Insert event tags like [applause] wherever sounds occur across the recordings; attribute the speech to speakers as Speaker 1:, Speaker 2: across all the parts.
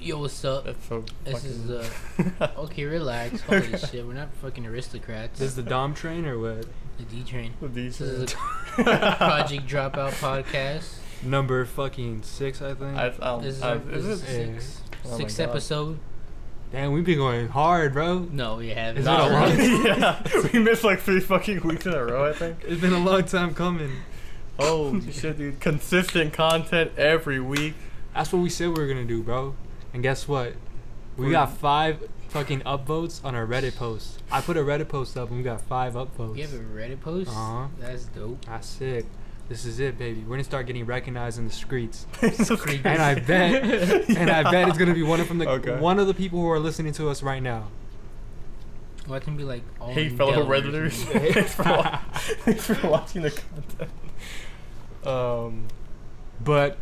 Speaker 1: Yo, what's up?
Speaker 2: That's so.
Speaker 1: This is, uh,
Speaker 2: fucking- [laughs]
Speaker 1: Okay, relax. Holy shit, we're not fucking aristocrats.
Speaker 3: This is the Dom train or what?
Speaker 1: the D train.
Speaker 2: The
Speaker 1: This
Speaker 2: decent. [laughs]
Speaker 1: is a Project Dropout podcast.
Speaker 3: Number fucking six, I think.
Speaker 2: I've, um,
Speaker 1: This is
Speaker 2: I've,
Speaker 1: our-
Speaker 2: is
Speaker 1: this
Speaker 2: it-
Speaker 1: is- six.
Speaker 2: Oh my
Speaker 1: Sixth
Speaker 2: God.
Speaker 1: episode.
Speaker 3: Damn, we've been going hard, bro.
Speaker 1: No, we haven't.
Speaker 3: Is
Speaker 1: [laughs]
Speaker 3: it
Speaker 2: Nah,
Speaker 3: a long-
Speaker 2: really? [laughs] yeah, we missed like three fucking weeks in a row,
Speaker 1: [laughs]
Speaker 2: I think.
Speaker 3: It's been a long time coming.
Speaker 2: Holy shit, dude! Consistent content every week. [laughs]
Speaker 3: That's what we said we were gonna do, bro. And guess what? We got five fucking upvotes on our Reddit post. I put a Reddit post up and we got five upvotes.
Speaker 1: You have a Reddit post?
Speaker 3: Uh-huh.
Speaker 1: That's dope.
Speaker 3: That's sick. This is it, baby. We're gonna start getting recognized in the [laughs] streets.
Speaker 2: and
Speaker 3: And I bet, and I bet it's gonna be one of from the
Speaker 2: Okay.
Speaker 3: one of the people who are listening to us right now.
Speaker 1: Why can be like all
Speaker 2: [laughs] Hey, fellow
Speaker 1: Redditors. [laughs]
Speaker 2: Redditors. thanks, for wa- [laughs] thanks for watching the content. Um,
Speaker 3: But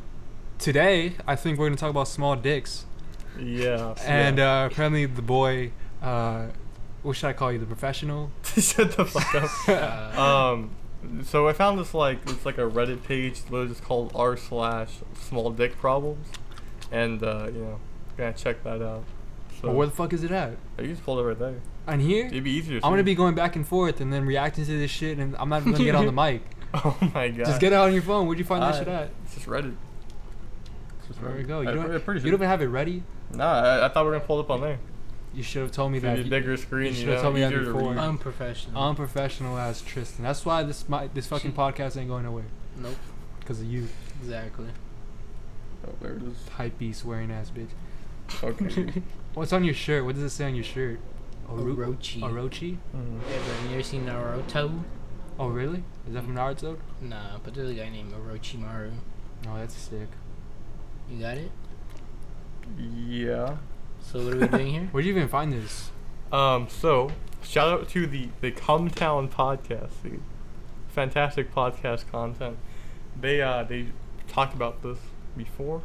Speaker 3: today, I think we're gonna talk about small dicks.
Speaker 2: yeah.
Speaker 3: And
Speaker 2: yeah.
Speaker 3: uh, apparently, the boy, uh, what should I call you? The professional?
Speaker 2: [laughs] shut the fuck up.
Speaker 1: Uh,
Speaker 2: um, so I found this like it's like a Reddit page. Literally, just called r slash small dick problems, and uh, you know, gotta check that out. So
Speaker 3: Or where the fuck is it at?
Speaker 2: you just pulled it right there.
Speaker 3: On here?
Speaker 2: It'd be easier.
Speaker 3: I'm
Speaker 2: [laughs]
Speaker 3: gonna
Speaker 2: to-
Speaker 3: be going back and forth and then reacting to this shit, and I'm not gonna
Speaker 2: [laughs]
Speaker 3: get on the mic.
Speaker 2: Oh my god.
Speaker 3: Just get it on your phone. Where'd you find that
Speaker 2: I-
Speaker 3: shit at?
Speaker 2: It's just Reddit. It's just
Speaker 3: There we
Speaker 2: Reddit.
Speaker 3: go. You
Speaker 2: Uh, I-
Speaker 3: don't,
Speaker 2: I'm pretty
Speaker 3: you
Speaker 2: sure-
Speaker 3: don't even have it ready.
Speaker 2: Nah, I, I thought we were gonna pull it up on there.
Speaker 3: You should have told me
Speaker 2: Give you
Speaker 3: that.
Speaker 2: a
Speaker 3: You-
Speaker 2: bigger screen. You
Speaker 3: should've
Speaker 2: know,
Speaker 3: told me that
Speaker 2: easier to
Speaker 3: before.
Speaker 2: read.
Speaker 3: Um,
Speaker 1: Unprofessional.
Speaker 3: Unprofessional as Tristan. That's why this my, this fucking
Speaker 1: She-
Speaker 3: podcast ain't going nowhere.
Speaker 1: nope.
Speaker 3: Cause of you,
Speaker 1: Exactly.
Speaker 2: Oh, there it is.
Speaker 3: hype beast swearing ass bitch.
Speaker 2: [laughs]
Speaker 3: [laughs]
Speaker 2: Okay.
Speaker 3: What's on your shirt? What does it say on your shirt? Oru-
Speaker 1: Orochi.
Speaker 3: Orochi?
Speaker 2: Mm.
Speaker 1: Yeah, bro, you ever seen Naruto?
Speaker 3: Oh really? Is that from Naruto?
Speaker 1: Nah, but there's a guy named Orochimaru.
Speaker 3: No, that's sick.
Speaker 1: You got it?
Speaker 2: Yeah.
Speaker 1: So what are we doing
Speaker 2: [laughs]
Speaker 1: here?
Speaker 3: Where'd you even find this?
Speaker 2: Um. So, shout out to the the Cumtown podcast, dude. Fantastic podcast content. They uh they talked about this before.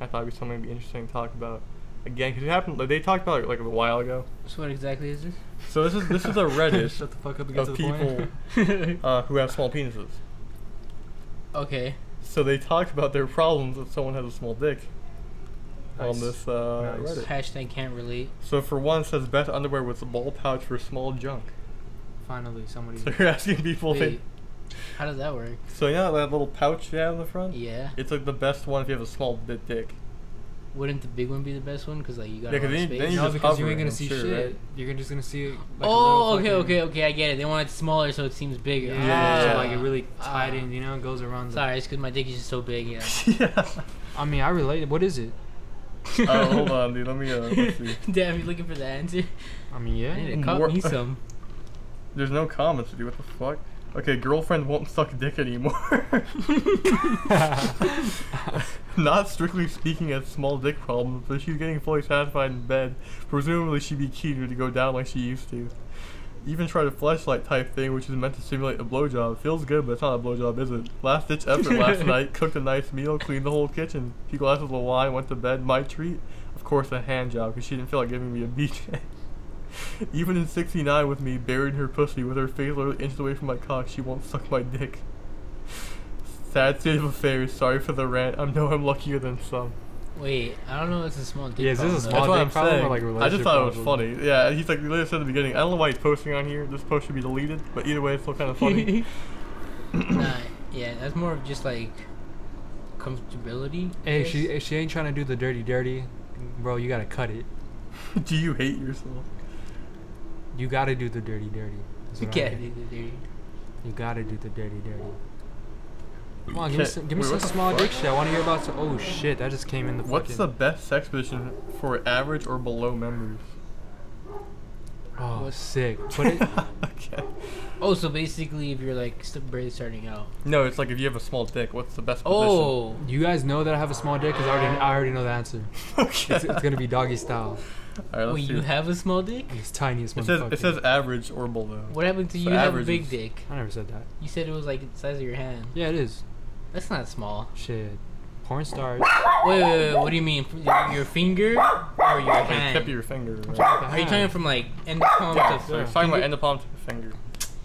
Speaker 2: I thought it'd be something that'd be interesting to talk about again because it happened. Like, they talked about it like a while ago.
Speaker 1: So what exactly is this?
Speaker 2: So this is this is a Reddit
Speaker 3: Shut the fuck up and get
Speaker 2: [laughs]
Speaker 3: to
Speaker 2: of
Speaker 3: the point.
Speaker 2: people
Speaker 1: [laughs]
Speaker 3: [laughs]
Speaker 2: uh, who have small penises.
Speaker 1: Okay.
Speaker 2: So they talked about their problems if someone has a small dick on
Speaker 3: Nice.
Speaker 2: this uh,
Speaker 3: Nice.
Speaker 2: Reddit.
Speaker 1: Hashtag can't relate.
Speaker 2: So for one, it says best underwear with a ball pouch for small junk.
Speaker 3: Finally,
Speaker 2: [laughs]
Speaker 3: somebody.
Speaker 2: So you're asking people. if they-
Speaker 1: Wait, how does that work?
Speaker 2: so you know that little pouch you have in the front?
Speaker 1: Yeah.
Speaker 2: It's like the best one if you have a small bit dick.
Speaker 1: Wouldn't the big one be the best one? Cause like you got
Speaker 2: Yeah,
Speaker 1: a lot
Speaker 2: 'cause
Speaker 1: of
Speaker 2: then you-
Speaker 1: space.
Speaker 2: then you
Speaker 3: no,
Speaker 2: just
Speaker 3: because you
Speaker 2: hover
Speaker 3: ain't gonna
Speaker 2: it, I'm
Speaker 3: see
Speaker 2: sure,
Speaker 3: shit.
Speaker 2: right?
Speaker 3: You're just gonna see it. Like a
Speaker 1: oh, okay,
Speaker 3: little
Speaker 1: okay,
Speaker 3: fucking-
Speaker 1: okay. I get it. They want it smaller, so it seems bigger.
Speaker 3: Yeah,
Speaker 2: Yeah.
Speaker 3: so like it really tied
Speaker 1: Ah.
Speaker 3: in, you know, it goes around. The,
Speaker 1: Sorry, it's because my dick is just so big.
Speaker 3: [laughs]
Speaker 1: Yeah.
Speaker 2: yeah.
Speaker 3: I mean, I related. What is it?
Speaker 2: Oh,
Speaker 1: [laughs]
Speaker 2: hold on, dude. Let me uh, let's see.
Speaker 1: Damn, you looking for the [laughs] answer?
Speaker 3: I mean, yeah.
Speaker 1: I need to cop
Speaker 2: More-
Speaker 1: me some.
Speaker 2: There's no comments, dude. What the fuck? Okay, girlfriend won't suck dick anymore. [laughs]
Speaker 1: [laughs]
Speaker 2: Not strictly speaking as small dick problems, but she's getting fully satisfied in bed. Presumably she'd be keener to go down like she used to. Even tried a flashlight type thing, which is meant to simulate a blowjob. Feels good, but it's not a blowjob, is it? Last ditch effort last night. Cooked a nice meal, cleaned the whole kitchen. Two glasses of wine, went to bed. My treat, of course, a hand job, because she didn't feel like giving me a BJ. [laughs] Even in '69 with me, buried in her pussy with her face literally inches away from my cock, she won't suck my dick. Sad state of affairs. Sorry for the rant. I know I'm luckier than some.
Speaker 1: Wait, I don't know. It's a small dick.
Speaker 3: Yeah, is this a
Speaker 1: problem,
Speaker 3: small
Speaker 2: That's
Speaker 1: [laughs]
Speaker 2: what I'm
Speaker 3: dick problem or,
Speaker 2: saying.
Speaker 3: like,
Speaker 2: I just
Speaker 3: relationship
Speaker 2: thought it was
Speaker 3: problem?
Speaker 2: funny. Yeah, he's like literally said at the beginning. I don't know why he's posting on here. This post should be deleted, but either way, it's still kind of
Speaker 1: [laughs]
Speaker 2: funny. [laughs]
Speaker 1: nah, yeah, that's more of just like comfortability. I
Speaker 3: [laughs] hey,
Speaker 1: guess.
Speaker 3: she if she ain't trying to do the dirty, dirty, bro. You gotta cut it.
Speaker 2: Do you hate yourself?
Speaker 3: You gotta do the dirty, dirty. is what
Speaker 1: [laughs]
Speaker 3: I
Speaker 1: Yeah,
Speaker 3: mean.
Speaker 1: dude, dude, dude.
Speaker 3: You gotta do the dirty, dirty. Come on, give me
Speaker 2: Can't-
Speaker 3: some, give me
Speaker 2: wait,
Speaker 3: some
Speaker 2: what the
Speaker 3: small
Speaker 2: fuck?
Speaker 3: dick shit. I want to hear about some. Oh shit, that just came in the
Speaker 2: What's the
Speaker 3: fucking.
Speaker 2: best sex position for average or below members?
Speaker 3: Oh,
Speaker 1: what's- [laughs]
Speaker 3: sick. Put
Speaker 2: [laughs]
Speaker 3: it.
Speaker 2: okay.
Speaker 1: Oh, so basically, if you're like st- barely starting out.
Speaker 2: No, it's like if you have a small dick, what's the best position?
Speaker 1: Oh,
Speaker 3: You guys know that I have a small dick because I already I already know
Speaker 2: [laughs]
Speaker 3: the answer.
Speaker 1: [laughs]
Speaker 2: okay.
Speaker 3: It's, it's gonna be doggy style.
Speaker 2: All right, let's
Speaker 1: wait,
Speaker 2: see.
Speaker 1: you have a small dick?
Speaker 3: It's tiniest
Speaker 2: It says
Speaker 3: motherfucker.
Speaker 2: it says average or below.
Speaker 1: What happened to
Speaker 2: So
Speaker 1: you have a
Speaker 2: average
Speaker 1: big
Speaker 2: is-
Speaker 1: dick?
Speaker 3: I never said that.
Speaker 1: You said it was like the size of your hand.
Speaker 3: Yeah, it is.
Speaker 1: That's not small.
Speaker 3: Shit. Porn stars.
Speaker 1: Wait, wait, wait, what do you mean? From your- Your finger or your
Speaker 2: Like, tip of
Speaker 1: hand?
Speaker 2: your finger. Right?
Speaker 1: Are you talking from like end palm to
Speaker 2: So you're
Speaker 1: finger?
Speaker 2: talking about end of palm to the finger.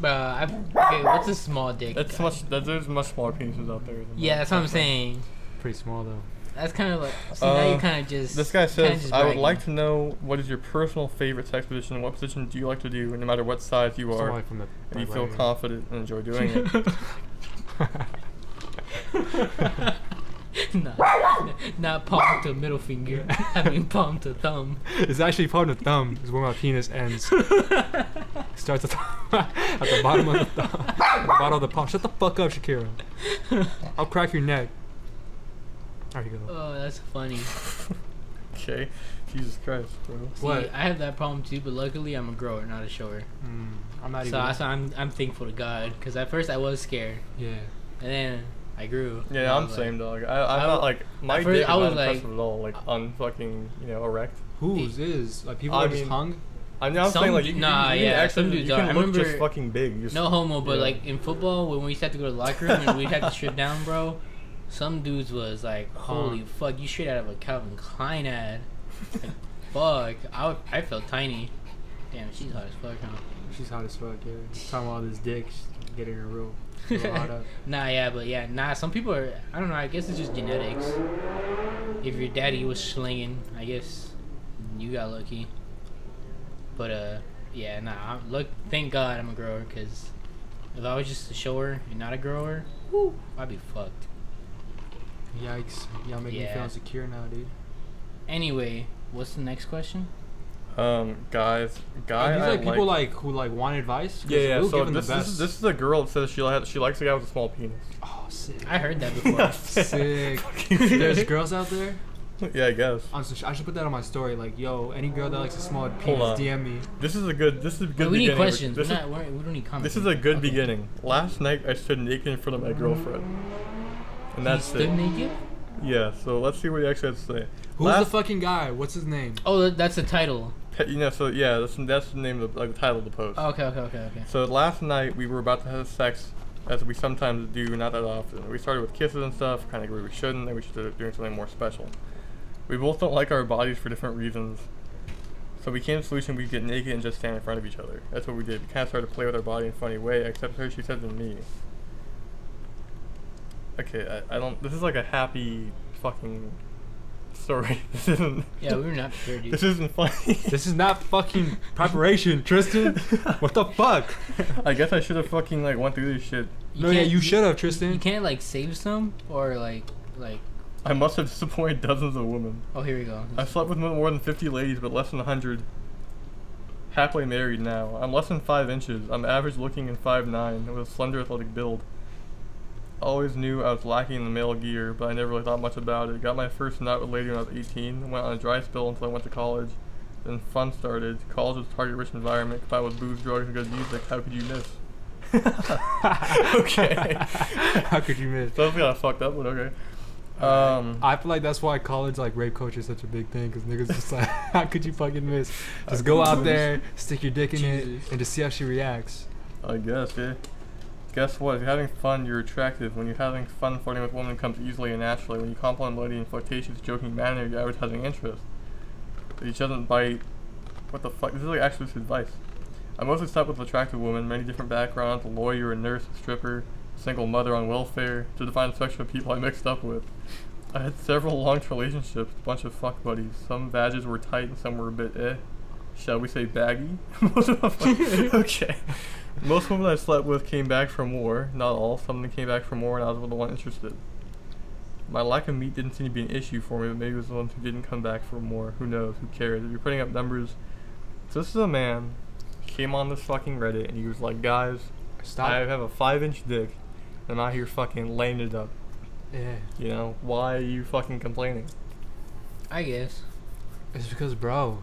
Speaker 1: Uh, I, okay, what's a small dick?
Speaker 2: That's much. That, there's much smaller penises out there. Than
Speaker 1: Yeah,
Speaker 2: that.
Speaker 1: that's what I'm saying.
Speaker 3: Pretty small though.
Speaker 1: That's kind of like. See, now you
Speaker 2: Uh,
Speaker 1: kind of just.
Speaker 2: This guy
Speaker 1: kinda
Speaker 2: says,
Speaker 1: just
Speaker 2: "I would
Speaker 1: bragging."
Speaker 2: like to know what is your personal favorite sex position and what position do you like to do, no matter what size you
Speaker 3: Someone
Speaker 2: are,
Speaker 3: from the
Speaker 2: and you
Speaker 3: my
Speaker 2: feel
Speaker 3: writing.
Speaker 2: confident and enjoy doing it."
Speaker 3: [laughs]
Speaker 1: [laughs] [laughs] Nah, not palm to middle finger. I mean palm to thumb.
Speaker 3: It's actually part of the thumb. Is where my penis ends.
Speaker 1: [laughs]
Speaker 3: Starts at the, [laughs] at the bottom of the thumb. At the bottom of the palm. Shut the fuck up, Shakira. I'll crack your neck. There you
Speaker 2: Uh,
Speaker 3: go.
Speaker 1: Oh, that's funny.
Speaker 2: okay, Jesus Christ, bro.
Speaker 1: See,
Speaker 3: What?
Speaker 1: I have that problem too, but luckily I'm a grower, not a shower.
Speaker 3: Mm, I'm not
Speaker 1: So
Speaker 3: even.
Speaker 1: that's why I'm I'm thankful to God, because at first I was scared,
Speaker 3: yeah.
Speaker 1: and then I grew. and
Speaker 2: Yeah,
Speaker 1: I
Speaker 2: I'm
Speaker 1: was
Speaker 2: same dog. I, I'm
Speaker 1: I
Speaker 2: not
Speaker 1: wa-
Speaker 2: like my
Speaker 1: at first
Speaker 2: dick
Speaker 1: I
Speaker 2: is
Speaker 1: was
Speaker 2: not impressive
Speaker 1: like- uh,
Speaker 2: at all. Like unfucking, you know, erect.
Speaker 3: Whose is like people
Speaker 2: I
Speaker 3: are just
Speaker 2: mean-
Speaker 3: hung?
Speaker 2: I mean, I'm
Speaker 1: Some
Speaker 2: saying like
Speaker 1: du-
Speaker 2: you,
Speaker 1: nah,
Speaker 2: you, you
Speaker 1: yeah,
Speaker 2: can actually,
Speaker 1: some dudes
Speaker 2: you
Speaker 1: are.
Speaker 2: can
Speaker 1: I
Speaker 2: look just
Speaker 1: remember-
Speaker 2: fucking big. Just,
Speaker 1: No homo, but
Speaker 2: yeah.
Speaker 1: like in football, when we used to have to go to the locker room and we'd have to strip down, bro, some dudes was like, "Holy fuck, you straight out of a Calvin Klein ad." Like, fuck, I, would- I felt tiny. Damn, she's hot as fuck, huh?
Speaker 3: She's hot as fuck. Yeah. She's talking about all this dick. She's getting her
Speaker 1: [laughs]
Speaker 3: real, real hot up.
Speaker 1: Nah, yeah, but yeah, nah. Some people are. I don't know. I guess it's just genetics. If your daddy was slinging, I guess you got lucky. But uh, yeah, nah. I'm, look, thank God I'm a grower, cause if I was just a shower and not a grower, woo, I'd be fucked.
Speaker 3: Yikes! Y'all make me feel
Speaker 1: Yeah.
Speaker 3: insecure now, dude.
Speaker 1: Anyway, what's the next question?
Speaker 2: um, guys, guy.
Speaker 3: Are these
Speaker 2: I
Speaker 3: like people like who like want advice? 'Cause
Speaker 2: Yeah, yeah.
Speaker 3: We'll
Speaker 2: so
Speaker 3: give them
Speaker 2: this,
Speaker 3: the
Speaker 2: this,
Speaker 3: best.
Speaker 2: is, this is a girl that says she li- she likes a guy with a
Speaker 1: [laughs]
Speaker 2: small penis.
Speaker 3: oh, sick.
Speaker 1: I heard
Speaker 2: [laughs]
Speaker 1: that before.
Speaker 3: [laughs] Sick. There's
Speaker 2: There's
Speaker 3: girls out there.
Speaker 2: [laughs] yeah, I guess.
Speaker 3: I'm so sh- I should put that on my story. Like, yo, any girl that likes a small
Speaker 2: on.
Speaker 3: penis, DM me.
Speaker 2: This is a good. This is a good
Speaker 1: But we
Speaker 2: beginning.
Speaker 1: need questions. We're
Speaker 2: This,
Speaker 1: not,
Speaker 2: is,
Speaker 1: we're, we don't need comments.
Speaker 2: this is a good beginning. Last night I stood naked in front of my girlfriend, and
Speaker 1: He
Speaker 2: that's
Speaker 1: stood
Speaker 2: it.
Speaker 1: naked.
Speaker 2: Yeah. So let's see what he actually has to say.
Speaker 3: Who's
Speaker 2: Last-
Speaker 3: the fucking guy? What's his name?
Speaker 1: Oh, that- that's the title.
Speaker 2: Pe- You know, so yeah, that's, that's the name of the, like, the title of the post.
Speaker 1: Oh, okay, okay, okay, okay.
Speaker 2: So last night we were about to have sex, as we sometimes do, not that often. We started with kisses and stuff, kind of agree we shouldn't, and we should do doing something more special. We both don't like our bodies for different reasons. So we came to the solution we get naked and just stand in front of each other. That's what we did. We kind of started to play with our body in a funny way, except her, she said to me. Okay, I, I don't. This is like a happy fucking story. [laughs] This isn't.
Speaker 1: Yeah, we were not prepared, dude.
Speaker 2: This isn't funny.
Speaker 3: This is not fucking preparation, [laughs] Tristan. What the fuck?
Speaker 2: [laughs] I guess I should have fucking like went through this shit.
Speaker 3: no, yeah,
Speaker 1: can't-
Speaker 3: you should have, Tristan.
Speaker 1: You [laughs] can't like save some or like like.
Speaker 2: I must have disappointed dozens of women.
Speaker 1: Oh, here we go.
Speaker 2: I slept with more than 50 ladies, but less than 100. Happily married now. I'm less than 5 inches. I'm average looking and 5'9, with a slender athletic build. Always knew I was lacking in the male gear, but I never really thought much about it. Got my first night with a lady when I was 18, went on a dry spell until I went to college. Then fun started. College was a target rich environment, combined with booze, drugs, and good music. How could you miss? [laughs] okay.
Speaker 3: [laughs] How could you miss?
Speaker 2: That's kind of fucked up, but okay. Um,
Speaker 3: I feel like that's why college like rape culture is such a big thing because niggas just like [laughs] how could you fucking miss?
Speaker 2: [laughs]
Speaker 3: Just go out there, stick your dick in it,
Speaker 1: Jesus.
Speaker 3: and just see how she reacts.
Speaker 2: I guess, yeah. Guess what? If you're having fun, you're attractive. When you're having fun, flirting with women comes easily and naturally. When you compliment a lady in a flirtatious, joking manner, you're advertising interest. Each doesn't bite. What the fuck? This is like actual advice. I mostly slept with attractive women, many different backgrounds a lawyer, a nurse, a stripper, a single mother on welfare, to define the spectrum of people I mixed up with. I had several long term relationships, a bunch of fuck buddies. Some badges were tight and some were a bit eh. Shall we say baggy? [laughs] Most of them-
Speaker 1: [laughs]
Speaker 2: [laughs] okay. Most women I slept with came back from war. Not all. Some of them came back from war, and I was the one interested. My lack of meat didn't seem to be an issue for me, but maybe it was the ones who didn't come back from war. Who knows? Who cares? If you're putting up numbers. So this is a man. Came on this fucking Reddit and he was like, guys,
Speaker 3: Stop.
Speaker 2: I have a five inch dick and I here fucking laying it up.
Speaker 3: yeah.
Speaker 2: You know, why are you fucking complaining?
Speaker 1: I guess.
Speaker 3: It's because, bro,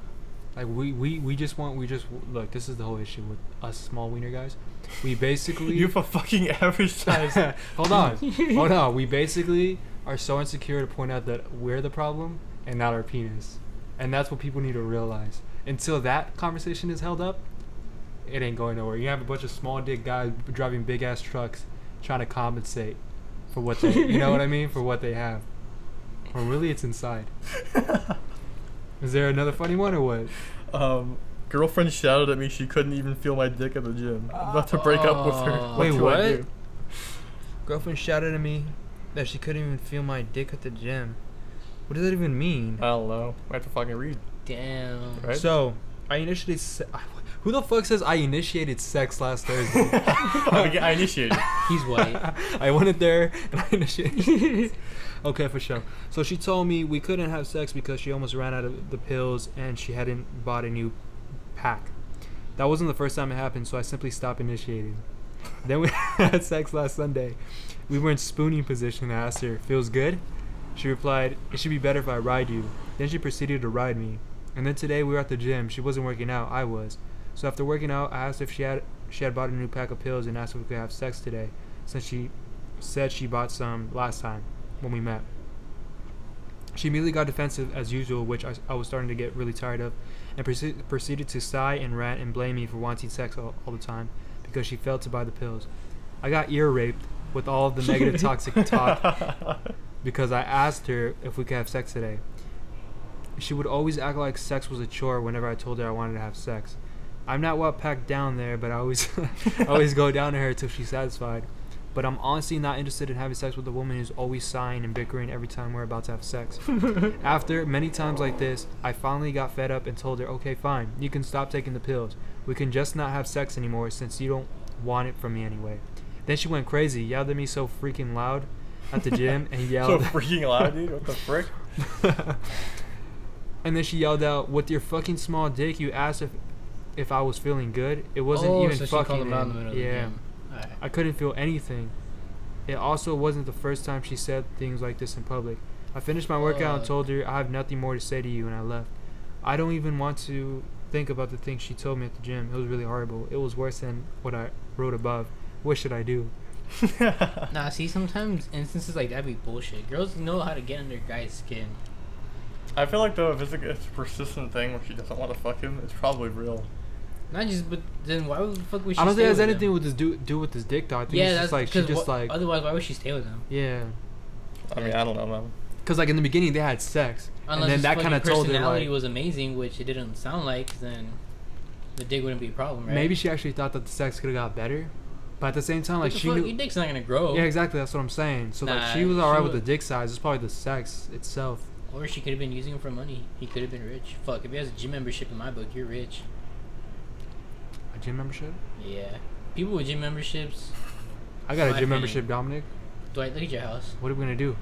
Speaker 3: like we we we just want we just look. This is the whole issue with us small wiener guys.
Speaker 2: [laughs]
Speaker 3: We basically
Speaker 2: You have a fucking [laughs] average
Speaker 3: [laughs]
Speaker 2: size.
Speaker 3: hold on, hold on. We basically are so insecure to point out that we're the problem and not our penis, and that's what people need to realize. Until that conversation is held up, it ain't going nowhere. You have a bunch of small dick guys driving big ass trucks, trying to compensate for what they, you know what I mean, for what they have. Or really, it's [laughs] inside. Is there another funny one or what?
Speaker 2: um, girlfriend shouted at me she couldn't even feel my dick at the gym. I'm about to break up with her.
Speaker 1: Oh.
Speaker 2: What
Speaker 3: Wait,
Speaker 2: do
Speaker 3: what?
Speaker 2: I do?
Speaker 4: Girlfriend shouted at me that she couldn't even feel my dick at the gym.
Speaker 3: What does that even mean?
Speaker 2: I don't know. I have to fucking read.
Speaker 1: Damn.
Speaker 2: Uh, Right?
Speaker 3: So, I initiated. Se- Who the fuck says I initiated sex last Thursday?
Speaker 2: [laughs] I get- I initiated.
Speaker 1: He's white.
Speaker 3: I went in there and I initiated. [laughs] okay, for sure. So she told me we couldn't have sex because she almost ran out of the pills and she hadn't bought a new pack. That wasn't the first time it happened, so I simply stopped initiating. Then we [laughs] had sex last Sunday. We were in spooning position. I asked her, "Feels good?" She replied, "It should be better if I ride you." Then she proceeded to ride me. And then today we were at the gym. She wasn't working out. I was. So after working out, I asked if she had she had bought a new pack of pills and asked if we could have sex today, since she said she bought some last time when we met. She immediately got defensive as usual, which I, I was starting to get really tired of, and proceed, proceeded to sigh and rant and blame me for wanting sex all, all the time because she failed to buy the pills. I got ear raped with all of the negative toxic talk because I asked her if we could have sex today. She would always act like sex was a chore whenever I told her I wanted to have sex. I'm not well packed down there, but I always [laughs] I always go down to her till she's satisfied. But I'm honestly not interested in having sex with a woman who's always sighing and bickering every time we're about to have sex. After many times like this, I finally got fed up and told her, "Okay, fine. You can stop taking the pills. We can just not have sex anymore since you don't want it from me anyway." Then she went crazy, yelled at me so freaking loud at the gym and
Speaker 2: so
Speaker 3: yelled
Speaker 2: freaking loud, dude. What the frick?
Speaker 3: and then she yelled out, "With your fucking small dick, you asked if if I was feeling good. It [laughs] wasn't
Speaker 1: oh,
Speaker 3: even
Speaker 1: so she
Speaker 3: fucking.
Speaker 1: called him out in the
Speaker 3: in.
Speaker 1: middle
Speaker 3: yeah,
Speaker 1: of the game. Alright.
Speaker 3: I couldn't feel anything. It also wasn't the first time she said things like this in public. I finished my workout and
Speaker 1: Fuck.
Speaker 3: told her I have nothing more to say to you, and I left. I don't even want to think about the things she told me at the gym. It was really horrible. It was worse than what I wrote above. What should I do?
Speaker 1: Nah, see, sometimes instances like that be bullshit. Girls know how to get under guys' skin.
Speaker 2: I feel like though, if it's a, it's a persistent thing where she doesn't want to fuck him, it's probably real.
Speaker 1: Not just, but then why would the fuck would she?
Speaker 3: I don't
Speaker 1: stay
Speaker 3: think it has
Speaker 1: with
Speaker 3: anything
Speaker 1: Him?
Speaker 3: with this do do with this dick though. I think
Speaker 1: yeah,
Speaker 3: it's
Speaker 1: that's
Speaker 3: just like she
Speaker 1: 'cause
Speaker 3: just
Speaker 1: wha-
Speaker 3: like
Speaker 1: Otherwise, why would she stay with him?
Speaker 3: yeah.
Speaker 2: I mean, I don't know, man.
Speaker 3: Because like in the beginning they had sex,
Speaker 1: Unless
Speaker 3: and then
Speaker 1: his
Speaker 3: that kind of
Speaker 1: fucking
Speaker 3: told her
Speaker 1: personality
Speaker 3: like
Speaker 1: was amazing, which it didn't sound like. Then the dick wouldn't be a problem, right?
Speaker 3: maybe she actually thought that the sex could have got better, but at the same time
Speaker 1: What
Speaker 3: like
Speaker 1: the
Speaker 3: she
Speaker 1: fuck?
Speaker 3: knew.
Speaker 1: your dick's not gonna grow.
Speaker 3: Yeah, exactly. That's what I'm saying. So like she
Speaker 1: Nah,
Speaker 3: was alright
Speaker 1: she
Speaker 3: with the
Speaker 1: was-
Speaker 3: dick size. It's probably the sex itself.
Speaker 1: Or she could have been using him for money. He could have been rich. Fuck, if he has a gym membership in my book, you're rich.
Speaker 3: A gym membership?
Speaker 1: Yeah. People with gym memberships.
Speaker 3: I got a
Speaker 1: My
Speaker 3: gym
Speaker 1: opinion.
Speaker 3: membership, Dominic.
Speaker 1: Dwight, look at your house.
Speaker 3: What are we gonna do?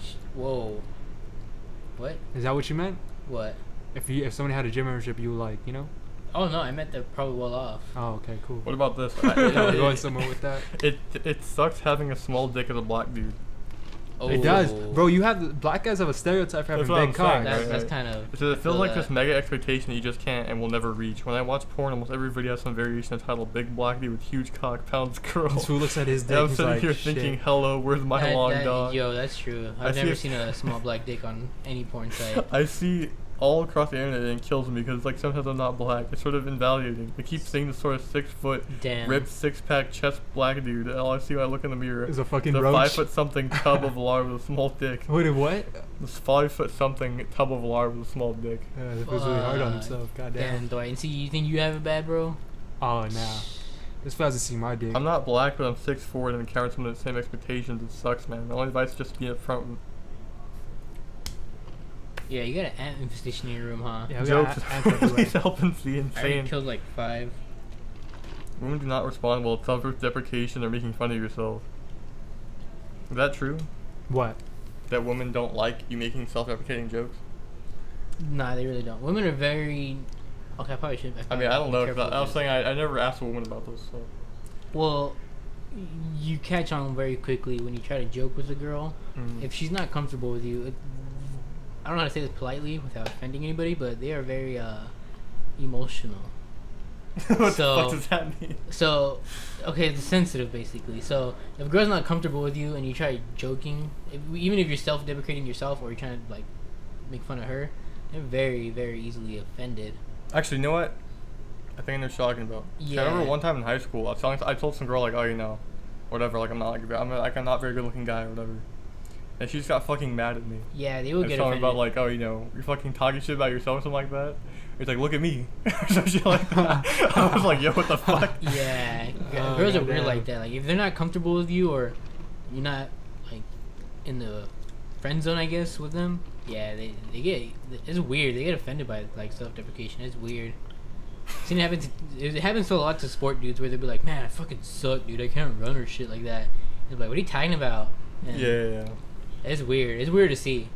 Speaker 1: Sh- Whoa. What?
Speaker 3: Is that what you meant?
Speaker 1: What?
Speaker 3: If you if somebody had a gym membership, you would like you know?
Speaker 1: Oh no, I meant they're probably well off.
Speaker 3: Oh okay cool.
Speaker 2: What about this?
Speaker 3: Yeah, [laughs] we're
Speaker 2: I-
Speaker 3: going somewhere
Speaker 1: [laughs]
Speaker 3: with that.
Speaker 2: [laughs] It it sucks having a small dick as a black dude.
Speaker 1: Oh,
Speaker 3: It does, bro. You have black guys have a stereotype for
Speaker 2: That's
Speaker 3: having
Speaker 2: what I'm
Speaker 3: big cocks.
Speaker 2: saying,
Speaker 1: That's,
Speaker 2: right,
Speaker 1: that's
Speaker 2: right.
Speaker 1: kind of.
Speaker 2: It says, it feels
Speaker 1: feel
Speaker 2: like
Speaker 1: that.
Speaker 2: this mega expectation you just can't and will never reach. When I watch porn, almost every video has some variation entitled "Big Black Dude with Huge Cock Pounds Girl."
Speaker 3: This fool looks at his
Speaker 2: [laughs] And
Speaker 3: dick,
Speaker 2: I'm
Speaker 3: he's
Speaker 2: sitting
Speaker 3: like,
Speaker 2: here
Speaker 3: "Shit."
Speaker 2: thinking, "Hello, where's my
Speaker 1: That-
Speaker 2: long
Speaker 1: that-
Speaker 2: dog?"
Speaker 1: Yo, that's true.
Speaker 2: I
Speaker 1: I've
Speaker 2: see
Speaker 1: never
Speaker 2: it.
Speaker 1: seen a small black dick on any
Speaker 2: [laughs]
Speaker 1: porn site.
Speaker 2: I see all across the internet and it kills me because like sometimes I'm not black. It's sort of invalidating. They keep seeing this sort of six foot,
Speaker 1: Damn.
Speaker 2: ripped six pack chest black dude. And all I see when I look in the mirror
Speaker 3: Is a fucking
Speaker 2: the
Speaker 3: roach.
Speaker 2: five foot something tub of lard with a small dick.
Speaker 3: Wait, what?
Speaker 2: This five foot something tub of lard with a small dick.
Speaker 3: Uh, that was really hard on
Speaker 1: Fuck.
Speaker 3: himself. Goddamn.
Speaker 1: Damn, Dwight. And see, you think you have it bad, bro?
Speaker 3: Oh no. This fool hasn't seen my dick.
Speaker 2: I'm not black, but I'm six four and encounter some of the same expectations. It sucks, man. My only advice is just be upfront.
Speaker 1: Yeah, you got an ant infestation in your room, huh?
Speaker 3: Yeah, we got
Speaker 2: Jokes [laughs]
Speaker 3: ants everywhere.
Speaker 2: please help and see
Speaker 1: I already
Speaker 2: insane.
Speaker 1: killed like five.
Speaker 2: Women do not respond well to self deprecation or making fun of yourself. Is that true?
Speaker 3: What?
Speaker 2: That women don't like you making self deprecating jokes?
Speaker 1: Nah, they really don't. Women are very. Okay, I probably should.
Speaker 2: I mean, I don't know. If
Speaker 1: Careful
Speaker 2: that, I was
Speaker 1: with
Speaker 2: saying I, I never asked a woman about this, so.
Speaker 1: this. Well, you catch on very quickly when you try to joke with a girl.
Speaker 2: Mm.
Speaker 1: If she's not comfortable with you, it, I don't know how to say this politely without offending anybody, but they are very uh, emotional.
Speaker 2: [laughs] what the
Speaker 1: So-
Speaker 2: fuck does that mean?
Speaker 1: So, okay, it's sensitive basically. So, if a girl's not comfortable with you and you try joking, if, even if you're self-deprecating yourself or you're trying to like make fun of her, they're very, very easily offended.
Speaker 2: Actually, you know what? I think I know what you're talking about. 'Cause I remember
Speaker 1: Yeah.
Speaker 2: one time in high school, I was telling, I told some girl like, oh, you know, whatever. Like, I'm not like, I'm a, like, I'm not a very good looking guy or whatever. And she just got fucking mad at me.
Speaker 1: Yeah, they
Speaker 2: I
Speaker 1: will
Speaker 2: was
Speaker 1: get
Speaker 2: telling
Speaker 1: offended.
Speaker 2: her about like, oh, you know, you're fucking talking shit about yourself or something like that. It's like, look at me. [laughs] so she like,
Speaker 1: [laughs]
Speaker 2: that. I was like, yo, what the fuck? [laughs]
Speaker 1: yeah,
Speaker 3: Oh,
Speaker 1: girls are weird
Speaker 3: goddamn.
Speaker 1: like that. Like if they're not comfortable with you or you're not like in the friend zone, I guess, with them, Yeah, they, they get it's weird. They get offended by like self deprecation. It's weird. I've Seen it happen. To, it happens to a lot to sport dudes where they'll be like, "Man, I fucking suck, dude. I can't run or shit like that." It's like, "What are you talking about?" And
Speaker 2: Yeah, yeah.
Speaker 1: it's weird. It's weird to see.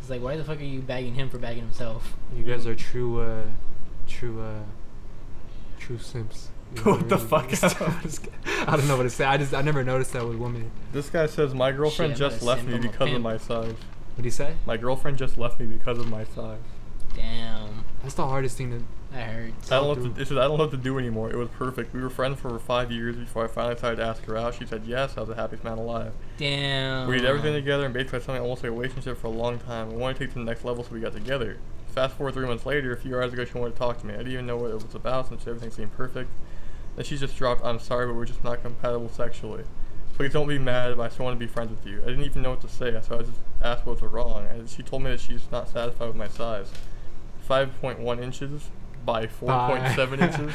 Speaker 1: It's like, why the fuck are you bagging him for bagging himself?
Speaker 3: You guys are true, uh, true, uh, true simps. You [laughs] know,
Speaker 2: What the
Speaker 3: really.
Speaker 2: fuck?
Speaker 3: I'm just kidding. I don't know what to say. I just I never noticed that with women.
Speaker 2: This guy says my girlfriend
Speaker 1: I'm
Speaker 2: just
Speaker 1: gonna
Speaker 2: left
Speaker 1: send
Speaker 2: me
Speaker 1: him a
Speaker 2: because of
Speaker 1: pimp."
Speaker 2: my size.
Speaker 3: What do you say?
Speaker 2: My girlfriend just left me because of my size.
Speaker 1: Damn,
Speaker 3: That's the hardest thing to.
Speaker 1: that hurts.
Speaker 2: I
Speaker 3: Tell
Speaker 2: don't know what
Speaker 3: dude.
Speaker 2: to, it says, I don't know what to do anymore. It was perfect. We were friends for five years before I finally decided to ask her out. She said yes. I was the happiest man alive.
Speaker 1: Damn.
Speaker 2: We did everything
Speaker 3: Um,
Speaker 2: together and basically something almost like a relationship for a long time. We wanted to take it to the next level, so we got together. Fast forward three months later, a few hours ago, she wanted to talk to me. I didn't even know what it was about since everything seemed perfect. Then she just dropped, "I'm sorry, but we're just not compatible sexually. Please don't be mad, but I still want to be friends with you." I didn't even know what to say, so I just asked what was wrong, and she told me that she's not satisfied with my size, 5.1 inches by 4.7
Speaker 3: Bye. [laughs]
Speaker 2: inches.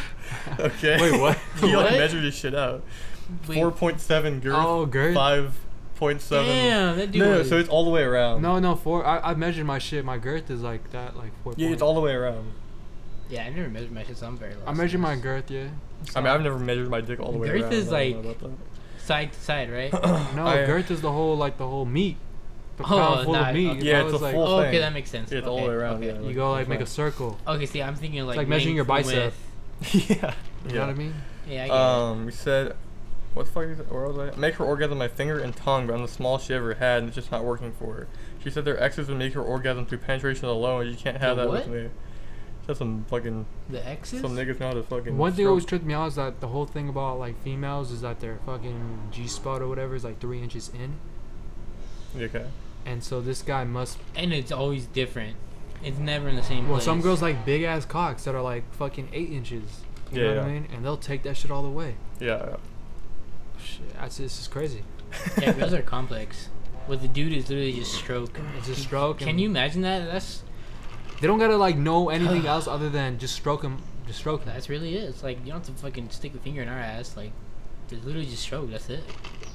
Speaker 2: Okay.
Speaker 3: Wait, what?
Speaker 2: [laughs] he like
Speaker 1: What?
Speaker 2: measured his shit out.
Speaker 1: Wait.
Speaker 2: 4.7 girth.
Speaker 3: Oh, girth.
Speaker 2: 5.7.
Speaker 1: Damn, that dude.
Speaker 2: No, no,
Speaker 1: was-
Speaker 2: so it's all the way around.
Speaker 3: No, no, four. I, I measured my shit. My girth is like that, like four.
Speaker 2: Yeah, it's
Speaker 3: point-
Speaker 2: all the way around.
Speaker 1: yeah, I never measured my shit, so I'm very. Lost
Speaker 3: I
Speaker 1: in
Speaker 3: measured my
Speaker 1: this.
Speaker 3: girth, yeah.
Speaker 2: I mean, I've never measured my dick all the way
Speaker 1: Girth
Speaker 2: around.
Speaker 1: is
Speaker 2: I don't know
Speaker 1: like-
Speaker 2: about
Speaker 1: side to side,
Speaker 3: [coughs]
Speaker 1: right?
Speaker 2: that.
Speaker 3: No,
Speaker 2: I-
Speaker 3: girth is the whole, like the whole meat. The
Speaker 1: Oh,
Speaker 3: pound full
Speaker 1: nah,
Speaker 3: of meat.
Speaker 1: okay.
Speaker 3: If
Speaker 2: Yeah,
Speaker 3: I
Speaker 2: it's
Speaker 3: was,
Speaker 2: a
Speaker 3: like,
Speaker 2: full-
Speaker 1: Oh, okay,
Speaker 2: thing.
Speaker 1: that makes sense. okay,
Speaker 2: It's all the way around,
Speaker 1: Okay.
Speaker 2: yeah.
Speaker 3: You go like make a circle.
Speaker 1: okay, see, I'm thinking like,
Speaker 3: like measuring your
Speaker 1: length,
Speaker 3: bicep. [laughs]
Speaker 2: [laughs] yeah.
Speaker 3: You know what I mean?
Speaker 1: width. Yeah, I get
Speaker 2: Um, we said, what the fuck is it? Where was I? Make her orgasm my finger and tongue, but I'm the smallest she ever had, and it's just not working for her. She said their exes would make her orgasm through penetration alone, and you can't have
Speaker 1: The
Speaker 2: that
Speaker 1: what?
Speaker 2: with me. That's some fucking.
Speaker 1: it. The X's.
Speaker 2: Some niggas know how to fucking.
Speaker 3: One thing that always
Speaker 2: stroke-
Speaker 3: tripped me out is that the whole thing about like females is that their fucking G spot or whatever is like three inches in,
Speaker 2: Okay.
Speaker 3: and so this guy must.
Speaker 1: and it's always different. It's never in the same
Speaker 3: Well,
Speaker 1: place.
Speaker 3: some girls like big ass cocks that are like fucking eight inches. You know
Speaker 2: Yeah,
Speaker 3: what I
Speaker 2: yeah.
Speaker 3: mean? And they'll take that shit all the way.
Speaker 2: Yeah.
Speaker 3: Shit, that's this is crazy.
Speaker 1: yeah, girls are complex. What the dude is literally just stroke.
Speaker 3: It's just stroke.
Speaker 1: Can
Speaker 3: and
Speaker 1: you imagine that? That's
Speaker 3: They don't gotta like
Speaker 1: [sighs]
Speaker 3: know anything else other than just stroke them. Just stroke 'em.
Speaker 1: that's really it. It's like you don't have to fucking stick a finger in our ass. Like, it's literally just stroke. That's it.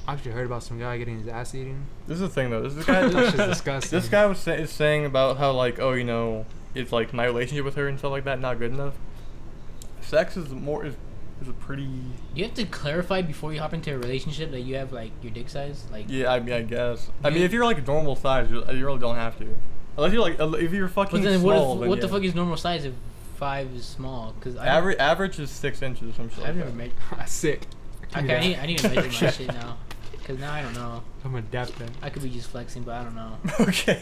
Speaker 3: I actually heard about some guy getting his ass eaten. [laughs]
Speaker 2: This is the thing though. This
Speaker 1: [laughs]
Speaker 2: is guy.
Speaker 3: That shit's disgusting.
Speaker 2: This guy was say- is saying about how like oh you know it's like my relationship with her and stuff like that not good enough. Sex is more is is a pretty
Speaker 1: You have to clarify before you hop into a relationship that you have like your dick size. Like,
Speaker 2: yeah I mean I guess I mean
Speaker 1: You-
Speaker 2: if you're like normal size you, you really don't have to unless you're like if you're fucking
Speaker 1: but then what?
Speaker 2: small
Speaker 1: If,
Speaker 2: then
Speaker 1: what the
Speaker 2: yeah.
Speaker 1: fuck is normal size if five is small? Because
Speaker 2: average average is six inches or some shit.
Speaker 1: I've
Speaker 2: like
Speaker 1: never
Speaker 2: that.
Speaker 1: made.
Speaker 3: Sick. Give me
Speaker 1: Okay, I
Speaker 3: that.
Speaker 1: need, I need to measure my
Speaker 2: [laughs] Okay.
Speaker 1: shit now. Because now I don't know.
Speaker 3: I'm gonna dap that.
Speaker 1: I could be just flexing, but I don't know.
Speaker 2: [laughs] okay.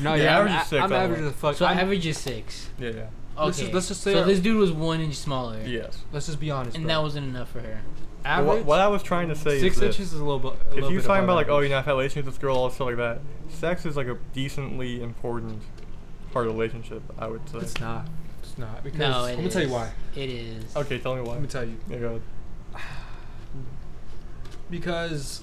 Speaker 3: No,
Speaker 2: The
Speaker 3: yeah,
Speaker 2: average
Speaker 3: I'm,
Speaker 2: is six.
Speaker 3: I'm
Speaker 2: I
Speaker 3: average
Speaker 2: don't
Speaker 3: as fuck.
Speaker 1: So
Speaker 3: I'm-
Speaker 1: average is six.
Speaker 2: know. Yeah.
Speaker 1: Okay.
Speaker 3: Let's just- let's just say
Speaker 1: so
Speaker 3: our-
Speaker 1: this dude was one inch smaller.
Speaker 2: Yeah. Yes.
Speaker 3: Let's just be honest.
Speaker 1: And
Speaker 3: bro.
Speaker 1: that wasn't enough for her.
Speaker 2: But What, what I was trying to say
Speaker 3: Six
Speaker 2: is this.
Speaker 3: inches is a little, bu- a
Speaker 2: if
Speaker 3: little
Speaker 2: you
Speaker 3: bit
Speaker 2: talking about like
Speaker 3: above
Speaker 2: oh
Speaker 3: average.
Speaker 2: you know I've had relations with this girl all stuff like that, sex is like a decently important part of a relationship I would say.
Speaker 3: it's not. It's not because
Speaker 1: No, it
Speaker 3: let me tell you
Speaker 1: is.
Speaker 3: why. Oh,
Speaker 1: It is.
Speaker 2: Okay, tell me why.
Speaker 3: Let me tell you
Speaker 2: Yeah, go ahead.
Speaker 3: because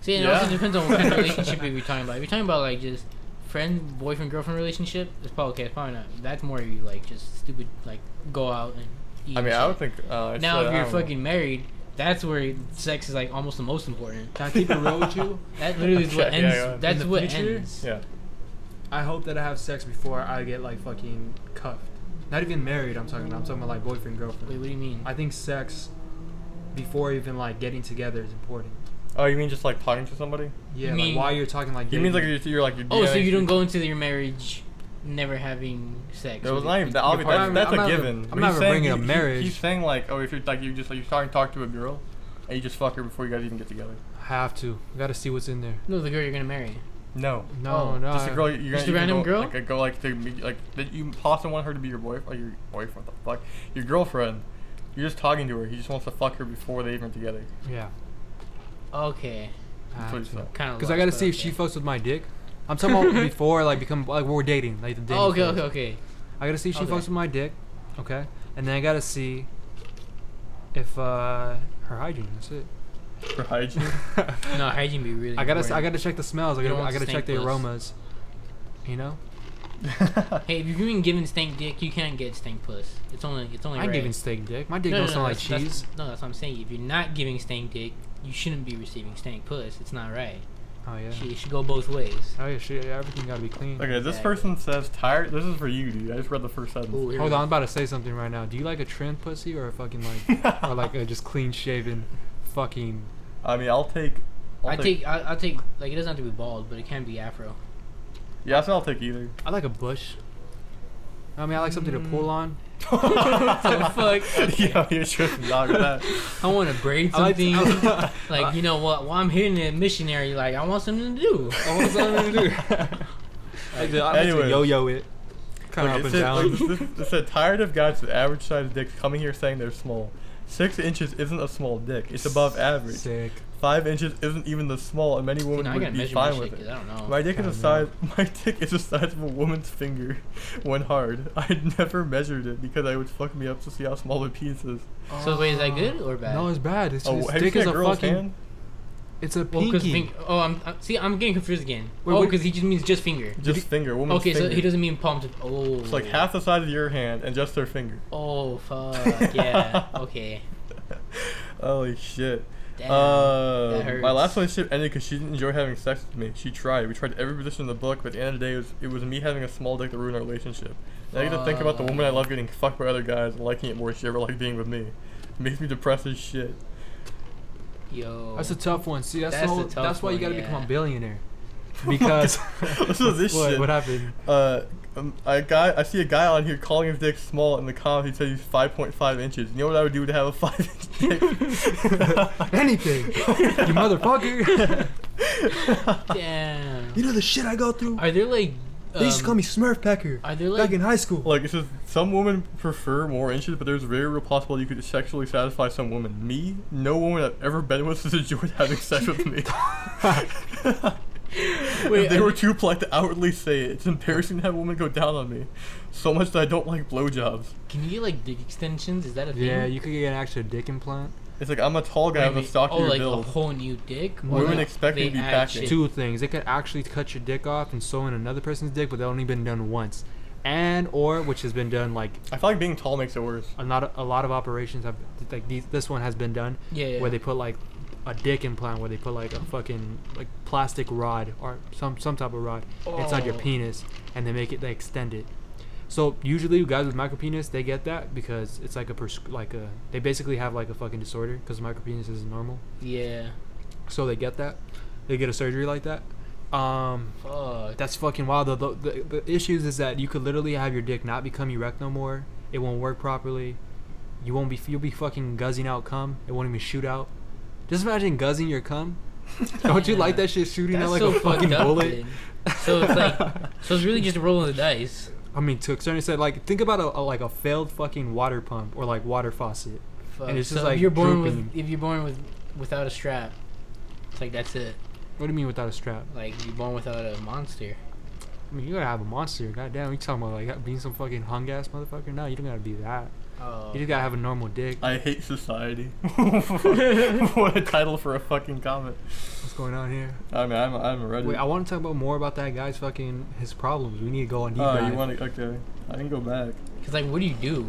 Speaker 1: See, it
Speaker 2: Yeah.
Speaker 1: also depends on what kind
Speaker 3: [laughs]
Speaker 1: of relationship you're talking about. If you're talking about like just friend, boyfriend, girlfriend relationship, it's probably okay. It's probably not. That's more you like just stupid like go out and. Eat
Speaker 2: I
Speaker 1: and
Speaker 2: mean, I
Speaker 1: shit.
Speaker 2: would think. Uh,
Speaker 1: Now,
Speaker 2: I said,
Speaker 1: if
Speaker 2: I
Speaker 1: you're
Speaker 2: don't know.
Speaker 1: fucking married, that's where sex is like almost the most important.
Speaker 3: can I keep it real
Speaker 2: [laughs]
Speaker 3: with you?
Speaker 1: That literally is what
Speaker 2: Okay,
Speaker 1: ends.
Speaker 2: yeah, yeah.
Speaker 1: That's
Speaker 3: In the
Speaker 1: what
Speaker 3: future?
Speaker 1: ends.
Speaker 2: Yeah.
Speaker 3: I hope that I have sex before I get like fucking cuffed. Not even married. I'm talking. about. I'm talking about like boyfriend girlfriend.
Speaker 1: Wait, what do you mean?
Speaker 3: I think sex before even like getting together is important.
Speaker 2: Oh, you mean just like talking to somebody?
Speaker 3: Yeah,
Speaker 1: mean-
Speaker 3: like while you're talking like
Speaker 2: He
Speaker 3: dating.
Speaker 2: means like you're, you're like you're.
Speaker 1: Oh, so
Speaker 2: DMing
Speaker 1: you don't
Speaker 2: people.
Speaker 1: go into your marriage never having sex?
Speaker 2: No,
Speaker 1: with
Speaker 2: it's not
Speaker 1: your-
Speaker 2: even that.
Speaker 1: your
Speaker 2: Obvious,
Speaker 1: partner?
Speaker 2: that's,
Speaker 3: I'm
Speaker 2: that's a
Speaker 3: not-
Speaker 2: given.
Speaker 3: I'm
Speaker 2: But
Speaker 3: not
Speaker 2: he's
Speaker 3: even
Speaker 2: saying
Speaker 3: bringing up
Speaker 2: he- he-
Speaker 3: marriage.
Speaker 2: He's saying like, oh, if you're like you just like you're starting to talk to a girl, and you just fuck her before you guys even get together.
Speaker 3: have to. Got to see what's in there.
Speaker 1: No, the girl you're gonna marry.
Speaker 2: No.
Speaker 3: No,
Speaker 1: Oh,
Speaker 3: no.
Speaker 2: Just a girl. You're gonna
Speaker 1: Just a
Speaker 2: you can
Speaker 1: random
Speaker 2: go,
Speaker 1: girl?
Speaker 2: Like a girl, like to be like that. You possibly want her to be your boyfriend. Like your boyfriend. What the fuck? Your girlfriend. You're just talking to her. He just wants to fuck her before they even get together.
Speaker 3: Yeah.
Speaker 1: Okay, Ah,
Speaker 2: That's what he
Speaker 3: have to.
Speaker 2: said.
Speaker 1: kind of.
Speaker 3: Because I gotta see if she fucks with my dick. I'm
Speaker 1: [laughs]
Speaker 3: talking about before, like become like we're dating, like the dating.
Speaker 1: Oh, okay,
Speaker 3: phase.
Speaker 1: okay, okay.
Speaker 3: I gotta see if she
Speaker 1: Okay.
Speaker 3: fucks with my dick, okay, and then I gotta see if uh her hygiene. That's it.
Speaker 2: For
Speaker 1: [laughs]
Speaker 2: hygiene. [laughs]
Speaker 1: No, hygiene be really.
Speaker 3: [laughs] I gotta s- I
Speaker 1: important.
Speaker 3: gotta check the smells. I
Speaker 1: You
Speaker 3: gotta
Speaker 1: don't
Speaker 3: I
Speaker 1: want
Speaker 3: gotta check the
Speaker 1: stank puss.
Speaker 3: aromas. You know,
Speaker 1: Hey, if you're being given stank dick, you can't get stank puss. It's only it's only.
Speaker 3: I ain't
Speaker 1: right.
Speaker 3: giving steak dick. My dick don't smell like
Speaker 1: that's- that's-
Speaker 3: cheese.
Speaker 1: no, that's what I'm saying. If you're not giving stank dick, you shouldn't be receiving stank puss. It's not right.
Speaker 3: Oh yeah.
Speaker 1: She should go both ways.
Speaker 3: Oh yeah. Shit. Everything gotta be clean.
Speaker 2: Okay, this
Speaker 1: Exactly.
Speaker 2: person says tired. This is for you, dude. I just read the first sentence.
Speaker 1: Ooh, here
Speaker 3: Hold
Speaker 1: we
Speaker 3: on, I'm
Speaker 1: go.
Speaker 3: about to say something right now. Do you like a trim pussy or a fucking
Speaker 1: [laughs]
Speaker 3: like, or like a just clean shaven, fucking?
Speaker 2: I mean, I'll take. I'll
Speaker 1: I take I, I'll take like it doesn't have to be bald, but it can be afro.
Speaker 2: Yeah, I said I'll
Speaker 1: [laughs]
Speaker 2: take either.
Speaker 3: I like a bush. I mean, I like something to
Speaker 1: Mm.
Speaker 3: pull on.
Speaker 1: the fuck?
Speaker 2: [laughs] Yeah, you're tripping. Dog,
Speaker 1: [laughs]
Speaker 2: with that.
Speaker 1: I want to braid
Speaker 3: I like to-
Speaker 1: something. [laughs]
Speaker 3: [laughs]
Speaker 1: like you know what? While I'm hitting a missionary, like I want something to do.
Speaker 3: I want
Speaker 1: [laughs]
Speaker 2: [laughs]
Speaker 3: something to do. I, do- I like to
Speaker 2: Anyways.
Speaker 3: yo-yo it, kind of
Speaker 2: Okay, it
Speaker 3: up and
Speaker 2: said-
Speaker 3: down.
Speaker 2: look, [laughs] this-
Speaker 3: [laughs]
Speaker 2: this- It said tired of guys with average sized dicks coming here saying they're small. Six inches isn't a small dick. It's above average.
Speaker 3: Sick.
Speaker 2: Five inches isn't even the small, and many women
Speaker 1: You know, I
Speaker 2: would
Speaker 1: gotta
Speaker 2: be
Speaker 1: measure my
Speaker 2: fine with
Speaker 1: shit
Speaker 2: it.
Speaker 1: 'cause I don't know.
Speaker 2: My dick is the size. [laughs]
Speaker 3: God,
Speaker 2: My dick is the size of a woman's finger, [laughs] when hard. I never measured it because I would fuck me up to see how small the piece is.
Speaker 1: So wait, is that good or bad?
Speaker 3: No, it's bad. It's
Speaker 2: Oh,
Speaker 3: his
Speaker 2: have you
Speaker 3: dick
Speaker 2: seen
Speaker 3: is
Speaker 2: a
Speaker 3: a
Speaker 2: girl's
Speaker 3: fucking.
Speaker 2: hand?
Speaker 3: It's a
Speaker 1: Well, because
Speaker 3: pinky.
Speaker 1: fing- oh, I'm, i see, I'm getting confused again.
Speaker 3: Wait,
Speaker 1: oh,
Speaker 3: what-
Speaker 1: because he just means just finger.
Speaker 2: Just finger. Woman's
Speaker 1: okay,
Speaker 2: finger.
Speaker 1: so he doesn't mean palm to. Oh,
Speaker 2: It's like half the size of your hand and just their finger. [laughs]
Speaker 1: Oh fuck yeah. Okay.
Speaker 2: Holy shit.
Speaker 1: Damn.
Speaker 2: uh,
Speaker 1: that
Speaker 2: my
Speaker 1: hurts.
Speaker 2: last relationship ended because she didn't enjoy having sex with me. She tried. We tried every position in the book, but at the end of the day, it was, it was me having a small dick that ruined our relationship. And I get to think about the woman I love getting fucked by other guys and liking it more than she ever liked being with me. It makes me depressed as
Speaker 3: [laughs]
Speaker 2: shit.
Speaker 1: Yo.
Speaker 3: That's a tough one. See, that's,
Speaker 1: That's
Speaker 3: the
Speaker 1: a
Speaker 3: whole,
Speaker 1: tough
Speaker 3: that's why you
Speaker 1: one,
Speaker 3: gotta
Speaker 1: yeah.
Speaker 3: become
Speaker 1: [laughs]
Speaker 3: a billionaire. Because
Speaker 2: Listen to [laughs] this
Speaker 3: what,
Speaker 2: shit. [laughs]
Speaker 3: what happened?
Speaker 2: Uh, um, I guy I see a guy on here calling his dick small in the comments. He says he's five point five inches. You know what I would do to have a five inch dick?
Speaker 3: [laughs]
Speaker 2: [laughs]
Speaker 3: Anything, you motherfucker.
Speaker 1: Damn.
Speaker 3: you know the shit I go through.
Speaker 1: Are there like? Um,
Speaker 3: they used to call me Smurf Pecker
Speaker 1: Are there
Speaker 3: back
Speaker 1: like?
Speaker 3: in high school.
Speaker 2: Like it says, some women prefer more inches, but there's a very real possibility you could sexually satisfy some women. Me, no woman I've ever been with has enjoyed having sex with me.
Speaker 1: Wait,
Speaker 2: if they
Speaker 1: are
Speaker 2: were
Speaker 1: they-
Speaker 2: too polite to outwardly say it, it's embarrassing to have a woman go down on me. So much that I don't like blowjobs.
Speaker 1: Can you get like dick extensions? Is that a thing?
Speaker 3: yeah, you could get an actual dick implant.
Speaker 2: It's like I'm a tall guy
Speaker 1: Wait,
Speaker 2: with a
Speaker 1: wait,
Speaker 2: stockier
Speaker 1: oh, like
Speaker 2: build.
Speaker 1: a whole new dick. Or
Speaker 2: Women
Speaker 1: they-
Speaker 2: expect me
Speaker 1: they
Speaker 2: to be
Speaker 1: add
Speaker 2: packing.
Speaker 1: shit?
Speaker 3: Two things: they could actually cut your dick off and sew in another person's dick, but that only been done once, and or which has been done like
Speaker 2: I feel like being tall makes it worse.
Speaker 3: a lot of, a lot of operations have like these, this one has been done
Speaker 1: Yeah. yeah.
Speaker 3: where they put like a dick implant where they put like a fucking like plastic rod or some some type of rod inside your
Speaker 1: Oh.
Speaker 3: penis and they make it they extend it. So usually guys with micropenis they get that because it's like a pers- like a they basically have like a fucking disorder because micropenis isn't normal.
Speaker 1: Yeah.
Speaker 3: So they get that, they get a surgery like that. Um,
Speaker 1: Fuck.
Speaker 3: that's fucking wild. The, the, the, the issues is that you could literally have your dick not become erect no more. It won't work properly. You won't be. You'll be fucking guzzing out cum. It won't even shoot out. Just imagine guzzing your cum.
Speaker 1: [laughs]
Speaker 3: Don't you like
Speaker 1: Yeah.
Speaker 3: that shit shooting
Speaker 1: That's
Speaker 3: out like
Speaker 1: so
Speaker 3: a
Speaker 1: fucked
Speaker 3: fucking
Speaker 1: up,
Speaker 3: bullet?
Speaker 1: dude. So it's like, so it's really just rolling the dice.
Speaker 3: I mean, to extend said like think about a, a- like a failed fucking water pump or like water faucet.
Speaker 1: Fuck.
Speaker 3: it's
Speaker 1: so
Speaker 3: just,
Speaker 1: if
Speaker 3: like,
Speaker 1: you're born with,
Speaker 3: drooping.
Speaker 1: if you're born with, without a strap, it's like that's it.
Speaker 3: What do you mean without a strap?
Speaker 1: Like you're born without a monster.
Speaker 3: I mean, you gotta have a monster. Goddamn, you talking about like being some fucking hung ass motherfucker? No, you don't gotta be that.
Speaker 1: Oh.
Speaker 3: You just gotta have a normal dick.
Speaker 2: I hate society. [laughs] what a title for a fucking comment.
Speaker 3: What's going on here?
Speaker 2: I mean, I'm, I'm Uh, ready.
Speaker 3: Wait, I want to talk about more about that guy's fucking his problems. We need to go on deep
Speaker 2: Oh,
Speaker 3: dive.
Speaker 2: you want to? Okay, I can go back.
Speaker 1: Cause like, what do you do?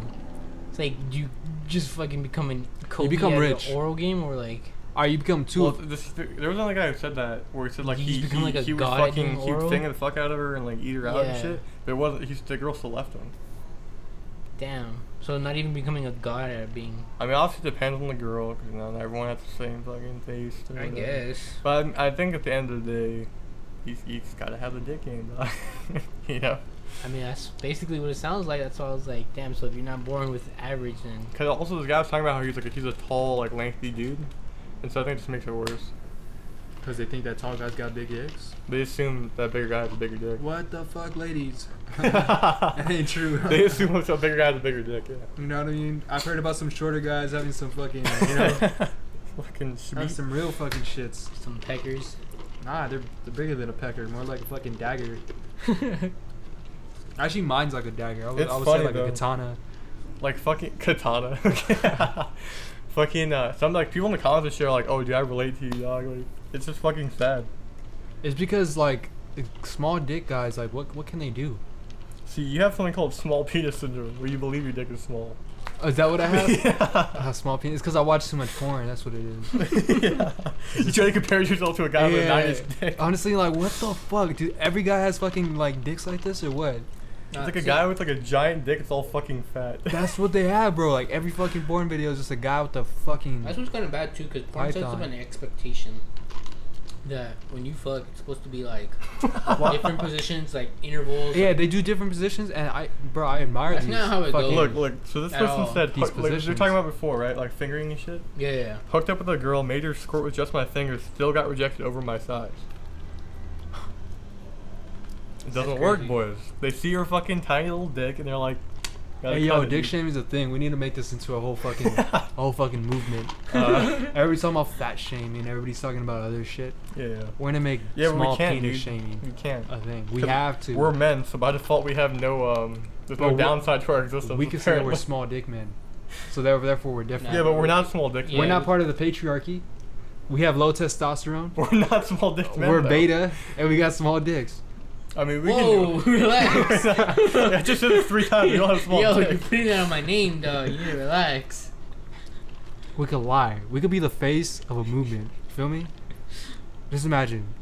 Speaker 1: It's like you just fucking become an Kobe
Speaker 3: become
Speaker 1: at the
Speaker 3: rich.
Speaker 1: oral game or like
Speaker 3: All right, you become two.
Speaker 2: Well,
Speaker 3: of-
Speaker 2: this, there was another guy who said that, where he said like
Speaker 1: He's
Speaker 2: he,
Speaker 1: become,
Speaker 2: he,
Speaker 1: like, a
Speaker 2: he would
Speaker 1: god at
Speaker 2: fucking
Speaker 1: doing
Speaker 2: he would
Speaker 1: oral?
Speaker 2: finger the fuck out of her and like eat her out and
Speaker 1: Yeah.
Speaker 2: shit. But it wasn't. He, the girl still left him.
Speaker 1: damn. So not even becoming a god at being.
Speaker 2: I mean, obviously it depends on the girl, 'cause, you know, not everyone has the same fucking taste. or
Speaker 1: I
Speaker 2: whatever.
Speaker 1: guess.
Speaker 2: But I'm- I, think at the end of the day, he's, he's gotta have the dick game, dog. [laughs] you know.
Speaker 1: I mean, that's basically what it sounds like. That's why I was like, damn. So if you're not born with average, then
Speaker 2: Cause also this guy was talking about how he's like he's a tall, like lengthy dude, and so I think it just makes it worse.
Speaker 3: Because they think that tall guys got big dicks.
Speaker 2: They assume that bigger guy has a bigger dick. [laughs]
Speaker 3: [laughs] What the fuck, [laughs] ladies?
Speaker 2: ain't
Speaker 3: true.
Speaker 2: they assume a bigger guy has a bigger dick. Yeah.
Speaker 3: You know what I mean? I've heard about some shorter guys having some fucking, [laughs]
Speaker 2: [laughs] fucking sweet.
Speaker 3: real fucking shits.
Speaker 1: some peckers.
Speaker 3: Nah, they're, they're bigger than a pecker, more like a fucking dagger. Actually, mine's like a dagger. I would,
Speaker 2: It's
Speaker 3: I would
Speaker 2: funny,
Speaker 3: say like
Speaker 2: though.
Speaker 3: a katana.
Speaker 2: like fucking katana. [laughs] fucking uh, some like people in the comments and shit are like, oh, dude, I relate to you, dog. Like, it's just fucking sad.
Speaker 3: It's because like small dick guys, like what what can they do?
Speaker 2: See, you have something called small penis syndrome, where you believe your dick is small.
Speaker 3: Oh, is that what I [laughs] have?
Speaker 2: yeah.
Speaker 3: Ah, small penis. Because I watch too much porn. That's what it is.
Speaker 2: yeah. You try to compare yourself to a guy with a nine inch dick.
Speaker 3: [laughs] Honestly, like, what the fuck, dude? Every guy has fucking like dicks like this or what?
Speaker 2: It's like a guy with like a giant dick. It's all fucking fat.
Speaker 3: That's what they have, bro. Like every fucking porn video is just a guy with a fucking.
Speaker 1: That's what's kind of bad too, because porn sets up
Speaker 3: Python.
Speaker 1: an expectation that when you fuck, it's supposed to be
Speaker 2: [laughs]
Speaker 1: like different positions, like intervals.
Speaker 3: Yeah,
Speaker 1: like-
Speaker 3: they do different positions, and I, bro, I admire
Speaker 1: That's
Speaker 3: these.
Speaker 1: not how it
Speaker 3: fucking-
Speaker 1: goes.
Speaker 2: look, look. So this
Speaker 1: At
Speaker 2: person
Speaker 1: all.
Speaker 2: said,
Speaker 3: These
Speaker 2: hook- like, they're
Speaker 3: positions.
Speaker 2: talking about before, right? Like fingering and shit.
Speaker 1: yeah, yeah.
Speaker 2: Hooked up with a girl, made her squirt with just my fingers. Still got rejected over my size. It doesn't
Speaker 1: That's
Speaker 2: work,
Speaker 1: crazy.
Speaker 2: boys. They see your fucking tiny little dick, and they're like, gotta
Speaker 3: Hey, yo,
Speaker 2: cut it,
Speaker 3: dick
Speaker 2: dude.
Speaker 3: shaming is a thing. We need to make this into a whole fucking,
Speaker 2: [laughs]
Speaker 3: a whole fucking movement. [laughs]
Speaker 2: Uh,
Speaker 3: Everybody's talking about fat shaming. Everybody's talking about other shit.
Speaker 2: yeah, yeah.
Speaker 3: We're gonna make
Speaker 2: Yeah, but
Speaker 3: small
Speaker 2: we can't,
Speaker 3: penis
Speaker 2: dude. We
Speaker 3: shaming
Speaker 2: can't.
Speaker 3: a thing. We
Speaker 2: 'Cause
Speaker 3: have to.
Speaker 2: We're men, so by default we have no um. There's
Speaker 3: Well,
Speaker 2: no
Speaker 3: we-
Speaker 2: downside to our existence.
Speaker 3: we consider we're
Speaker 2: apparently.
Speaker 3: small dick men, so therefore, therefore we're different.
Speaker 2: Yeah, but we're not small dick.
Speaker 1: Yeah.
Speaker 3: We're
Speaker 2: men.
Speaker 3: not part of the patriarchy. We have low
Speaker 2: [laughs]
Speaker 3: testosterone.
Speaker 2: We're not small dick men.
Speaker 3: We're
Speaker 2: though.
Speaker 3: beta, and we got small dicks.
Speaker 2: I mean, we
Speaker 1: Whoa,
Speaker 2: can.
Speaker 3: [laughs]
Speaker 2: Do
Speaker 1: [laughs] relax.
Speaker 2: it. [laughs] I just said it three times. We don't have small
Speaker 1: Yo,
Speaker 2: dick.
Speaker 1: you're putting that on my name, dog. You need to relax.
Speaker 3: We could lie. We could be the face of a movement. You feel me? Just imagine.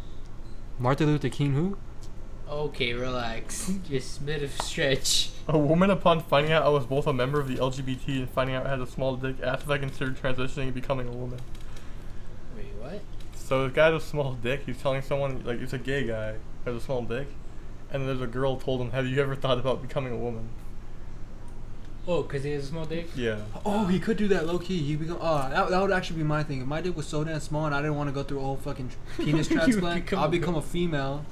Speaker 3: Martin Luther King, who?
Speaker 1: Okay, relax. Just a bit of stretch.
Speaker 2: A woman, upon finding out I was both a member of the LGBT and finding out I had a small dick, asked if I considered transitioning and becoming a woman.
Speaker 1: Wait, what?
Speaker 2: So this guy has a small dick. He's telling someone like it's a gay guy has a small dick, and there's a girl told him, "Have you ever thought about becoming a woman?"
Speaker 1: Oh, because he has a small dick?
Speaker 2: Yeah.
Speaker 3: Oh, he could do that low key. He become. Oh, that, that would actually be my thing. If my dick was so damn small and I didn't want to go through a whole [laughs] fucking tr- penis
Speaker 1: You would
Speaker 3: transplant,
Speaker 1: become
Speaker 3: I'll
Speaker 1: a-
Speaker 3: become a female,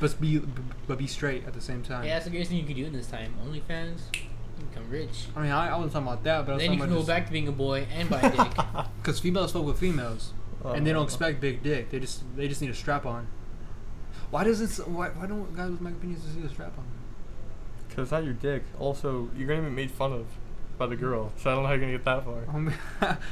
Speaker 3: but be b- but be straight at the same time.
Speaker 1: Yeah, that's the greatest thing you could do in this time. OnlyFans, you become rich.
Speaker 3: I mean, I, I wasn't talking about that, but I was
Speaker 1: Then you
Speaker 3: talking
Speaker 1: can
Speaker 3: about
Speaker 1: go
Speaker 3: just,
Speaker 1: back to being a boy and
Speaker 3: [laughs]
Speaker 1: buy a dick.
Speaker 3: Because females fuck with females, and they
Speaker 2: Uh,
Speaker 3: don't expect big dick. They just they just need a strap on. Why doesn't s- why, why don't guys with micro penises just need a strap on? [laughs]
Speaker 2: Cause it's not your dick. Also, you're gonna be made fun of by the girl. So I don't know how you're gonna get that far.
Speaker 3: Um,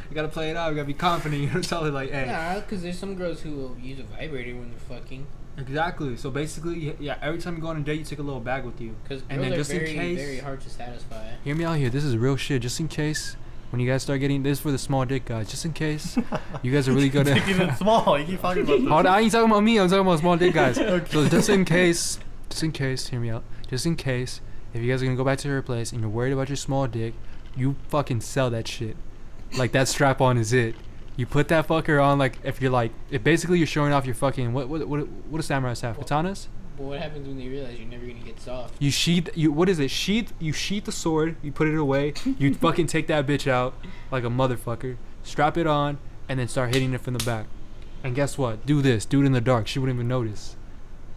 Speaker 3: you gotta play it out. You gotta be confident. [laughs] You know, tell her like, hey,
Speaker 1: Nah, because there's some girls who will use a vibrator when they're fucking.
Speaker 3: exactly. So basically, y- yeah. Every time you go on a date, you take a little bag with you.
Speaker 1: Because
Speaker 3: And
Speaker 1: girls
Speaker 3: then
Speaker 1: are
Speaker 3: just in
Speaker 1: very,
Speaker 3: case-
Speaker 1: very hard to satisfy.
Speaker 3: Hear me out here. This is real shit. Just in case, when you guys start getting this is for the small dick guys, just in case, you guys
Speaker 2: [laughs]
Speaker 3: are really good
Speaker 2: Dick isn't
Speaker 3: at.
Speaker 2: small. You keep talking about this.
Speaker 3: Hold on, I ain't talking about me. I'm talking about small dick guys.
Speaker 2: Okay.
Speaker 3: So just in case, just in case, hear me out. Just in case, if you guys are gonna go back to her place and you're worried about your small dick, you fucking sell that shit. Like that strap on is it. You put that fucker on like if you're like if basically you're showing off your fucking what what what what do samurais have katanas?
Speaker 1: But what happens when they realize you're never going to get soft?
Speaker 3: You sheath you what is it sheath you sheath the sword you put it away
Speaker 2: [laughs]
Speaker 3: you fucking take that bitch out like a motherfucker strap it on and then start hitting it from the back and guess what do this do it in the dark she wouldn't even notice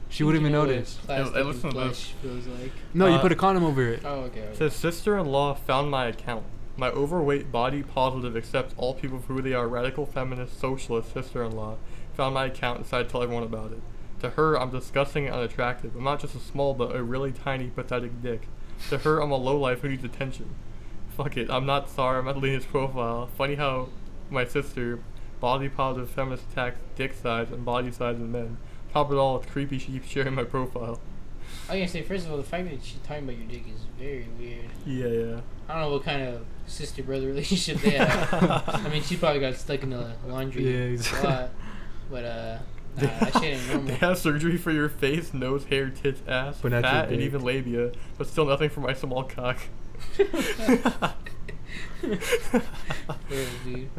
Speaker 3: she wouldn't even
Speaker 1: You know what
Speaker 3: notice
Speaker 1: plastic
Speaker 2: Hey, listen
Speaker 1: and
Speaker 2: to this.
Speaker 1: flesh feels like.
Speaker 3: no you
Speaker 2: Uh,
Speaker 3: put a condom over it
Speaker 1: Oh, okay. okay.
Speaker 2: Says sister-in-law found my account. My overweight, body positive, accepts all people for who they are. Radical feminist, socialist sister-in-law found my account and decided to tell everyone about it. To her, I'm disgusting and unattractive. I'm not just a small, but a really tiny, pathetic dick. To her, I'm a lowlife who needs attention. Fuck it, I'm not sorry. I'm not deleting his profile. Funny how my sister, body positive, feminist attacks dick size and body size in men. Top of it all, it's creepy. She keeps sharing my profile.
Speaker 1: I was gonna say, first of all, the fact that she's talking about your dick is very weird.
Speaker 2: Yeah, yeah.
Speaker 1: I don't know what kind of sister brother [laughs] relationship they have. I mean, she probably got stuck in the laundry
Speaker 3: Yeah,
Speaker 1: a
Speaker 3: exactly.
Speaker 1: lot, but
Speaker 3: [laughs]
Speaker 1: uh, nah, that shit
Speaker 2: [laughs]
Speaker 1: ain't
Speaker 2: They
Speaker 1: normal.
Speaker 2: have surgery for your face, nose, hair, tits, ass,
Speaker 3: But not your
Speaker 2: fat, and
Speaker 3: dick.
Speaker 2: even labia, but still nothing for my
Speaker 1: [laughs]
Speaker 2: small cock. [laughs]
Speaker 1: Yeah, dude.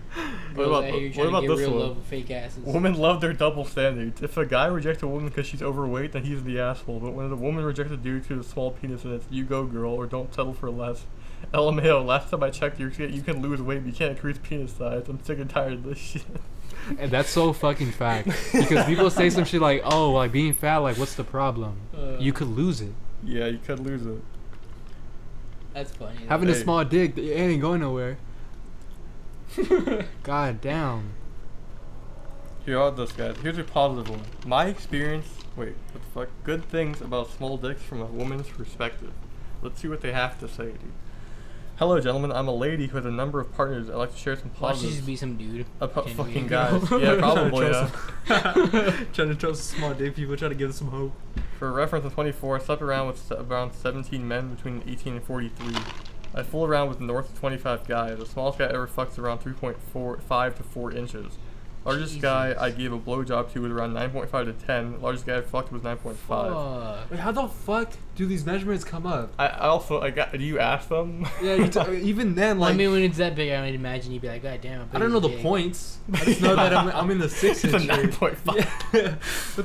Speaker 2: What
Speaker 1: Girls
Speaker 2: about,
Speaker 1: out here
Speaker 2: what
Speaker 1: trying
Speaker 2: about
Speaker 1: to get
Speaker 2: this
Speaker 1: real love
Speaker 2: one?
Speaker 1: with fake asses.
Speaker 2: Women love their double standards. If a guy rejects a woman because she's overweight, then he's the asshole. But when a woman rejects a dude because of a small penis, then it's you go, girl, or don't settle for less. [laughs] LMAO, last time I checked, you you can lose weight, but you can't increase penis size. I'm sick and tired of this shit. [laughs]
Speaker 3: and that's so fucking fact because people say some shit like oh like being fat like what's the problem
Speaker 1: Uh,
Speaker 3: you could lose it
Speaker 2: Yeah, you could lose it.
Speaker 1: That's funny. though.
Speaker 3: having a
Speaker 2: Hey.
Speaker 3: small dick it ain't
Speaker 2: [laughs]
Speaker 3: going nowhere god damn
Speaker 2: Here are those guys. Here's a positive one. My experience. Wait, what the fuck? Good things about small dicks from a woman's perspective. Let's see what they have to say, dude. Hello, gentlemen. I'm a lady who has a number of partners. I'd like to share some
Speaker 1: Why should she
Speaker 2: positives.
Speaker 1: just be some dude?
Speaker 2: A
Speaker 1: Can
Speaker 2: pu-
Speaker 1: we-
Speaker 2: fucking
Speaker 3: [laughs]
Speaker 2: guy. Guys, yeah, probably,
Speaker 3: trying to trust some small dick people, trying to give them some hope.
Speaker 2: For reference, at 24, I slept around with se- around 17 men between 18 and 43. I fool around with north of 25 guys. The smallest guy I ever fucked is around 3.45 to 4 inches. Largest guy I
Speaker 1: Jesus.
Speaker 2: gave a blowjob to was around 9.5 to 10. Largest guy I fucked was 9.5.
Speaker 1: Fuck.
Speaker 3: Wait, how the fuck do these measurements come up?
Speaker 2: I, I also I got. Do you ask them?
Speaker 3: Yeah,
Speaker 2: [laughs]
Speaker 3: you t- uh, even then,
Speaker 1: Well,
Speaker 3: like,
Speaker 1: I
Speaker 3: I,
Speaker 1: mean, when it's that big, I would imagine you'd be like, God damn.
Speaker 3: don't know the
Speaker 1: big."
Speaker 3: points. I just know that I'm, I'm in
Speaker 1: [laughs]
Speaker 3: the six
Speaker 2: It's a
Speaker 3: inch area.
Speaker 2: 9.5.
Speaker 3: [laughs] Yeah. what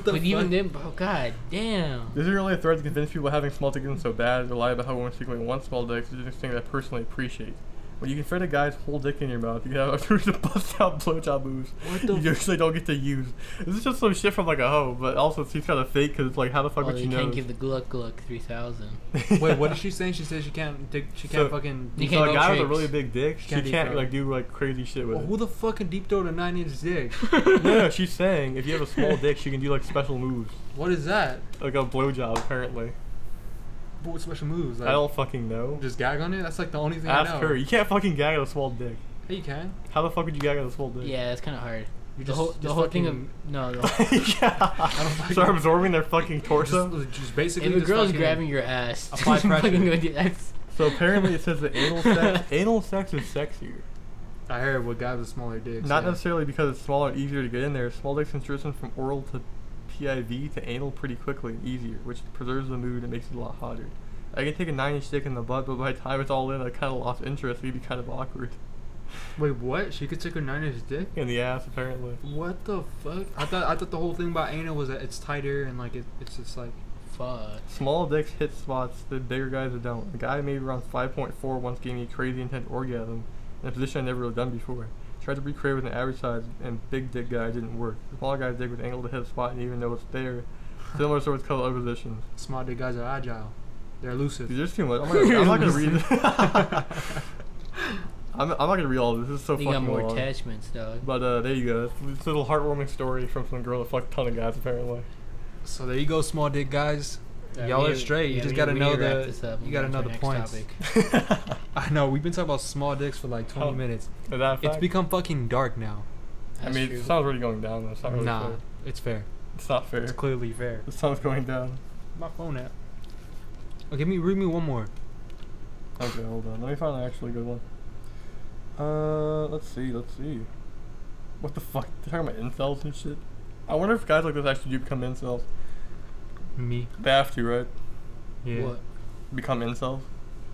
Speaker 3: the
Speaker 1: But
Speaker 3: fuck?
Speaker 1: even then, bro, God damn.
Speaker 2: Is it really a threat to convince people having small dick isn't so bad? Or lie about how women secretly want small dicks is just something that I personally appreciate. When you can fit a guy's whole dick in your mouth, you can [laughs] have opportunity to bust out blowjob moves [laughs]
Speaker 1: [laughs]
Speaker 3: What the
Speaker 2: you
Speaker 3: f-
Speaker 2: usually don't get to use. This is just some shit from like a hoe, but also it seems kind of fake because like how the fuck
Speaker 1: Oh,
Speaker 2: would
Speaker 1: you
Speaker 2: she know?
Speaker 1: can't give the Gluck Gluck 3000.
Speaker 3: Wait, what
Speaker 2: [laughs]
Speaker 3: is she saying? She says she can't. Dick, she can't
Speaker 2: So-
Speaker 3: fucking.
Speaker 1: You
Speaker 3: Deep
Speaker 2: so
Speaker 1: can't
Speaker 2: a
Speaker 1: go
Speaker 2: guy with a
Speaker 1: tricks.
Speaker 2: really big dick, she
Speaker 3: Can't
Speaker 2: can't,
Speaker 3: do that.
Speaker 2: like do like crazy shit with
Speaker 3: well,
Speaker 2: [laughs]
Speaker 3: who the fuck can deep throat a nine inch dick?
Speaker 2: it. No, no, she's saying if you have a small dick, she can do like special moves,
Speaker 3: what is that?
Speaker 2: like a blowjob apparently.
Speaker 3: But what special moves? Like,
Speaker 2: I don't fucking know.
Speaker 3: just gag on it. That's like the only thing I
Speaker 2: Ask
Speaker 3: know.
Speaker 2: her. You can't fucking gag at a small dick.
Speaker 3: Hey, you can.
Speaker 2: How the fuck would you gag at a small dick?
Speaker 1: Yeah, that's kind of hard. the
Speaker 3: You just-
Speaker 1: whole, the
Speaker 3: just
Speaker 1: whole thing of.
Speaker 3: fucking-
Speaker 1: No, the whole,
Speaker 2: [laughs]
Speaker 3: [laughs]
Speaker 2: yeah.
Speaker 3: fucking-
Speaker 2: Start absorbing their fucking
Speaker 3: Just,
Speaker 2: torso.
Speaker 3: just basically.
Speaker 1: if a
Speaker 3: just
Speaker 1: girl's
Speaker 3: fucking-
Speaker 1: grabbing your ass, [laughs]
Speaker 3: apply
Speaker 1: just fucking
Speaker 3: pressure.
Speaker 1: go do that.
Speaker 2: So apparently it says that anal sex, anal sex is sexier.
Speaker 3: I heard what guys with smaller dicks.
Speaker 2: Not
Speaker 3: yeah.
Speaker 2: necessarily because it's smaller and easier to get in there. Small dicks can transition from oral to PIV to anal pretty quickly and easier, which preserves the mood and makes it a lot hotter. I can take a nine-inch dick in the butt, but by the time it's all in, I kind of lost interest. It'd be kind of awkward [laughs]
Speaker 3: Wait, what? She could take her nine inch dick?
Speaker 2: in the ass, apparently.
Speaker 3: What the fuck? I thought I thought the whole thing about anal was that it's tighter and like it, it's just like
Speaker 1: Fuck.
Speaker 2: Small dicks hit spots that bigger guys don't. A guy maybe around 5.4 once gave me a crazy intense orgasm in a position I never really done before. Tried to recreate with an average size and big dick guy didn't work. The small guy's dick was angled to hit a spot and even though it's there, similar sort of color other positions.
Speaker 3: small dick guys are agile. They're elusive.
Speaker 2: Dude, there's too much. I'm not, gonna- I'm not gonna [laughs] read this. I'm, I'm not gonna read all of this. This is so
Speaker 1: They
Speaker 2: fucking
Speaker 1: got more
Speaker 2: long.
Speaker 1: attachments, dog.
Speaker 2: But uh, there you go. That's this little heartwarming story from some girl that fucked a ton of guys apparently.
Speaker 3: [laughs] So there you go, small dick guys.
Speaker 1: Yeah,
Speaker 3: Y'all
Speaker 1: we-
Speaker 3: are straight.
Speaker 1: yeah,
Speaker 3: you just
Speaker 1: we-
Speaker 3: gotta
Speaker 1: we
Speaker 3: know
Speaker 1: need to wrap
Speaker 3: the
Speaker 1: this up and
Speaker 3: you
Speaker 1: go
Speaker 3: gotta
Speaker 1: on to
Speaker 3: know
Speaker 1: our
Speaker 3: the
Speaker 1: next
Speaker 3: points.
Speaker 1: topic.
Speaker 3: [laughs] I know we've been talking about small dicks for like 20
Speaker 2: Oh.
Speaker 3: minutes.
Speaker 2: Is that a
Speaker 3: It's
Speaker 2: fact?
Speaker 3: become fucking dark now.
Speaker 2: I
Speaker 1: That's
Speaker 2: mean,
Speaker 1: true.
Speaker 2: the sun's already going down. Though. It's not really
Speaker 3: nah,
Speaker 2: fair.
Speaker 3: it's fair.
Speaker 2: It's not fair.
Speaker 3: It's clearly fair.
Speaker 2: The sun's going down.
Speaker 3: My phone app. Oh, give me read me one more.
Speaker 2: Okay, hold on. Let me find an actually good one. Uh, let's see, let's see. What the fuck? They're talking about incels and shit. I wonder if guys like this actually do become incels.
Speaker 3: Me.
Speaker 2: They have to, right?
Speaker 3: Yeah.
Speaker 1: What?
Speaker 2: Become incels.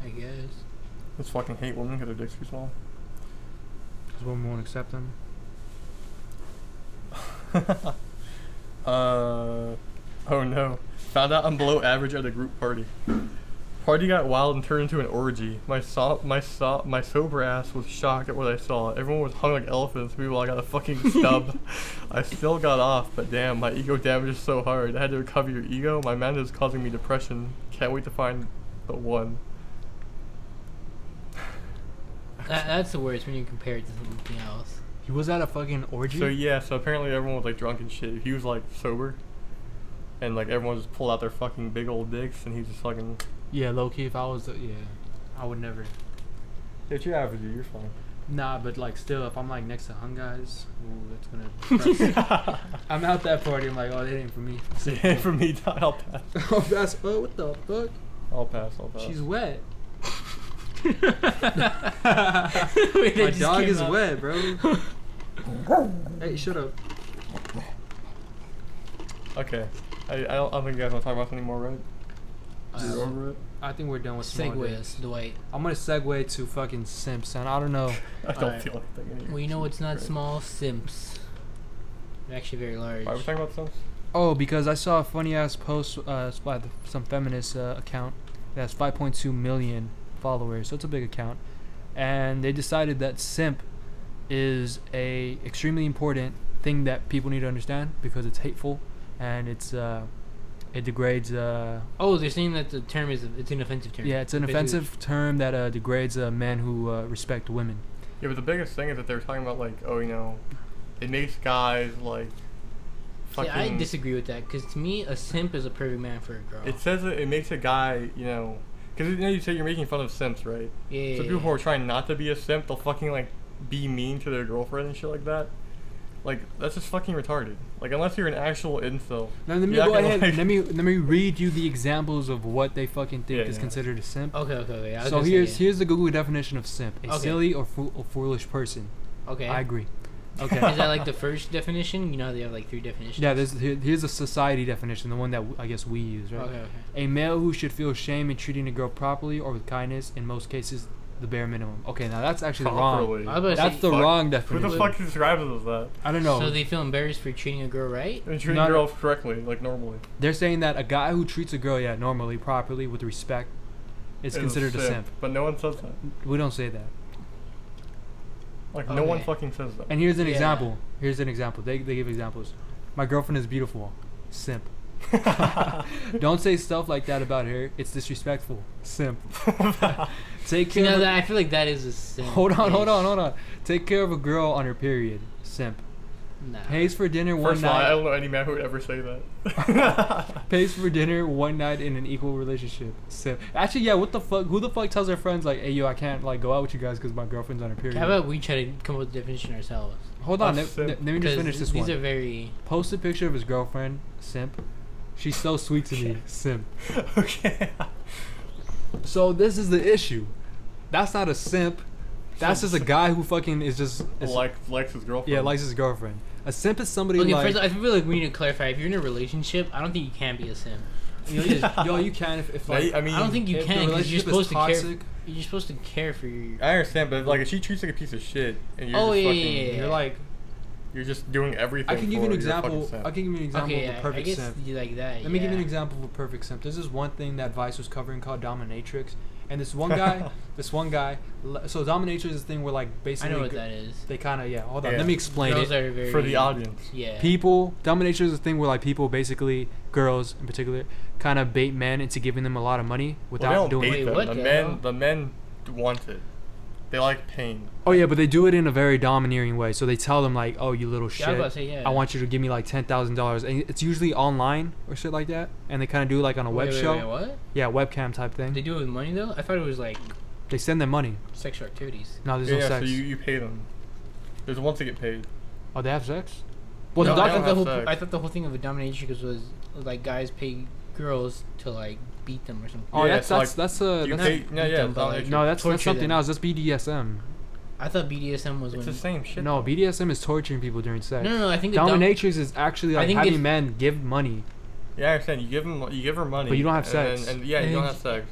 Speaker 1: I guess.
Speaker 2: Just fucking hate women because their dicks are small.
Speaker 3: Cause women won't accept them.
Speaker 2: [laughs] Uh, oh no. Found out I'm below average at a group party. Party got wild and turned into an orgy. My so- my so- my sober ass was shocked at what I saw. Everyone was hung like elephants. Meanwhile, I got a fucking stub. I still got off, but damn, my ego damage is so hard. I had to recover your ego. My man is causing me depression. Can't wait to find the one.
Speaker 1: That, that's the worst when you compare it to something
Speaker 3: [laughs]
Speaker 1: else. [laughs]
Speaker 3: He was at a fucking orgy.
Speaker 2: So yeah, so apparently everyone was like drunk and shit. He was like sober, and like everyone just pulled out their fucking big old dicks, and he just fucking.
Speaker 3: Yeah, low key. If I was, uh, yeah, I would never.
Speaker 2: It's your average.
Speaker 1: [laughs]
Speaker 2: You're [laughs] fine.
Speaker 3: Nah, but like still, if I'm like next to hung guys, ooh, [laughs] that's gonna. I'm out that party. I'm like, oh, that ain't for me.
Speaker 1: [laughs]
Speaker 2: Yeah, for me, I'll pass.
Speaker 3: [laughs] oh, that's oh, what the fuck?
Speaker 2: I'll pass. I'll pass.
Speaker 3: She's [laughs] wet.
Speaker 1: Wait, that
Speaker 3: My
Speaker 1: just
Speaker 3: dog
Speaker 1: came
Speaker 3: is
Speaker 1: out.
Speaker 3: wet, bro. hey, shut up.
Speaker 2: okay. I, I, don't, I don't think you guys want to talk about this anymore, right? You're
Speaker 1: Uh,
Speaker 2: over it.
Speaker 3: I think we're done with small
Speaker 1: segue
Speaker 3: dicks.
Speaker 1: us, Dwight.
Speaker 3: I'm gonna segue to fucking Simpson. I don't know.
Speaker 2: I don't
Speaker 1: Alright.
Speaker 2: feel like thinking anymore.
Speaker 1: Well, you know what's
Speaker 2: Jesus
Speaker 1: not
Speaker 2: Christ.
Speaker 1: small? Simps. They're actually very large.
Speaker 2: Why are we talking about this?
Speaker 3: Oh, because I saw a funny ass post uh, it's by the, some feminist uh, account that has 5.2 million followers, so it's a big account, and they decided that simp is a extremely important thing that people need to understand because it's hateful and it's uh, it degrades. Uh,
Speaker 1: Oh, they're saying that the term is it's an offensive term.
Speaker 3: yeah, it's an
Speaker 1: Basically,
Speaker 3: offensive term that uh, degrades uh, men who uh, respect women.
Speaker 2: Yeah, but the biggest thing is that they were talking about, like, oh, you know, it makes guys, like,
Speaker 1: See,
Speaker 2: fucking.
Speaker 1: I disagree with that because to me, a simp is a perfect man for a girl.
Speaker 2: It says that it makes a guy, you know, Because you know you say you're making fun of simps, right?
Speaker 1: Yeah.
Speaker 2: So people who are trying not to be a simp, they'll fucking like be mean to their girlfriend and shit like that. Like that's just fucking retarded. Like unless you're an actual incel.
Speaker 3: Now let me
Speaker 2: you're not
Speaker 3: go
Speaker 2: gonna,
Speaker 3: ahead.
Speaker 2: like-
Speaker 3: Let me let me read you the examples of what they fucking think
Speaker 2: Yeah,
Speaker 3: is
Speaker 2: yeah. Oh,
Speaker 3: considered a simp.
Speaker 1: okay, okay, okay. I was
Speaker 3: so
Speaker 1: gonna say,
Speaker 3: here's
Speaker 1: yeah.
Speaker 3: here's the Google definition of simp: a
Speaker 1: Okay.
Speaker 3: silly or, fool or foolish person.
Speaker 1: Okay.
Speaker 3: I agree. Okay.
Speaker 1: Is that like the first definition? You know, they have like three definitions.
Speaker 3: [laughs] yeah, there's, here- here's a society definition, the one that w- I guess we use, right?
Speaker 1: Okay, okay.
Speaker 3: A male who should feel shame in treating a girl properly or with kindness, in most cases, the bare minimum. Okay, now that's actually
Speaker 2: Properly.
Speaker 1: I was
Speaker 3: wrong.
Speaker 1: about to
Speaker 3: That's
Speaker 1: say,
Speaker 3: the
Speaker 2: Fuck.
Speaker 3: wrong
Speaker 2: Who
Speaker 3: definition.
Speaker 2: the fuck describes it as that?
Speaker 3: I don't know.
Speaker 1: So they feel embarrassed for treating a girl right?
Speaker 2: And treating
Speaker 3: Not-
Speaker 2: girls correctly, like normally.
Speaker 3: They're saying that a guy who treats a girl, yeah, normally, properly, with respect, is
Speaker 2: It's
Speaker 3: considered a simp.
Speaker 2: But no one says that.
Speaker 3: We don't say that.
Speaker 2: Like no one
Speaker 1: Okay.
Speaker 2: fucking says that. [laughs]
Speaker 3: And here's an
Speaker 1: Yeah.
Speaker 3: example. Here's an example. They, they give examples. My girlfriend is beautiful. Simp. Don't say stuff like that about her. It's disrespectful. Simp. Take
Speaker 1: You
Speaker 3: care.
Speaker 1: know
Speaker 3: of a-
Speaker 1: that I feel like that is a sin.
Speaker 3: [laughs] hold on, hold on, hold on. Take care of a girl on her period. Simp.
Speaker 1: Nah.
Speaker 3: Pays for dinner [laughs] one
Speaker 2: First of all, I
Speaker 3: night.
Speaker 2: don't know any man who would ever say
Speaker 3: [laughs]
Speaker 2: that.
Speaker 3: Pays for dinner one night in an equal relationship. Simp. Actually, yeah. What the fuck? Who the fuck tells their friends like, "Hey, yo, I can't like go out with you guys because my girlfriend's on her period."
Speaker 1: How about we try to come up with the definition ourselves?
Speaker 3: Hold on.
Speaker 2: A
Speaker 3: Let,
Speaker 2: simp.
Speaker 3: let- let me just
Speaker 1: 'Cause
Speaker 3: finish this
Speaker 1: these
Speaker 3: one.
Speaker 1: are very.
Speaker 3: Post a picture of his girlfriend. Simp. She's so sweet to
Speaker 2: [laughs]
Speaker 3: me. Simp.
Speaker 2: okay.
Speaker 3: So this is the issue. That's not a simp. That's just a guy who fucking is just is,
Speaker 2: Like likes his girlfriend.
Speaker 3: yeah likes his girlfriend. A simp is somebody
Speaker 1: Okay,
Speaker 3: like
Speaker 1: first, I feel like we need to clarify. If you're in a relationship, I don't think you can be a
Speaker 3: [laughs]
Speaker 1: sim.
Speaker 3: yo, you- yo, you can if, if
Speaker 2: Now,
Speaker 3: like
Speaker 2: I mean,
Speaker 1: I don't think you
Speaker 3: if the
Speaker 1: can because you're
Speaker 3: relationship is
Speaker 1: supposed to care.
Speaker 3: toxic-
Speaker 1: You're supposed to care for your.
Speaker 2: I understand, but like if she treats you like a piece of shit, and you're
Speaker 1: Oh,
Speaker 2: just
Speaker 1: yeah,
Speaker 2: fucking,
Speaker 1: yeah, yeah.
Speaker 2: you're like, you're just doing everything.
Speaker 3: I can give
Speaker 2: for
Speaker 3: you an
Speaker 2: her, You're
Speaker 3: example.
Speaker 2: a fucking
Speaker 3: I
Speaker 2: simp.
Speaker 3: can give you an example
Speaker 1: Okay,
Speaker 3: of
Speaker 1: yeah,
Speaker 3: a
Speaker 1: I
Speaker 3: perfect
Speaker 1: guess
Speaker 3: simp.
Speaker 1: you like that.
Speaker 3: Let me give you an
Speaker 1: yeah.
Speaker 3: example of a perfect simp. There's this one thing that Vice was covering called dominatrix, and this one
Speaker 2: [laughs]
Speaker 3: guy, this one guy. le- So dominatrix is a thing where like
Speaker 1: I
Speaker 3: basically
Speaker 1: know what
Speaker 3: gr-
Speaker 1: that is.
Speaker 3: they kind of yeah. Hold on,
Speaker 2: Yeah.
Speaker 3: let me explain
Speaker 1: Girls
Speaker 3: it.
Speaker 1: are very
Speaker 2: for the audience.
Speaker 1: Yeah.
Speaker 3: people domination is a thing where like people basically girls in particular kind of bait men into giving them a lot of money
Speaker 2: well,
Speaker 3: without
Speaker 2: they don't
Speaker 3: doing
Speaker 1: Wait,
Speaker 2: hate them.
Speaker 1: what
Speaker 2: the
Speaker 1: the
Speaker 2: men,
Speaker 1: hell?
Speaker 2: the men want it. They like pain.
Speaker 3: oh yeah but they do it in a very domineering way so they tell them like oh you little shit
Speaker 1: Yeah, I was about to say, yeah.
Speaker 3: I want you to give me like ten thousand dollars and it's usually online or shit like that and they kind of do it like on a web
Speaker 1: wait, wait,
Speaker 3: show
Speaker 1: Wait, what?
Speaker 3: yeah webcam type thing
Speaker 1: They
Speaker 3: they,
Speaker 1: do it with money though. I thought it was like
Speaker 3: send them money
Speaker 1: sexual activities.
Speaker 3: no there's
Speaker 2: yeah,
Speaker 3: no
Speaker 2: yeah,
Speaker 3: sex
Speaker 2: so you, you pay them. There's once they get paid.
Speaker 3: oh they have sex well
Speaker 1: no,
Speaker 3: the
Speaker 1: I
Speaker 2: they
Speaker 1: thought
Speaker 2: don't
Speaker 1: the
Speaker 2: have
Speaker 3: doc-
Speaker 1: whole
Speaker 2: sex.
Speaker 1: I thought the whole thing of a dominatrix was like guys pay girls to like beat them or something.
Speaker 3: oh
Speaker 2: Yeah,
Speaker 3: that's
Speaker 2: it's like,
Speaker 3: that's that's uh
Speaker 2: you
Speaker 3: that's,
Speaker 2: pay, yeah, yeah,
Speaker 1: dumb
Speaker 2: it's not
Speaker 1: bug.
Speaker 2: like-
Speaker 3: no that's,
Speaker 1: torture
Speaker 3: that's something
Speaker 1: them.
Speaker 3: else that's BDSM
Speaker 1: I thought BDSM was
Speaker 2: it's
Speaker 1: when.
Speaker 2: the same shit.
Speaker 3: no BDSM is torturing people during sex
Speaker 1: No, no, no. I think the dom-
Speaker 3: Dominatrix is actually
Speaker 1: I
Speaker 3: like
Speaker 1: think
Speaker 3: having
Speaker 1: if-
Speaker 3: men give money.
Speaker 2: Yeah, I understand. You give them, you give her money,
Speaker 3: But you don't have
Speaker 2: and,
Speaker 3: sex.
Speaker 2: And, and- yeah,
Speaker 1: And
Speaker 2: you don't
Speaker 1: then-
Speaker 2: have sex.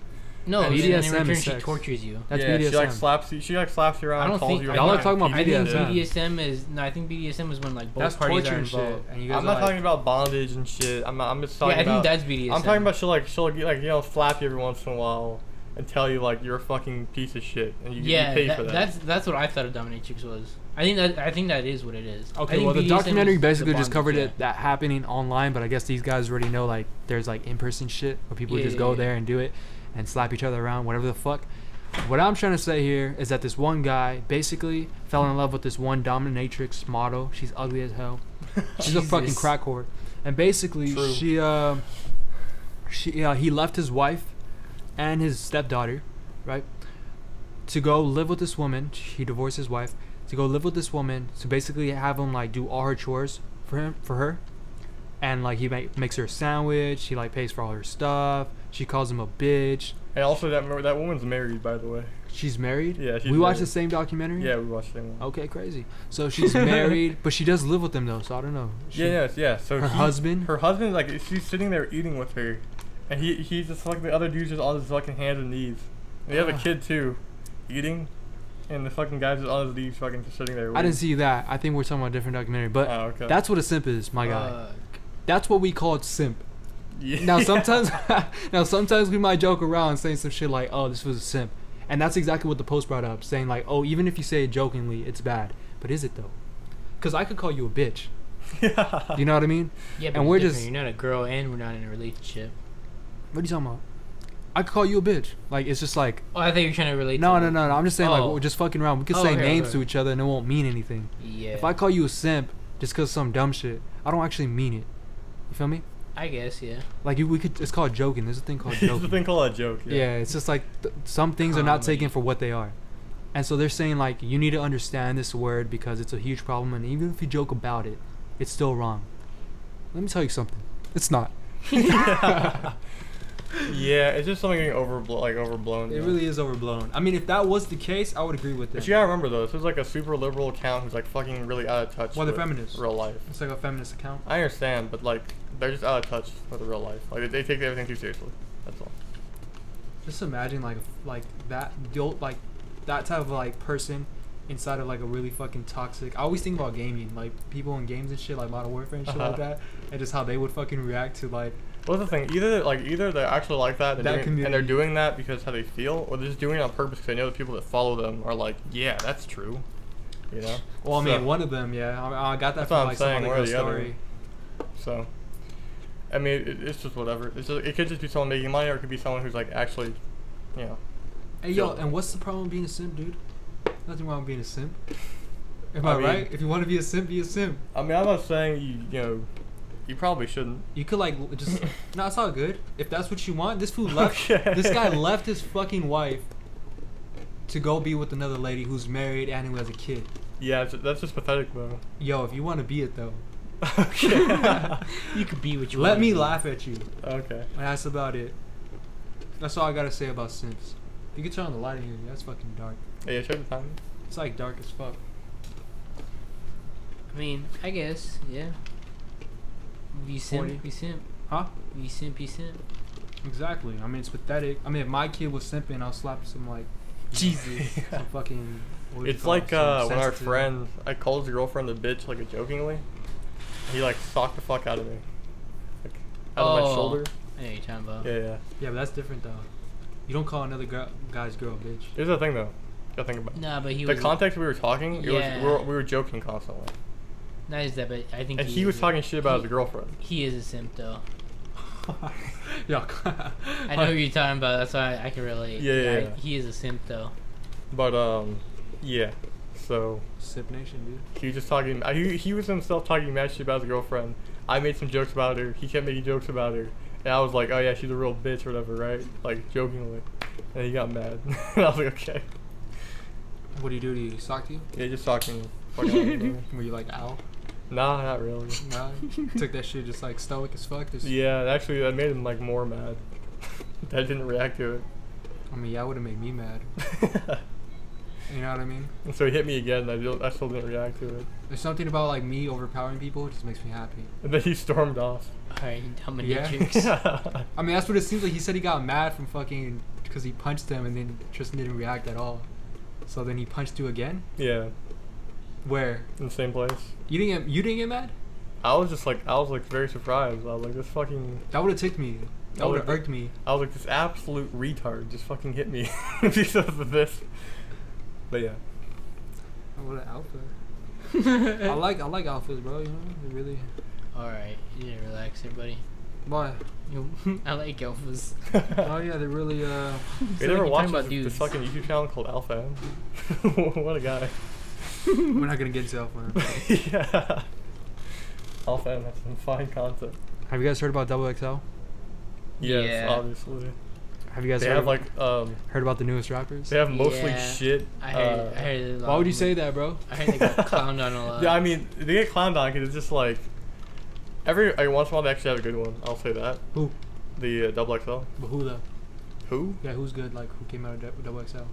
Speaker 1: no.
Speaker 2: Yeah,
Speaker 1: and then in
Speaker 3: BDSM
Speaker 1: return,
Speaker 3: is
Speaker 1: she
Speaker 3: sex.
Speaker 1: tortures you.
Speaker 3: That's
Speaker 2: yeah,
Speaker 3: BDSM.
Speaker 2: she like slaps you. She like slaps you around.
Speaker 1: I don't
Speaker 2: calls
Speaker 1: think-
Speaker 2: you.
Speaker 1: I
Speaker 2: a
Speaker 1: don't-
Speaker 3: Y'all are
Speaker 2: fucking
Speaker 3: talking about
Speaker 2: piece
Speaker 1: I
Speaker 2: of
Speaker 1: think
Speaker 2: shit.
Speaker 3: BDSM.
Speaker 1: BDSM is no. I think BDSM is when like both
Speaker 3: That's
Speaker 1: parties
Speaker 3: torture
Speaker 1: are
Speaker 3: and shit.
Speaker 1: involved.
Speaker 3: And you guys
Speaker 2: I'm not
Speaker 3: are
Speaker 2: talking
Speaker 3: like,
Speaker 2: about bondage and shit. I'm not, I'm just
Speaker 1: Yeah,
Speaker 2: talking
Speaker 1: I think
Speaker 2: about.
Speaker 1: that's BDSM.
Speaker 2: I'm talking about she'll like she'll get like you know slap you every once in a while and tell you like you're a fucking piece of shit and you,
Speaker 1: Yeah,
Speaker 2: you pay
Speaker 1: that-
Speaker 2: for that.
Speaker 1: that's that's what I thought of dominatrix was. I think that I think that is what it is. I
Speaker 3: okay,
Speaker 1: think
Speaker 3: well, the
Speaker 1: BDSM
Speaker 3: documentary
Speaker 1: is
Speaker 3: basically
Speaker 1: the
Speaker 3: just covered
Speaker 1: bondage,
Speaker 3: it that happening online, but I guess these guys already know like there's like in-person shit where people
Speaker 1: Yeah,
Speaker 3: just
Speaker 1: yeah,
Speaker 3: go
Speaker 1: yeah.
Speaker 3: there and do it and slap each other around, whatever the fuck. What I'm trying to say here is that this one guy basically fell in love with this one dominatrix model. She's ugly as hell. She's a fucking
Speaker 1: Jesus.
Speaker 3: crack whore. And basically,
Speaker 2: True.
Speaker 3: she um, she uh, he left his wife and his stepdaughter, right, to go live with this woman. He divorced his wife to go live with this woman to basically have him like do all her chores for him for her, and like he make, makes her a sandwich. He like pays for all her stuff. She calls him a bitch.
Speaker 2: and also that mer- that woman's married by the way.
Speaker 3: She's married.
Speaker 2: Yeah, she's
Speaker 3: we watched the
Speaker 2: married.
Speaker 3: same documentary.
Speaker 2: Yeah, we watched that one.
Speaker 3: Okay, crazy. So
Speaker 2: [laughs]
Speaker 3: she's married, but she does live with him though. So I don't know. She-
Speaker 2: Yeah, yes, yeah. So
Speaker 3: Her
Speaker 2: he-
Speaker 3: husband?
Speaker 2: her husband, like she's sitting there eating with her, and he he's just like the other dude's just on his fucking hands and knees. And they have a
Speaker 3: Ah.
Speaker 2: kid too, eating, and the fucking guy's just on his knees, fucking just sitting there.
Speaker 3: I didn't
Speaker 2: waiting.
Speaker 3: see that. I think we're talking about a different documentary, but
Speaker 2: Oh, okay. Uh.
Speaker 3: that's what a simp is, my guy.
Speaker 1: Fuck.
Speaker 3: that's what we call it simp.
Speaker 2: [laughs] Yeah. [laughs]
Speaker 3: Now sometimes, [laughs] now sometimes we might joke around saying some shit like, "Oh, this was a simp," and that's exactly what the post brought up, saying like, "Oh, even if you say it jokingly, it's bad." But is it though? Because I could call you a bitch.
Speaker 2: yeah.
Speaker 3: You know what I mean?
Speaker 1: Yeah, but
Speaker 3: And
Speaker 1: it's
Speaker 3: we're
Speaker 1: different.
Speaker 3: just-
Speaker 1: you're not a girl and we're not in a relationship.
Speaker 3: What are you talking about? I could call you a bitch. Like it's just like
Speaker 1: Oh, I thought you were trying to relate.
Speaker 3: no,
Speaker 1: to
Speaker 3: no, no, no. I'm just saying like
Speaker 1: Oh.
Speaker 3: we're just fucking around. We could
Speaker 1: Oh,
Speaker 3: say
Speaker 1: okay,
Speaker 3: names
Speaker 1: okay.
Speaker 3: to each other and it won't mean anything.
Speaker 1: Yeah.
Speaker 3: If I call you a simp just 'cause some dumb shit, I don't actually mean it. You feel me?
Speaker 1: I guess,
Speaker 2: [laughs]
Speaker 1: yeah. [laughs]
Speaker 3: Like you, we could. It's called joking. There's a thing called
Speaker 2: There's
Speaker 3: joking.
Speaker 2: a thing called a joke.
Speaker 3: yeah. it's just like th- some things are not
Speaker 1: Comedy.
Speaker 3: taken for what they are, and so they're saying like you need to understand this word because it's a huge problem, and even if you joke about it, it's still wrong. Let me tell you something. It's not.
Speaker 2: [laughs] Yeah, it's just something getting overblown, like overblown.
Speaker 3: It
Speaker 2: now.
Speaker 3: really is overblown. I mean, if that was the case, I would agree with
Speaker 2: But
Speaker 3: that.
Speaker 2: you gotta remember though, this is like a super liberal account who's like fucking really out of touch.
Speaker 3: Well, they're
Speaker 2: with
Speaker 3: feminists.
Speaker 2: Real life.
Speaker 3: It's like a feminist account.
Speaker 2: I understand, but like they're just out of touch with real life. Like they, they take everything too seriously. That's all.
Speaker 3: Just imagine like like that adult like that type of like person inside of like a really fucking toxic. I always think about gaming, like people in games and shit, like Modern Warfare and shit like
Speaker 2: Uh-huh.
Speaker 3: that, and just how they would fucking react to like
Speaker 2: What's the thing? Either like either they're actually like that, and
Speaker 3: That
Speaker 2: they're, doing, and they're
Speaker 3: community.
Speaker 2: doing that because how they feel, or they're just doing it on purpose because they know the people that follow them are like, yeah, that's true. You know.
Speaker 3: Well, I mean,
Speaker 2: So-
Speaker 3: one of them, yeah. I, I got that
Speaker 2: That's
Speaker 3: from
Speaker 2: what
Speaker 3: like
Speaker 2: I'm
Speaker 3: some
Speaker 2: saying,
Speaker 3: other
Speaker 2: or
Speaker 3: girl's
Speaker 2: the other.
Speaker 3: story.
Speaker 2: So, I mean, it, it's just whatever. It's just, it could just be someone making money, or it could be someone who's like actually, you know.
Speaker 3: Hey, yo,
Speaker 2: Yeah.
Speaker 3: and what's the problem with being a simp, dude? Nothing wrong with being a simp. Am
Speaker 2: I
Speaker 3: I,
Speaker 2: mean-
Speaker 3: right? If you want to be a simp, be a simp.
Speaker 2: I mean, I'm not saying you, you know, you probably shouldn't.
Speaker 3: You could like l- [laughs] just no, it's all good. If that's what you want, this [laughs] fool left.
Speaker 2: Okay.
Speaker 3: This guy left his fucking wife to go be with another lady who's married and who has a kid.
Speaker 2: Yeah, it's, that's just pathetic, though. [laughs]
Speaker 3: Yo, if you want to be it though, [laughs]
Speaker 2: okay.
Speaker 1: You could be what you
Speaker 3: let
Speaker 1: wanna
Speaker 3: me
Speaker 1: be.
Speaker 3: laugh at you.
Speaker 2: okay.
Speaker 3: And that's about it. That's all I gotta say about simps. You can turn on the light in here. That's fucking dark.
Speaker 2: Yeah, show the time.
Speaker 3: It's like dark as fuck.
Speaker 1: I mean, I guess, yeah. Be
Speaker 3: Forty.
Speaker 1: simp, be simp.
Speaker 3: Huh?
Speaker 1: Be simp, be simp.
Speaker 3: Exactly. I mean, it's pathetic. I mean, if my kid was simping, I'll slap some like
Speaker 2: [laughs]
Speaker 1: Jesus.
Speaker 3: [laughs] some fucking. what would you
Speaker 2: It's
Speaker 3: call it?
Speaker 2: like
Speaker 3: Some
Speaker 2: uh, when our
Speaker 3: sensitive-
Speaker 2: friend, I called his girlfriend a bitch, like jokingly. He like socked the fuck out of me, like out of my
Speaker 1: Oh.
Speaker 2: shoulder.
Speaker 1: I know what you're talking about.
Speaker 2: Yeah, yeah.
Speaker 3: Yeah, but that's different though. You don't call another girl, guy's girl, bitch.
Speaker 2: [laughs] Here's the thing though. Gotta think about it.
Speaker 1: Nah, but he
Speaker 2: the
Speaker 1: was.
Speaker 2: context we were talking. It was
Speaker 1: Yeah.
Speaker 2: we were, we were joking constantly,
Speaker 1: Not just that, but I think.
Speaker 2: and he was
Speaker 1: is a-
Speaker 2: talking shit about his
Speaker 1: he-
Speaker 2: girlfriend.
Speaker 1: He is a simp, though.
Speaker 3: Yo,
Speaker 1: I know who you're talking about. That's why I, I can relate.
Speaker 2: Yeah, yeah,
Speaker 1: I-
Speaker 2: yeah.
Speaker 1: He is a simp, though.
Speaker 2: But um, yeah. So
Speaker 3: [laughs] Sip Nation, dude.
Speaker 2: he was just talking. I- He, he was himself talking mad shit about his girlfriend. I made some jokes about her. He kept making jokes about her, and I was like, "Oh yeah, she's a real bitch or whatever," right? Like jokingly, and he got mad. [laughs] and I was like, "Okay."
Speaker 3: What do you do? Do you sock you?
Speaker 2: Yeah, just [laughs] talking. fucking-
Speaker 3: Were you like ow?
Speaker 2: nah, not really.
Speaker 3: Nah. Took that shit just like stoic as fuck. Just,
Speaker 2: Yeah, and actually, that made him like more mad. [laughs] that I didn't react to
Speaker 3: I mean, yeah, would have made me mad.
Speaker 2: it. [laughs]
Speaker 3: You know what I mean?
Speaker 2: and so he hit me again. And I don't. I still didn't react to it.
Speaker 3: There's something about like me overpowering people just makes me happy.
Speaker 2: And then he stormed off. [laughs]
Speaker 1: Alright,
Speaker 3: Yeah.
Speaker 1: dominatrix.
Speaker 3: I mean, that's what it seems like. He said he got mad from fucking because he punched him, and then Tristan didn't react at all. So then he punched you again.
Speaker 2: yeah,
Speaker 3: Where
Speaker 2: in the same place.
Speaker 3: you didn't get, you didn't get mad?
Speaker 2: I was just like, I was like very surprised. I was like, this fucking.
Speaker 3: That would have ticked me.
Speaker 2: I
Speaker 3: That would have
Speaker 2: would've-
Speaker 3: irked me.
Speaker 2: I was like, this absolute retard just fucking hit me [laughs] because of this. But yeah,
Speaker 3: I would have alpha. I like I like alphas, bro. You know, they really.
Speaker 1: Alright, you need to relax,
Speaker 2: [laughs]
Speaker 1: everybody.
Speaker 3: Why?
Speaker 1: You- I like alphas.
Speaker 2: [laughs]
Speaker 3: Oh yeah, they really. Uh,
Speaker 2: you
Speaker 1: Sound
Speaker 2: never
Speaker 1: like
Speaker 2: watched
Speaker 1: talking about
Speaker 2: this,
Speaker 1: dudes.
Speaker 2: this fucking YouTube channel called Alpha? M? [laughs] what a
Speaker 1: [laughs]
Speaker 2: guy.
Speaker 3: we're not gonna get into alpha.
Speaker 2: yeah. Alpha M has some fine content.
Speaker 3: Have you guys heard about Double XL?
Speaker 2: Yes,
Speaker 1: Yeah.
Speaker 2: obviously.
Speaker 3: Have you guys
Speaker 2: They
Speaker 3: heard,
Speaker 2: have like um,
Speaker 3: heard about the newest rappers?
Speaker 2: they have mostly
Speaker 1: Yeah.
Speaker 2: shit.
Speaker 1: I heard, I
Speaker 2: uh,
Speaker 1: heard it a lot.
Speaker 3: Why would you say that, bro?
Speaker 1: I heard they
Speaker 2: [laughs]
Speaker 1: got clowned on a lot.
Speaker 2: Yeah, I mean, they get clowned on because it's just like every like, once in a while they actually have a good one. I'll say that
Speaker 3: Who?
Speaker 2: the uh, double XL.
Speaker 3: But who though?
Speaker 2: Who?
Speaker 3: Yeah, who's good? Like who came out of Dou- Double XL? You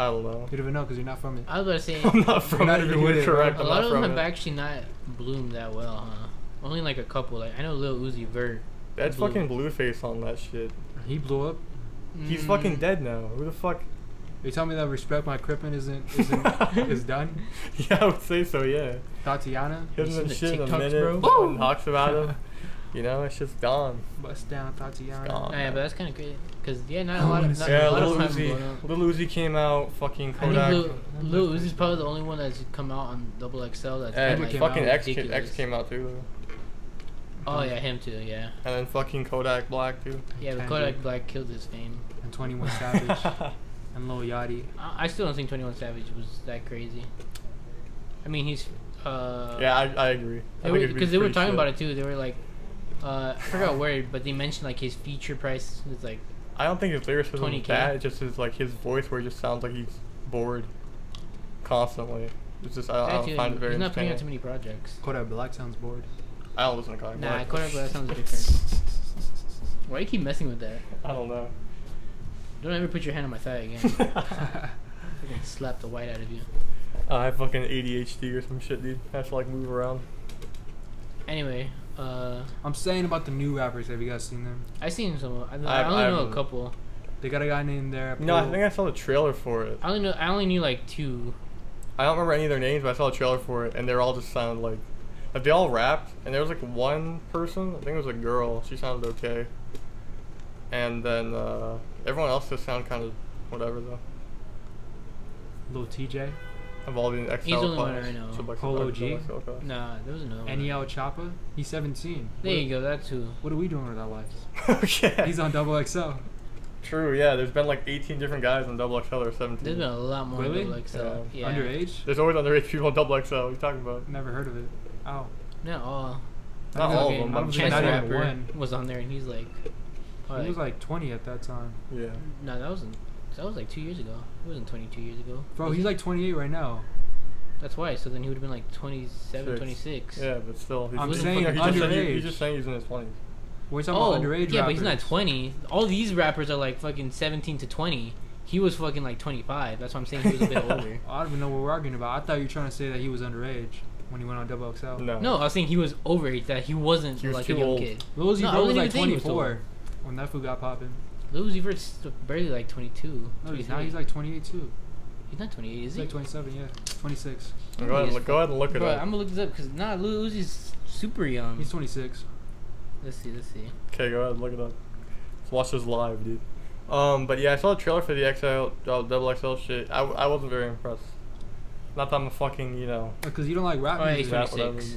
Speaker 2: I don't know. [laughs]
Speaker 3: don't even know because you're not from it.
Speaker 1: I was about to say,
Speaker 2: I'm not from
Speaker 3: not
Speaker 2: it.
Speaker 3: even
Speaker 2: You're
Speaker 3: with it, bro.
Speaker 2: correct.
Speaker 1: a
Speaker 2: I'm
Speaker 1: lot
Speaker 2: not
Speaker 1: of
Speaker 2: from
Speaker 1: them have
Speaker 2: it.
Speaker 1: actually not bloomed that well, huh? Only like a couple. Like I know Lil Uzi Vert.
Speaker 2: That's
Speaker 1: Blue.
Speaker 2: fucking Blueface on that shit.
Speaker 3: He blew up.
Speaker 2: He's
Speaker 1: Mm,
Speaker 2: fucking dead now. Who the fuck? [laughs]
Speaker 3: You tell me that respect my crippin isn't isn't is done.
Speaker 2: Yeah, I would say so. Yeah,
Speaker 3: Tatiana,
Speaker 2: he
Speaker 1: seen
Speaker 2: hasn't
Speaker 1: the
Speaker 2: done shit in a
Speaker 1: TikToks, bro?
Speaker 2: minute. No one talks about
Speaker 1: [laughs]
Speaker 2: him. You know, it's just gone.
Speaker 3: bust down Tatiana.
Speaker 2: gone.
Speaker 1: Oh, Yeah, but that's kind of great. Cause yeah, not a
Speaker 3: I
Speaker 1: lot
Speaker 3: wanna
Speaker 1: of not
Speaker 3: see
Speaker 1: a
Speaker 2: yeah,
Speaker 1: lot
Speaker 2: Lil
Speaker 1: of time blown
Speaker 2: Uzi.
Speaker 1: up.
Speaker 2: Lil Uzi came out. Fucking
Speaker 1: I think
Speaker 2: Kodak.
Speaker 1: Lil, Lil Uzi's probably the only one that's come out on Double XL that's
Speaker 2: and
Speaker 1: been, like,
Speaker 3: came
Speaker 2: fucking
Speaker 1: out
Speaker 2: X, ca-
Speaker 1: ridiculous.
Speaker 2: X came out too, though.
Speaker 1: Oh yeah, him too. Yeah,
Speaker 2: and then fucking Kodak Black
Speaker 1: [laughs]
Speaker 2: too.
Speaker 1: yeah. But
Speaker 3: Kendrick.
Speaker 1: Kodak Black killed his fame.
Speaker 3: And 21
Speaker 2: [laughs]
Speaker 3: Savage and Lil Yachty.
Speaker 1: I, I still don't think Twenty One Savage was that crazy. I mean, he's. Uh,
Speaker 2: yeah, I, I agree. I think it'd be
Speaker 1: because they were
Speaker 2: pretty
Speaker 1: talking
Speaker 2: shit.
Speaker 1: about it too. They were like, Uh, I forgot where, but they mentioned like his feature price is like
Speaker 2: I don't think his lyricism is
Speaker 1: 20K.
Speaker 2: bad. It's just his like his voice where it just sounds like he's bored constantly. It's just I, I
Speaker 1: actually
Speaker 2: don't find it very
Speaker 1: he's not putting out too
Speaker 2: entertaining.
Speaker 1: many projects.
Speaker 3: Kodak Black
Speaker 2: [laughs]
Speaker 3: sounds bored.
Speaker 2: I don't listen to Kodak
Speaker 1: Nah,
Speaker 2: Black.
Speaker 1: Kodak Black sounds
Speaker 2: [laughs]
Speaker 1: different. Why you keep messing with that?
Speaker 2: I don't know.
Speaker 1: Don't ever put your hand on my thigh
Speaker 2: [laughs]
Speaker 1: again. Fucking slap the white out of you.
Speaker 2: I have fucking ADHD or some shit, dude. I have to like move around.
Speaker 1: Anyway, uh,
Speaker 3: I'm saying about the new rappers. Have you guys seen them?
Speaker 1: I seen some. I, I
Speaker 2: I've-
Speaker 1: only know
Speaker 2: I've-
Speaker 1: a couple.
Speaker 3: They got a guy named there.
Speaker 2: No, I
Speaker 3: Polo-
Speaker 2: think I saw the trailer for it.
Speaker 1: I only know. I only knew like two.
Speaker 2: I don't remember any of their names, but I saw a trailer for it, and they're all just sounded like, like they all rapped, and there was like one person, I think it was a girl, she sounded okay, and then uh, everyone else just sounded kind of whatever though.
Speaker 3: Lil TJ,
Speaker 2: Evolving XL
Speaker 1: the only one
Speaker 2: class,
Speaker 1: I know.
Speaker 2: Sublexi-
Speaker 3: Polo
Speaker 2: uh,
Speaker 3: G?
Speaker 2: Sublexi class.
Speaker 1: Nah, there was no. one.
Speaker 3: Eniel E Choppa. He's 17.
Speaker 1: Oh, There
Speaker 3: what,
Speaker 1: you go. That's who.
Speaker 3: What are we doing with
Speaker 2: [laughs]
Speaker 3: our lives?
Speaker 2: okay.
Speaker 3: He's on Double XL.
Speaker 2: True. Yeah. There's been like 18 different guys on Double XL or 17.
Speaker 1: There's been a lot more
Speaker 3: Really?
Speaker 1: like so. Yeah.
Speaker 3: Underage.
Speaker 2: There's always underage people on Double XL. What are you talking about?
Speaker 3: Never heard of it. Oh,
Speaker 1: Not all.
Speaker 2: Not all of
Speaker 1: Fucking
Speaker 2: them. but I'm
Speaker 3: was
Speaker 2: just
Speaker 1: Chance
Speaker 3: not
Speaker 1: the
Speaker 2: saying-
Speaker 3: even
Speaker 1: Rapper
Speaker 3: one.
Speaker 1: was on there, and he's like, oh,
Speaker 3: he was like 20 at that time.
Speaker 2: Yeah.
Speaker 1: no, that wasn't. That was like two years ago. It wasn't 22 years ago.
Speaker 3: Bro,
Speaker 1: Was
Speaker 3: he's
Speaker 1: it?
Speaker 3: like 28 right now.
Speaker 1: That's why. So then he would have been like 27,
Speaker 2: Six.
Speaker 1: 26.
Speaker 2: Yeah, but still. He's
Speaker 3: I'm
Speaker 2: he's
Speaker 3: saying
Speaker 2: he's just saying he-
Speaker 3: underage.
Speaker 2: he's just saying he's in his 20s.
Speaker 3: We're talking
Speaker 1: Oh,
Speaker 3: about underage
Speaker 1: yeah,
Speaker 3: rappers.
Speaker 1: but he's not 20. All these rappers are like fucking 17 to 20. He was fucking like 25. That's why I'm saying he was
Speaker 2: [laughs]
Speaker 1: a bit older.
Speaker 3: I don't even know what we're arguing about. I thought you were trying to say that he was underage when he went on Double XL.
Speaker 2: No.
Speaker 1: No, I was saying he was overage. That he wasn't
Speaker 2: He was
Speaker 1: like
Speaker 2: too
Speaker 1: a young
Speaker 2: old.
Speaker 1: kid.
Speaker 3: Lil Uzi
Speaker 1: No, I
Speaker 3: Vert was
Speaker 1: wasn't
Speaker 3: like
Speaker 1: even thinking he was
Speaker 3: 24 when that fool got popping.
Speaker 1: Lil Uzi Vert's barely like 22.
Speaker 3: No, he's
Speaker 1: 23.
Speaker 3: now he's like 28 too.
Speaker 1: He's not 28, is
Speaker 3: He's
Speaker 1: he?
Speaker 3: like 27, yeah, 26.
Speaker 2: Go ahead, and look, go ahead and look it
Speaker 1: Bro,
Speaker 2: up.
Speaker 1: I'm gonna look this up because nah, Lil Uzi's super
Speaker 2: Hmm.
Speaker 1: young.
Speaker 3: He's 26.
Speaker 1: let's see, let's see.
Speaker 2: Okay, go ahead and look it up. Let's watch this live, dude. Um, but yeah, I saw a trailer for the XL, uh, double XL shit. I, w- I wasn't very impressed. Not that I'm a fucking, you know,
Speaker 3: Because Uh, you don't like rap
Speaker 1: Oh, yeah,
Speaker 3: music,
Speaker 1: he's
Speaker 2: rap whatever.
Speaker 1: 26.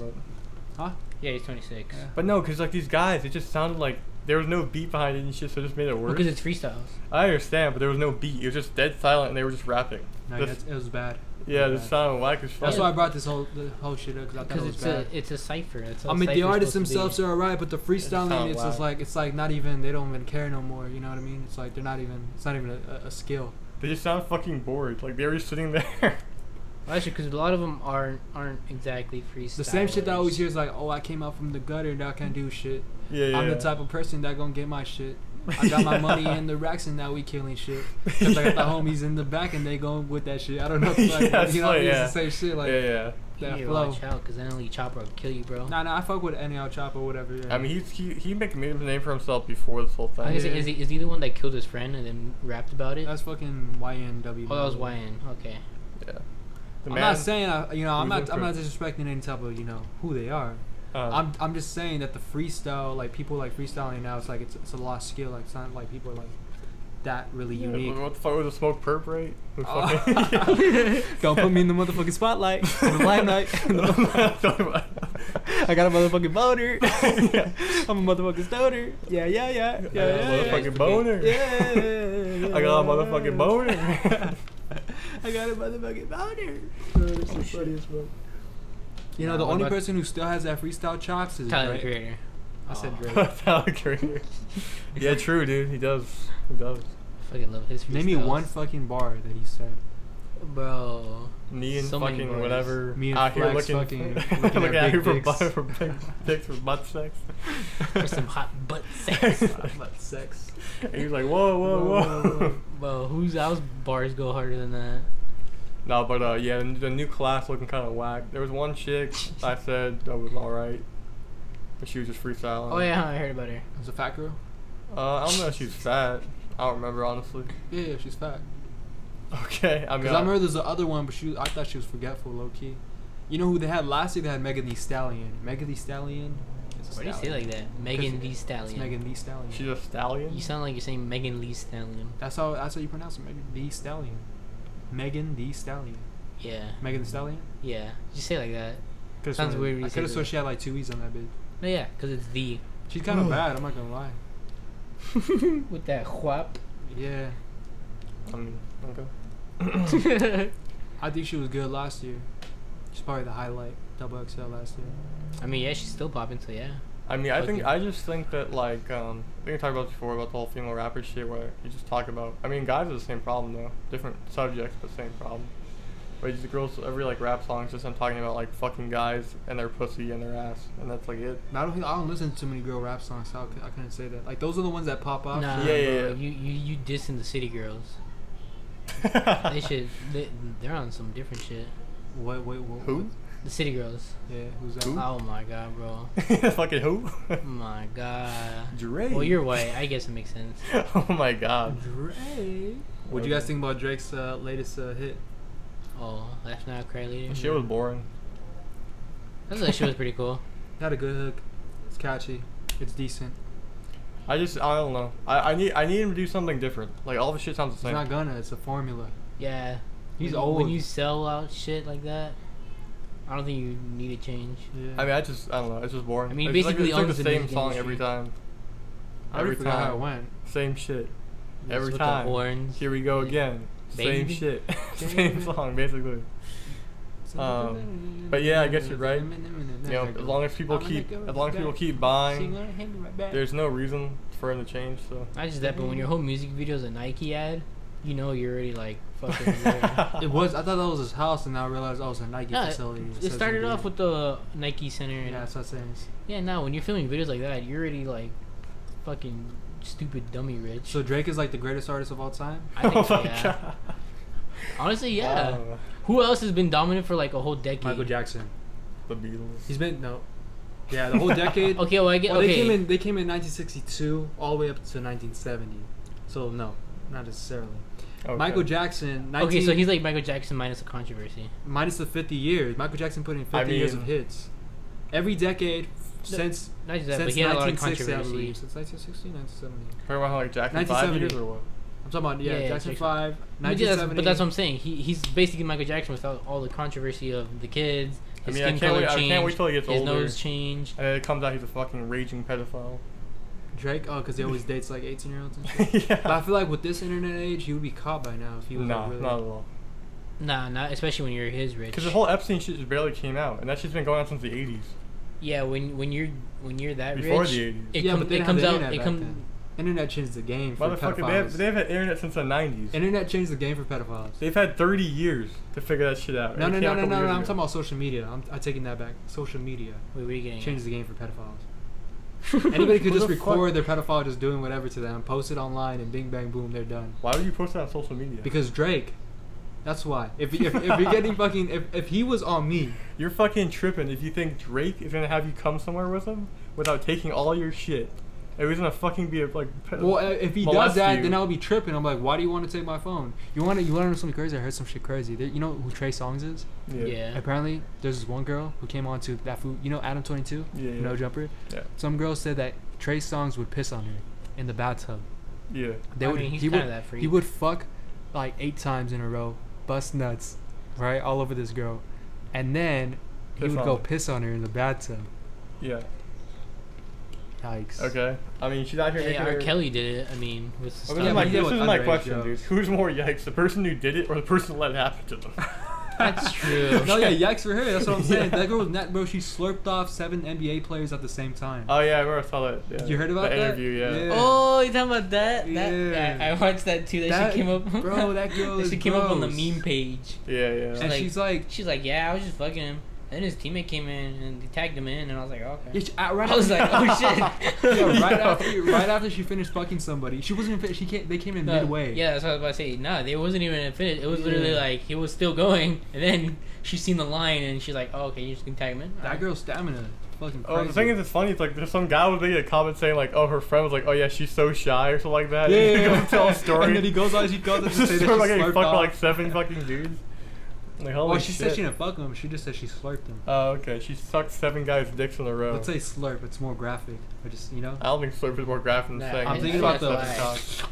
Speaker 2: But,
Speaker 3: huh?
Speaker 1: Yeah, he's 26.
Speaker 3: Yeah.
Speaker 2: but no, because like these guys, it just sounded like there was no beat behind it and shit, so it just made it worse.
Speaker 1: Because it's freestyles.
Speaker 2: I understand, but there was no beat. It was just dead silent and they were just rapping.
Speaker 3: No,
Speaker 2: This-
Speaker 3: that's- it was bad.
Speaker 2: yeah,
Speaker 3: It was
Speaker 2: this
Speaker 3: bad.
Speaker 2: sounded whack as fuck.
Speaker 3: That's why I brought this whole the whole shit up because I thought
Speaker 1: Because
Speaker 3: it was
Speaker 1: it's
Speaker 3: bad.
Speaker 1: a it's a cipher. That's how
Speaker 3: I mean, the
Speaker 1: cypher's
Speaker 3: artists
Speaker 1: supposed to be.
Speaker 3: themselves are alright, but the freestyling,
Speaker 2: sound
Speaker 3: it's just
Speaker 2: loud.
Speaker 3: like it's like not even they don't even care no more. You know what I mean? It's like they're not even it's not even a, a- a skill.
Speaker 2: They just sound fucking bored. Like they were just sitting [laughs] there.
Speaker 1: Well, actually, because a lot of them aren't aren't exactly freestyle.
Speaker 3: The same shit that I always hear is like, oh, I came out from the gutter, now I can do shit.
Speaker 2: yeah, yeah.
Speaker 3: I'm the
Speaker 2: yeah. [laughs]
Speaker 3: type of [laughs] person that gonna get my shit. I got my money in the racks and now we killing shit. 'Cause I got the
Speaker 2: Yeah.
Speaker 3: homies in the back and they going with that shit. I don't know. Like,
Speaker 2: [laughs] Yeah, it's
Speaker 3: you know,
Speaker 2: like,
Speaker 3: what I mean?
Speaker 2: yeah.
Speaker 3: it's the same shit. Like,
Speaker 2: yeah, yeah.
Speaker 1: You
Speaker 3: that
Speaker 1: need to
Speaker 3: flow.
Speaker 1: watch out, because then only chopper will kill you, bro.
Speaker 3: Nah, nah, I fuck with NL Chop or whatever. Yeah.
Speaker 2: I mean, he's, he he make, made a name for himself before this whole thing.
Speaker 1: Like I said,
Speaker 3: Yeah.
Speaker 1: is he is he the one that killed his friend and then rapped about it?
Speaker 3: that's fucking YNW.
Speaker 1: oh, that was
Speaker 3: man.
Speaker 1: YN. Okay.
Speaker 2: Yeah. The
Speaker 3: I'm
Speaker 2: man-
Speaker 3: not saying I, you know I'm
Speaker 2: who's
Speaker 3: not I'm
Speaker 2: in
Speaker 3: not disrespecting any type of you know who they are.
Speaker 2: Uh,
Speaker 3: I'm I'm just saying that the freestyle like people like freestyling now it's like it's, it's a lost skill like it's not like people are like that really
Speaker 2: yeah,
Speaker 3: unique.
Speaker 2: What the fuck was the smoke perp
Speaker 3: [laughs]
Speaker 2: rate? Who
Speaker 3: Oh.
Speaker 2: fucking-
Speaker 3: [laughs]
Speaker 2: [laughs]
Speaker 3: Don't put me in the motherfucking spotlight, [laughs] in the limelight.
Speaker 2: [laughs]
Speaker 3: I got a motherfucking boner. [laughs] I'm a motherfucking stoner. Yeah, yeah, yeah,
Speaker 2: I got a
Speaker 1: yeah, yeah.
Speaker 2: motherfucking boner. [laughs]
Speaker 3: yeah.
Speaker 2: I got a motherfucking boner.
Speaker 3: [laughs]
Speaker 2: [laughs]
Speaker 3: I got a motherfucking boner.
Speaker 1: Oh, shit.
Speaker 2: [laughs]
Speaker 3: You know,
Speaker 1: Nah,
Speaker 3: the
Speaker 1: what
Speaker 3: only
Speaker 1: about-
Speaker 3: person who still has that freestyle chops is
Speaker 1: Tyler the
Speaker 3: Drake.
Speaker 1: Creator.
Speaker 3: I said
Speaker 1: Aw.
Speaker 3: Drake.
Speaker 2: Tyler
Speaker 3: [laughs]
Speaker 2: Creator. Yeah, true, dude. He does. He does.
Speaker 1: [laughs] Fucking love his freestyles.
Speaker 3: Name me one fucking bar that he said.
Speaker 1: Bro.
Speaker 2: Me and
Speaker 1: So many
Speaker 2: fucking
Speaker 1: boys.
Speaker 2: whatever.
Speaker 3: Me and
Speaker 2: out here
Speaker 3: Flex
Speaker 2: looking, [laughs]
Speaker 3: fucking looking at
Speaker 2: looking out here
Speaker 3: big
Speaker 2: for
Speaker 3: dicks.
Speaker 2: butt for big dicks for butt sex.
Speaker 1: For some
Speaker 2: [laughs]
Speaker 1: hot
Speaker 3: [laughs]
Speaker 1: butt sex.
Speaker 3: About sex.
Speaker 2: And [laughs] he was like, whoa, whoa,
Speaker 3: Whoa,
Speaker 2: whoa. [laughs]
Speaker 3: whoa, whoa.
Speaker 1: Bro, who's else bars go harder than that?
Speaker 2: No, but uh, yeah, the- the new class looking kind of whack. There was one chick I said that was all right, but she was just freestyling.
Speaker 1: Oh yeah, I heard about her.
Speaker 3: It's a fat girl.
Speaker 2: Uh, I don't know if she's fat. I don't remember honestly. [laughs]
Speaker 3: Yeah, yeah, she's fat.
Speaker 2: Okay, I mean.
Speaker 3: Because I remember there's the other one, but she I thought she was forgetful, low key. You know who they had last year? They had Megan Thee Stallion. Megan Thee Stallion. It's a
Speaker 1: Why do you say
Speaker 3: stallion.
Speaker 1: like that? Megan Thee
Speaker 3: It's
Speaker 1: Stallion.
Speaker 3: Megan Thee Stallion.
Speaker 2: She's a stallion.
Speaker 1: You sound like you're saying Megan Lee Stallion.
Speaker 3: that's how that's how you pronounce it. Megan Thee Stallion. Megan Thee Stallion.
Speaker 1: Yeah,
Speaker 3: Megan Thee Stallion.
Speaker 1: yeah. You say it like that.
Speaker 3: Could've
Speaker 1: Sounds
Speaker 3: sworn-
Speaker 1: weird when
Speaker 3: I
Speaker 1: you say
Speaker 3: could have
Speaker 1: that.
Speaker 3: sworn she had like two e's on that bitch.
Speaker 1: No, yeah, because it's the.
Speaker 2: [laughs]
Speaker 3: She's kind of
Speaker 2: Ugh.
Speaker 3: bad. I'm not gonna lie.
Speaker 1: With that
Speaker 2: [coughs]
Speaker 1: whop.
Speaker 3: Yeah,
Speaker 2: I mean, okay.
Speaker 1: I
Speaker 3: I think she was good last year. She's probably the highlight. Double XL last year.
Speaker 1: mean, yeah, she's still popping, so yeah.
Speaker 2: I mean, I think
Speaker 1: Okay.
Speaker 2: I just think that like um, I think I talked about this before about the whole female rapper shit where you just talk about. I mean, guys are the same problem though, different subjects but same problem. But just girls, every like rap song is just them talking about like fucking guys and their pussy and their ass, and that's like it.
Speaker 3: I don't think I don't listen to too many girl rap songs, so I cou- I couldn't say that. Like those are the ones that pop off.
Speaker 1: Nah,
Speaker 2: Yeah, yeah,
Speaker 1: bro,
Speaker 2: yeah.
Speaker 1: You you you dissing the city girls? They
Speaker 2: [laughs]
Speaker 1: should. They, they're on some different shit.
Speaker 3: What? Wait, what?
Speaker 2: Who? [laughs]
Speaker 1: The city girls.
Speaker 3: Yeah, who's that?
Speaker 2: Who?
Speaker 1: Oh my god, bro.
Speaker 2: [laughs] fucking who? [laughs]
Speaker 1: my god.
Speaker 2: Drake.
Speaker 1: Well, you're white. I guess it makes sense.
Speaker 2: oh my god.
Speaker 3: Drake. What do you guys think about Drake's uh, latest uh, hit?
Speaker 1: Oh, that's not cry leader.
Speaker 2: That shit was boring.
Speaker 1: I thought that shit was pretty cool.
Speaker 3: It had a good hook. It's catchy. It's decent.
Speaker 2: I just I don't know. I, I need I need him to do something different. Like all the shit sounds the
Speaker 3: It's
Speaker 2: same.
Speaker 3: not gonna. It's a formula.
Speaker 1: Yeah.
Speaker 5: He's
Speaker 1: when,
Speaker 5: old.
Speaker 1: When you sell out shit like that, I don't think you need a change.
Speaker 3: Yeah.
Speaker 2: I mean, I just I don't know. It's just boring.
Speaker 1: I mean,
Speaker 2: it's
Speaker 1: basically
Speaker 2: like,
Speaker 1: owns
Speaker 2: it's
Speaker 1: the
Speaker 2: like the same
Speaker 1: music
Speaker 2: song
Speaker 1: industry.
Speaker 2: every time.
Speaker 3: I already
Speaker 2: Every
Speaker 3: forgot how it
Speaker 2: time,
Speaker 3: went.
Speaker 2: same shit.
Speaker 1: Just
Speaker 2: Every
Speaker 1: with
Speaker 2: time.
Speaker 1: The horns.
Speaker 2: Here we go again. Same
Speaker 1: Baby.
Speaker 2: shit. [laughs]
Speaker 3: Baby.
Speaker 2: same song, basically. Um, but yeah, I guess you're right. You know, as long as people
Speaker 3: I'm gonna
Speaker 2: keep
Speaker 3: go
Speaker 2: as long as
Speaker 3: back.
Speaker 2: people keep buying, there's no reason for him to change.
Speaker 3: [laughs]
Speaker 2: So.
Speaker 1: Not just that, but when your whole music video is a Nike ad, you know you're already [laughs] like fucking. there.
Speaker 3: It was. I thought that was his house, and now I realized oh, it's a Nike
Speaker 1: Yeah,
Speaker 3: facility.
Speaker 1: it,
Speaker 3: says
Speaker 1: started
Speaker 3: Nike.
Speaker 1: off with the Nike Center. And
Speaker 3: Yeah, that's what I'm saying.
Speaker 1: yeah, now when you're filming videos like that, you're already like fucking stupid dummy rich.
Speaker 3: So Drake is like the greatest artist of all time.
Speaker 1: I
Speaker 2: [laughs]
Speaker 1: think
Speaker 2: oh
Speaker 1: so,
Speaker 2: my
Speaker 1: yeah.
Speaker 2: god.
Speaker 1: Honestly, yeah.
Speaker 2: Wow.
Speaker 1: Who else has been dominant for like a whole decade?
Speaker 3: Michael Jackson.
Speaker 2: The Beatles.
Speaker 3: He's been no. Yeah, the whole decade.
Speaker 1: [laughs] Okay, well I get
Speaker 3: Well,
Speaker 1: okay.
Speaker 3: they came in. They came in 1962 all the way up to 1970. So no, not necessarily.
Speaker 2: Okay.
Speaker 3: Michael Jackson. 19,
Speaker 1: okay, so he's like Michael Jackson minus the controversy.
Speaker 3: minus the 50 years. Michael Jackson put in 50
Speaker 2: I
Speaker 3: years of
Speaker 2: mean-
Speaker 3: hits. Every decade
Speaker 1: No,
Speaker 3: since
Speaker 1: Not just that,
Speaker 3: since
Speaker 1: but he had a lot of
Speaker 3: 1960, I
Speaker 1: controversy.
Speaker 3: believe. Since 1960, 1970.
Speaker 2: Talking about how like Jackson Five
Speaker 3: 1970.
Speaker 2: years or what?
Speaker 3: I'm talking about yeah,
Speaker 1: Yeah, yeah,
Speaker 3: Jackson
Speaker 1: Jackson.
Speaker 3: Five.
Speaker 1: But yeah, that's,
Speaker 3: 1970.
Speaker 1: but that's what I'm saying. He he's basically Michael Jackson without all the controversy of the kids. His
Speaker 2: I mean, I
Speaker 1: skin
Speaker 2: can't
Speaker 1: color
Speaker 2: wait- I
Speaker 1: changed.
Speaker 2: can't wait till he gets
Speaker 1: his
Speaker 2: older.
Speaker 1: nose changed.
Speaker 2: And then it comes out he's a fucking raging
Speaker 3: [laughs]
Speaker 2: pedophile. [laughs]
Speaker 3: Drake. Oh, because he always dates like 18 year olds and shit.
Speaker 2: yeah.
Speaker 3: But I feel like with this internet age, he would be caught by now if he was
Speaker 2: nah,
Speaker 3: like, really.
Speaker 2: not at all.
Speaker 1: Nah, not especially when you're his rich.
Speaker 2: Because the whole Epstein shit just barely came out, and that shit's been going on since the 80s.
Speaker 1: yeah, when when you're when you're that
Speaker 2: Before
Speaker 1: rich,
Speaker 2: the 80s.
Speaker 1: it,
Speaker 3: Yeah,
Speaker 1: com-
Speaker 3: but they
Speaker 1: it
Speaker 3: didn't
Speaker 1: comes
Speaker 3: have the
Speaker 1: out.
Speaker 3: internet
Speaker 1: It
Speaker 3: back
Speaker 1: comes.
Speaker 3: then. Internet changed the game for
Speaker 2: Motherfucker, they
Speaker 3: pedophiles.
Speaker 2: have, they have had internet since the 90s.
Speaker 3: internet changed the game for pedophiles.
Speaker 2: They've had 30 years to figure that shit out.
Speaker 3: No,
Speaker 2: and
Speaker 3: no,
Speaker 2: it
Speaker 3: no,
Speaker 2: came out
Speaker 3: no,
Speaker 2: a couple
Speaker 3: no, no.
Speaker 2: years
Speaker 3: I'm
Speaker 2: ago.
Speaker 3: talking about social media. I'm, I'm taking that back. Social media
Speaker 1: Wait, what are you getting? at?
Speaker 3: changes the game for pedophiles.
Speaker 1: [laughs]
Speaker 3: Anybody could
Speaker 2: [laughs] Who
Speaker 3: just
Speaker 2: the fuck-
Speaker 3: record their pedophile just doing whatever to them, post it online, and bing, bang, boom, they're done.
Speaker 2: Why would you post that on social media?
Speaker 3: Because Drake, that's why. If, if, if
Speaker 2: [laughs]
Speaker 3: you're getting fucking, if, if he was on me,
Speaker 2: You're fucking tripping if you think Drake is gonna have you come somewhere with him without taking all your shit. It was gonna fucking be a, like. pe-
Speaker 3: well, uh, if he does
Speaker 2: molest
Speaker 3: that,
Speaker 2: you.
Speaker 3: then I would be tripping. I'm like, why do you want to take my phone? You want to, you want to know something crazy? I heard some shit crazy. There, you know who Trey Songz is?
Speaker 2: Yeah.
Speaker 1: yeah.
Speaker 3: Apparently, there's this one girl who came on to that food. You know Adam Twenty Two,
Speaker 2: Yeah, yeah.
Speaker 3: No Jumper.
Speaker 2: Yeah.
Speaker 3: Some girl said that Trey Songz would piss on her in the bathtub.
Speaker 2: Yeah.
Speaker 3: They
Speaker 1: I
Speaker 3: would.
Speaker 1: mean, he's
Speaker 3: he
Speaker 1: kinda
Speaker 3: would.
Speaker 1: that
Speaker 3: He
Speaker 1: freak.
Speaker 3: would fuck like eight times in a row, bust nuts, right, all over this girl, and then he
Speaker 2: Piss
Speaker 3: would
Speaker 2: on
Speaker 3: go
Speaker 2: her.
Speaker 3: piss on her in the bathtub.
Speaker 2: Yeah.
Speaker 3: Yikes.
Speaker 2: Okay. I mean, she's out here
Speaker 1: Hey,
Speaker 2: making
Speaker 1: R.
Speaker 2: her-
Speaker 1: Kelly did it. I mean, with the
Speaker 2: But this
Speaker 3: Yeah,
Speaker 2: is
Speaker 3: but
Speaker 2: my,
Speaker 3: he
Speaker 1: stomach.
Speaker 3: did
Speaker 2: this
Speaker 3: with
Speaker 2: is my
Speaker 3: underage
Speaker 2: question,
Speaker 3: jokes.
Speaker 2: dude. [laughs] Who's more yikes, the person who did it or the person that let it happen to
Speaker 3: [laughs]
Speaker 2: them? [laughs]
Speaker 1: That's true.
Speaker 3: No, yeah, yikes for her. That's
Speaker 1: [laughs]
Speaker 3: what I'm saying.
Speaker 2: Yeah.
Speaker 3: That girl was net, bro. She slurped off seven NBA players at the same time.
Speaker 1: Uh,
Speaker 2: Oh yeah, I remember I saw that. Yeah.
Speaker 3: You heard about
Speaker 2: the
Speaker 3: that?
Speaker 2: interview? Yeah.
Speaker 3: Yeah.
Speaker 1: Oh, you talking about that? That
Speaker 3: Yeah.
Speaker 1: I, I watched that too. That,
Speaker 3: That-
Speaker 1: she came up,
Speaker 3: [laughs] bro, that
Speaker 1: [laughs]
Speaker 3: girl
Speaker 1: that
Speaker 3: is
Speaker 1: she came up on the
Speaker 3: gross.
Speaker 1: meme page.
Speaker 2: Yeah, yeah.
Speaker 3: [laughs] and
Speaker 1: like-
Speaker 3: she's like,
Speaker 1: She's like, "Yeah, I was just fucking him." Then his teammate came in and they tagged him in, and I was like, "Okay."
Speaker 3: yeah, she, uh, right
Speaker 1: I was like, "Oh
Speaker 2: [laughs]
Speaker 1: shit!"
Speaker 3: [laughs] Yeah, right
Speaker 2: Yo.
Speaker 3: after, right after she finished fucking somebody, she wasn't. Even, she came, They came in
Speaker 1: No,
Speaker 3: midway.
Speaker 1: Uh, Yeah, that's what I was about to say. Nah, they wasn't even finished. It was literally
Speaker 3: Yeah.
Speaker 1: like he was still going, [laughs] and then she seen the line, and she's like, "Oh, okay, you just can tag him in."
Speaker 3: that
Speaker 1: Alright.
Speaker 3: girl's stamina, fucking crazy.
Speaker 2: Oh, the thing is, it's funny. It's like there's some guy was making a comment saying like, "Oh, her friend was like, oh yeah, she's so shy or something like that." and [laughs] he goes to tell a story.
Speaker 3: And then he goes on. She goes on
Speaker 2: [laughs]
Speaker 3: to
Speaker 2: This
Speaker 3: say
Speaker 2: is
Speaker 3: that she
Speaker 2: story about getting
Speaker 3: slurped
Speaker 2: fucked
Speaker 3: off.
Speaker 2: by like seven fucking dudes. I'm like, holy
Speaker 3: well, she
Speaker 2: shit.
Speaker 3: said she didn't fuck him. She just said she slurped him.
Speaker 1: Uh,
Speaker 2: Oh, okay. She sucked seven guys' dicks in a row.
Speaker 3: Let's say slurp. It's more graphic. I just, you know,
Speaker 1: Uh,
Speaker 2: I don't think slurp is more graphic than
Speaker 1: Nah,
Speaker 2: saying.
Speaker 3: I'm
Speaker 2: she
Speaker 3: thinking about
Speaker 2: sucked
Speaker 1: the-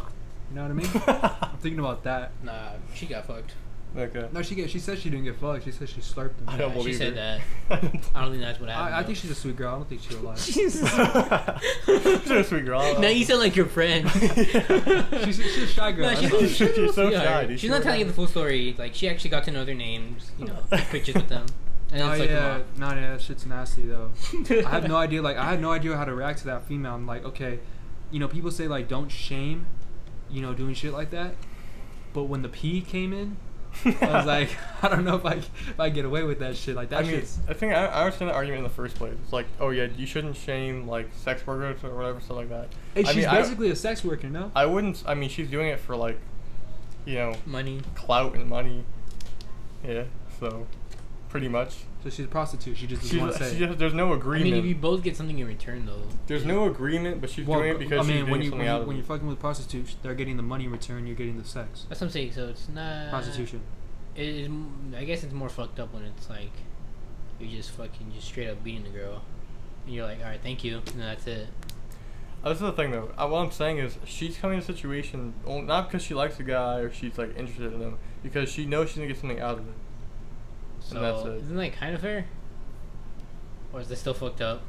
Speaker 3: you know what I mean.
Speaker 2: seven
Speaker 1: [laughs]
Speaker 2: cocks.
Speaker 3: I'm thinking about that.
Speaker 1: Nah, she got fucked.
Speaker 2: [laughs] okay.
Speaker 3: No, she get. She said she didn't get fucked. She said she slurped him.
Speaker 2: I don't
Speaker 1: Nah, she
Speaker 2: believe
Speaker 1: said
Speaker 2: her. [laughs]
Speaker 1: that. I don't think that's what happened.
Speaker 3: I, I
Speaker 1: though.
Speaker 3: think she's
Speaker 1: [laughs]
Speaker 3: a sweet girl. I don't think she would lie.
Speaker 1: Jesus.
Speaker 2: She's a sweet girl. I don't
Speaker 1: No,
Speaker 2: know.
Speaker 1: you sound like your
Speaker 3: [laughs]
Speaker 1: friend.
Speaker 3: she's, she's a shy girl.
Speaker 1: No,
Speaker 3: I
Speaker 1: she's,
Speaker 3: don't- [laughs]
Speaker 2: She's
Speaker 1: she's,
Speaker 2: so shy,
Speaker 1: yeah,
Speaker 2: dude.
Speaker 1: She's
Speaker 2: She
Speaker 1: not telling you the
Speaker 2: remembers.
Speaker 1: full story. Like she actually got to know their names, you know, took pictures with them. And
Speaker 3: [laughs] Oh
Speaker 1: it's like,
Speaker 3: yeah,
Speaker 1: come
Speaker 3: no, yeah, that shit's nasty though.
Speaker 1: [laughs]
Speaker 3: I have no idea. Like, I had no idea how to react to that female. I'm like, okay, you know, people say like don't shame, you know, doing shit like that. But when the pee came in, I
Speaker 2: [laughs]
Speaker 3: was like, [laughs] I don't know if I if I get away with that shit. Like that
Speaker 2: I mean, uh,
Speaker 3: shit's
Speaker 2: I think I, I understand the argument in the first place. It's like, oh yeah, you shouldn't shame like sex workers or whatever stuff like that.
Speaker 3: Hey,
Speaker 2: I
Speaker 3: she's
Speaker 2: mean, I don't-
Speaker 3: basically a sex worker, no?
Speaker 2: I wouldn't. I mean, she's doing it for like, you know,
Speaker 1: on. Money.
Speaker 2: clout and money. Yeah. So, pretty much.
Speaker 3: So she's a prostitute. She just
Speaker 2: She's,
Speaker 3: doesn't want to say.
Speaker 2: she
Speaker 3: it.
Speaker 2: just, there's no
Speaker 1: I
Speaker 2: agreement.
Speaker 1: mean, if you both get something in return, though.
Speaker 2: there's no agreement, but she's
Speaker 3: Well,
Speaker 2: doing it because
Speaker 3: I
Speaker 2: she's
Speaker 3: mean,
Speaker 2: getting
Speaker 3: when you
Speaker 2: something
Speaker 3: when, you,
Speaker 2: out of
Speaker 3: when
Speaker 2: it.
Speaker 3: you're fucking with prostitutes, they're getting the money in return. You're getting the sex.
Speaker 1: That's what I'm saying. So it's not
Speaker 3: Prostitution.
Speaker 1: It is, m- I guess it's more fucked up when it's like you're just fucking just straight up beating the girl, and you're like, all right, thank you, and that's it.
Speaker 2: Uh, This is the thing, though. Uh, what I'm saying is, she's coming in a situation well, not because she likes a guy or she's like interested in him, because she knows she's gonna get something out of it.
Speaker 1: So
Speaker 2: that's it.
Speaker 1: isn't that kind of fair? Or is this still fucked up?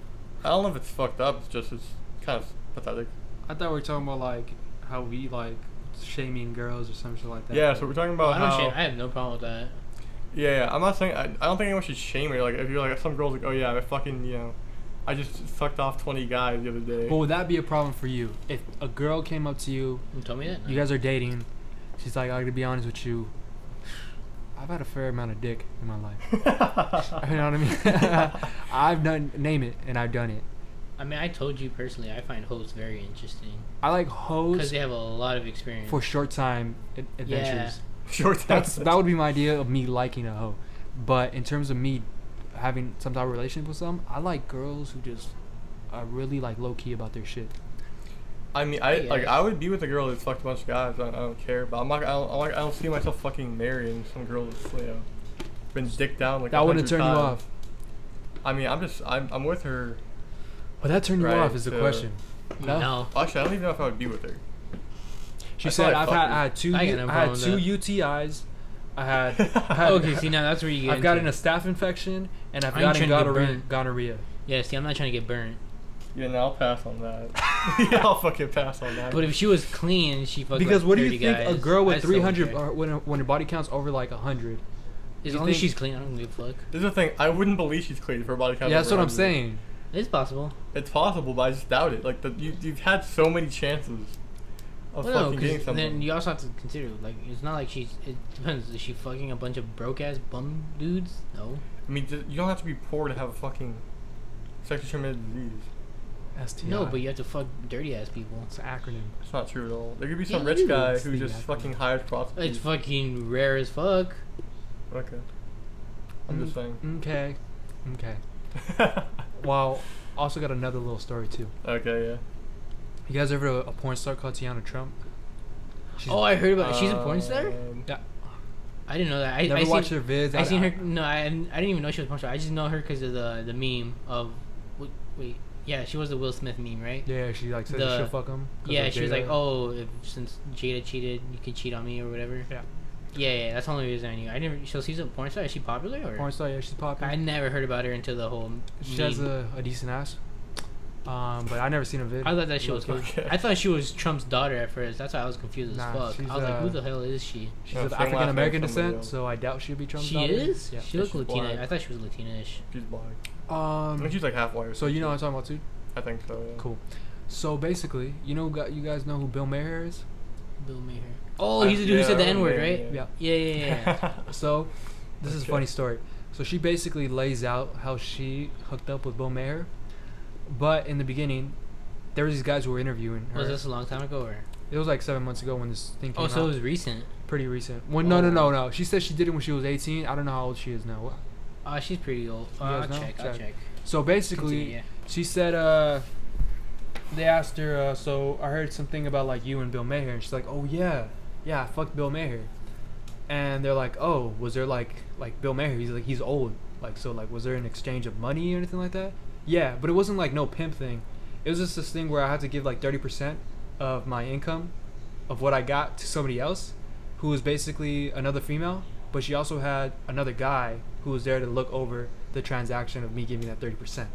Speaker 2: I don't know if it's fucked up. It's just it's kind of pathetic.
Speaker 3: I thought we were talking about like how we like shaming girls or some shit like that.
Speaker 2: yeah. So we're talking about
Speaker 1: I don't.
Speaker 2: how.
Speaker 1: shame- I have no problem with that.
Speaker 2: Yeah, yeah. I'm not saying I, I don't think anyone should shame her. Like if you're like some girls like, oh yeah, I fucking you know, I just fucked off 20 guys the other day.
Speaker 3: But would that be a problem for you if a girl came up to you
Speaker 1: You told me that.
Speaker 3: You guys are dating. She's like, I gotta be honest with you. I've had a fair amount of dick in
Speaker 2: [laughs]
Speaker 3: my life. You know what I mean? [laughs] I've done name it, and I've done it.
Speaker 1: I mean, I told you personally, I find hoes very interesting
Speaker 3: I like
Speaker 1: because
Speaker 3: hoes
Speaker 1: they have a lot of experience.
Speaker 3: for short time ad- adventures.
Speaker 2: [laughs] Short.
Speaker 3: That's that would be my idea of me liking a hoe. But in terms of me having some type of relationship with some, I like girls who just are really like low key about their shit.
Speaker 2: I mean, I
Speaker 1: Yeah.
Speaker 2: like I would be with a girl that's fucked a bunch of guys. I, I don't care, but I'm not. I don't, I don't- I don't see myself fucking marrying some girl that's you know been dicked down like.
Speaker 3: That
Speaker 2: 100
Speaker 3: wouldn't turn you
Speaker 2: times.
Speaker 3: off.
Speaker 2: I mean, I'm just I'm, I'm with her.
Speaker 3: Would that turn you
Speaker 2: Right,
Speaker 3: off is the
Speaker 2: so-
Speaker 3: question. No.
Speaker 1: No.
Speaker 2: Actually, I don't even know if I would be with her.
Speaker 3: She
Speaker 2: I feel
Speaker 3: said,
Speaker 2: like
Speaker 3: "I've
Speaker 2: fuck
Speaker 3: had
Speaker 2: her.
Speaker 3: I had two
Speaker 1: I
Speaker 3: I,
Speaker 1: got no
Speaker 3: had two
Speaker 1: problem with
Speaker 3: UTIs, I
Speaker 1: [laughs]
Speaker 3: had, I had
Speaker 1: Okay, see now that's where you get.
Speaker 3: I've gotten a
Speaker 1: into it.
Speaker 3: staph infection and I've
Speaker 1: I ain't trying
Speaker 3: gotten
Speaker 1: to get
Speaker 3: gonorrhea,
Speaker 1: burnt.
Speaker 3: gonorrhea.
Speaker 1: Yeah, see, I'm not trying to get burnt.
Speaker 2: Yeah, no, I'll pass on that. [laughs] yeah, I'll fucking pass on that.
Speaker 1: But if she was clean, she fucked
Speaker 3: Because
Speaker 1: like
Speaker 3: what do you
Speaker 1: 30
Speaker 3: think a
Speaker 1: guys.
Speaker 3: girl
Speaker 1: I
Speaker 3: with
Speaker 1: still wouldn't
Speaker 3: 300
Speaker 1: care.
Speaker 3: or when, when her body count's over like 100?
Speaker 1: As
Speaker 3: you
Speaker 1: long as
Speaker 3: think-
Speaker 1: she's clean, I don't give a fuck.
Speaker 2: this is the thing, I wouldn't believe she's clean if her body count.
Speaker 3: Yeah, that's
Speaker 2: over
Speaker 3: what
Speaker 2: 100.
Speaker 3: I'm saying.
Speaker 1: It's possible.
Speaker 2: It's possible, but I just doubt it. Like the, you, you've had so many chances of
Speaker 1: Well, no,
Speaker 2: fucking getting
Speaker 1: because
Speaker 2: something.
Speaker 1: then you also have to consider like it's not like she's. It depends. Is she fucking a bunch of broke ass bum dudes? No.
Speaker 2: I mean, ju- you don't have to be poor to have a fucking sexually transmitted disease.
Speaker 3: STI.
Speaker 1: No, but you have to fuck dirty ass people.
Speaker 3: it's an acronym.
Speaker 2: It's not true at all. There could be some
Speaker 1: Yeah,
Speaker 2: rich guy
Speaker 3: it's
Speaker 2: who
Speaker 3: the
Speaker 2: just
Speaker 3: acronym.
Speaker 2: fucking hires prostitutes.
Speaker 1: It's fucking rare as fuck.
Speaker 2: okay. I'm just saying.
Speaker 1: Mm-hmm.
Speaker 3: Okay, okay. Wow. Also got another little story too.
Speaker 2: [laughs] okay, yeah.
Speaker 3: You guys ever a, a porn star called Tiana Trump? She's,
Speaker 1: Oh, I heard about. she's a porn star.
Speaker 2: Um,
Speaker 3: yeah.
Speaker 1: I didn't know that. I,
Speaker 3: Never
Speaker 1: I
Speaker 3: watched
Speaker 1: seen,
Speaker 3: her vids.
Speaker 1: I seen
Speaker 3: I-
Speaker 1: her. No, I, I didn't even know she was a porn star. I just know her because of the the meme of. Wait, wait, yeah, she was the Will Smith meme, right?
Speaker 3: Yeah, she like said
Speaker 1: The-
Speaker 3: she'll fuck him. 'cause
Speaker 1: Yeah,
Speaker 3: of
Speaker 1: she was like,
Speaker 3: data.
Speaker 1: "Oh, if, since Jada cheated, you could cheat on me or whatever."
Speaker 3: Yeah.
Speaker 1: Yeah, yeah, that's the only reason I knew. I never. So she's a porn star. Is she popular? Or?
Speaker 3: Porn star, yeah, she's popular.
Speaker 1: oh, I never heard about her until the whole.
Speaker 3: She has
Speaker 1: meme.
Speaker 3: a, a decent ass. Um, but I never seen a vid.
Speaker 1: I thought that she was.
Speaker 3: Low-key.
Speaker 2: Okay.
Speaker 1: I thought she was Trump's daughter at first. That's why I was confused as
Speaker 3: Nah,
Speaker 1: fuck.
Speaker 3: she's,
Speaker 1: I was like, "Who
Speaker 3: uh,
Speaker 1: the hell is she?"
Speaker 3: She's
Speaker 2: Yeah, same
Speaker 3: of
Speaker 2: last name,
Speaker 3: African American
Speaker 2: somebody
Speaker 3: descent,
Speaker 2: else.
Speaker 3: so I doubt she'd be Trump's
Speaker 1: she
Speaker 3: daughter.
Speaker 1: is.
Speaker 3: Yeah.
Speaker 1: She
Speaker 2: Yeah,
Speaker 1: looked
Speaker 2: she's
Speaker 1: Latina.
Speaker 2: black.
Speaker 1: I thought she was Latina-ish.
Speaker 2: She's black. I
Speaker 3: Um.
Speaker 2: think she's like half white. or
Speaker 3: So you know what I'm
Speaker 2: something.
Speaker 3: talking about too.
Speaker 2: I think so. Yeah. [laughs]
Speaker 3: Cool. So basically, you know, gu- you guys know who Bill Maher is.
Speaker 1: Bill Maher. Oh,
Speaker 2: I-
Speaker 1: he's the dude
Speaker 2: yeah,
Speaker 1: who said the
Speaker 2: I
Speaker 1: N word,
Speaker 2: remember,
Speaker 1: right?
Speaker 2: yeah.
Speaker 3: Yeah.
Speaker 1: Yeah, yeah, yeah.
Speaker 3: [laughs]
Speaker 1: yeah.
Speaker 3: So, this is a
Speaker 2: Okay.
Speaker 3: funny story. So she basically lays out how she hooked up with Bill Maher, but in the beginning, there was these guys who were interviewing her.
Speaker 1: was this a long time ago? Or?
Speaker 3: It was like seven months ago when this thing came
Speaker 1: Oh,
Speaker 3: out.
Speaker 1: so it was Oh. recent.
Speaker 3: pretty recent. Well, no, no, no, no. She said she did it when she was 18. I don't know how old she is now.
Speaker 1: Uh, she's pretty old. Uh,
Speaker 3: You
Speaker 1: I'll
Speaker 3: guys know?
Speaker 1: check. I'll
Speaker 3: Check.
Speaker 1: check.
Speaker 3: So
Speaker 1: Continue,
Speaker 3: basically,
Speaker 1: yeah.
Speaker 3: she said uh they asked her uh, so i heard something about like you and bill maher and she's like oh yeah yeah i fucked bill maher and they're like oh was there like like bill maher he's like he's old like so like was there an exchange of money or anything like that yeah but it wasn't like no pimp thing it was just this thing where i had to give like 30% of my income of what i got to somebody else who was basically another female but she also had another guy who was there to look over the transaction of me giving that 30%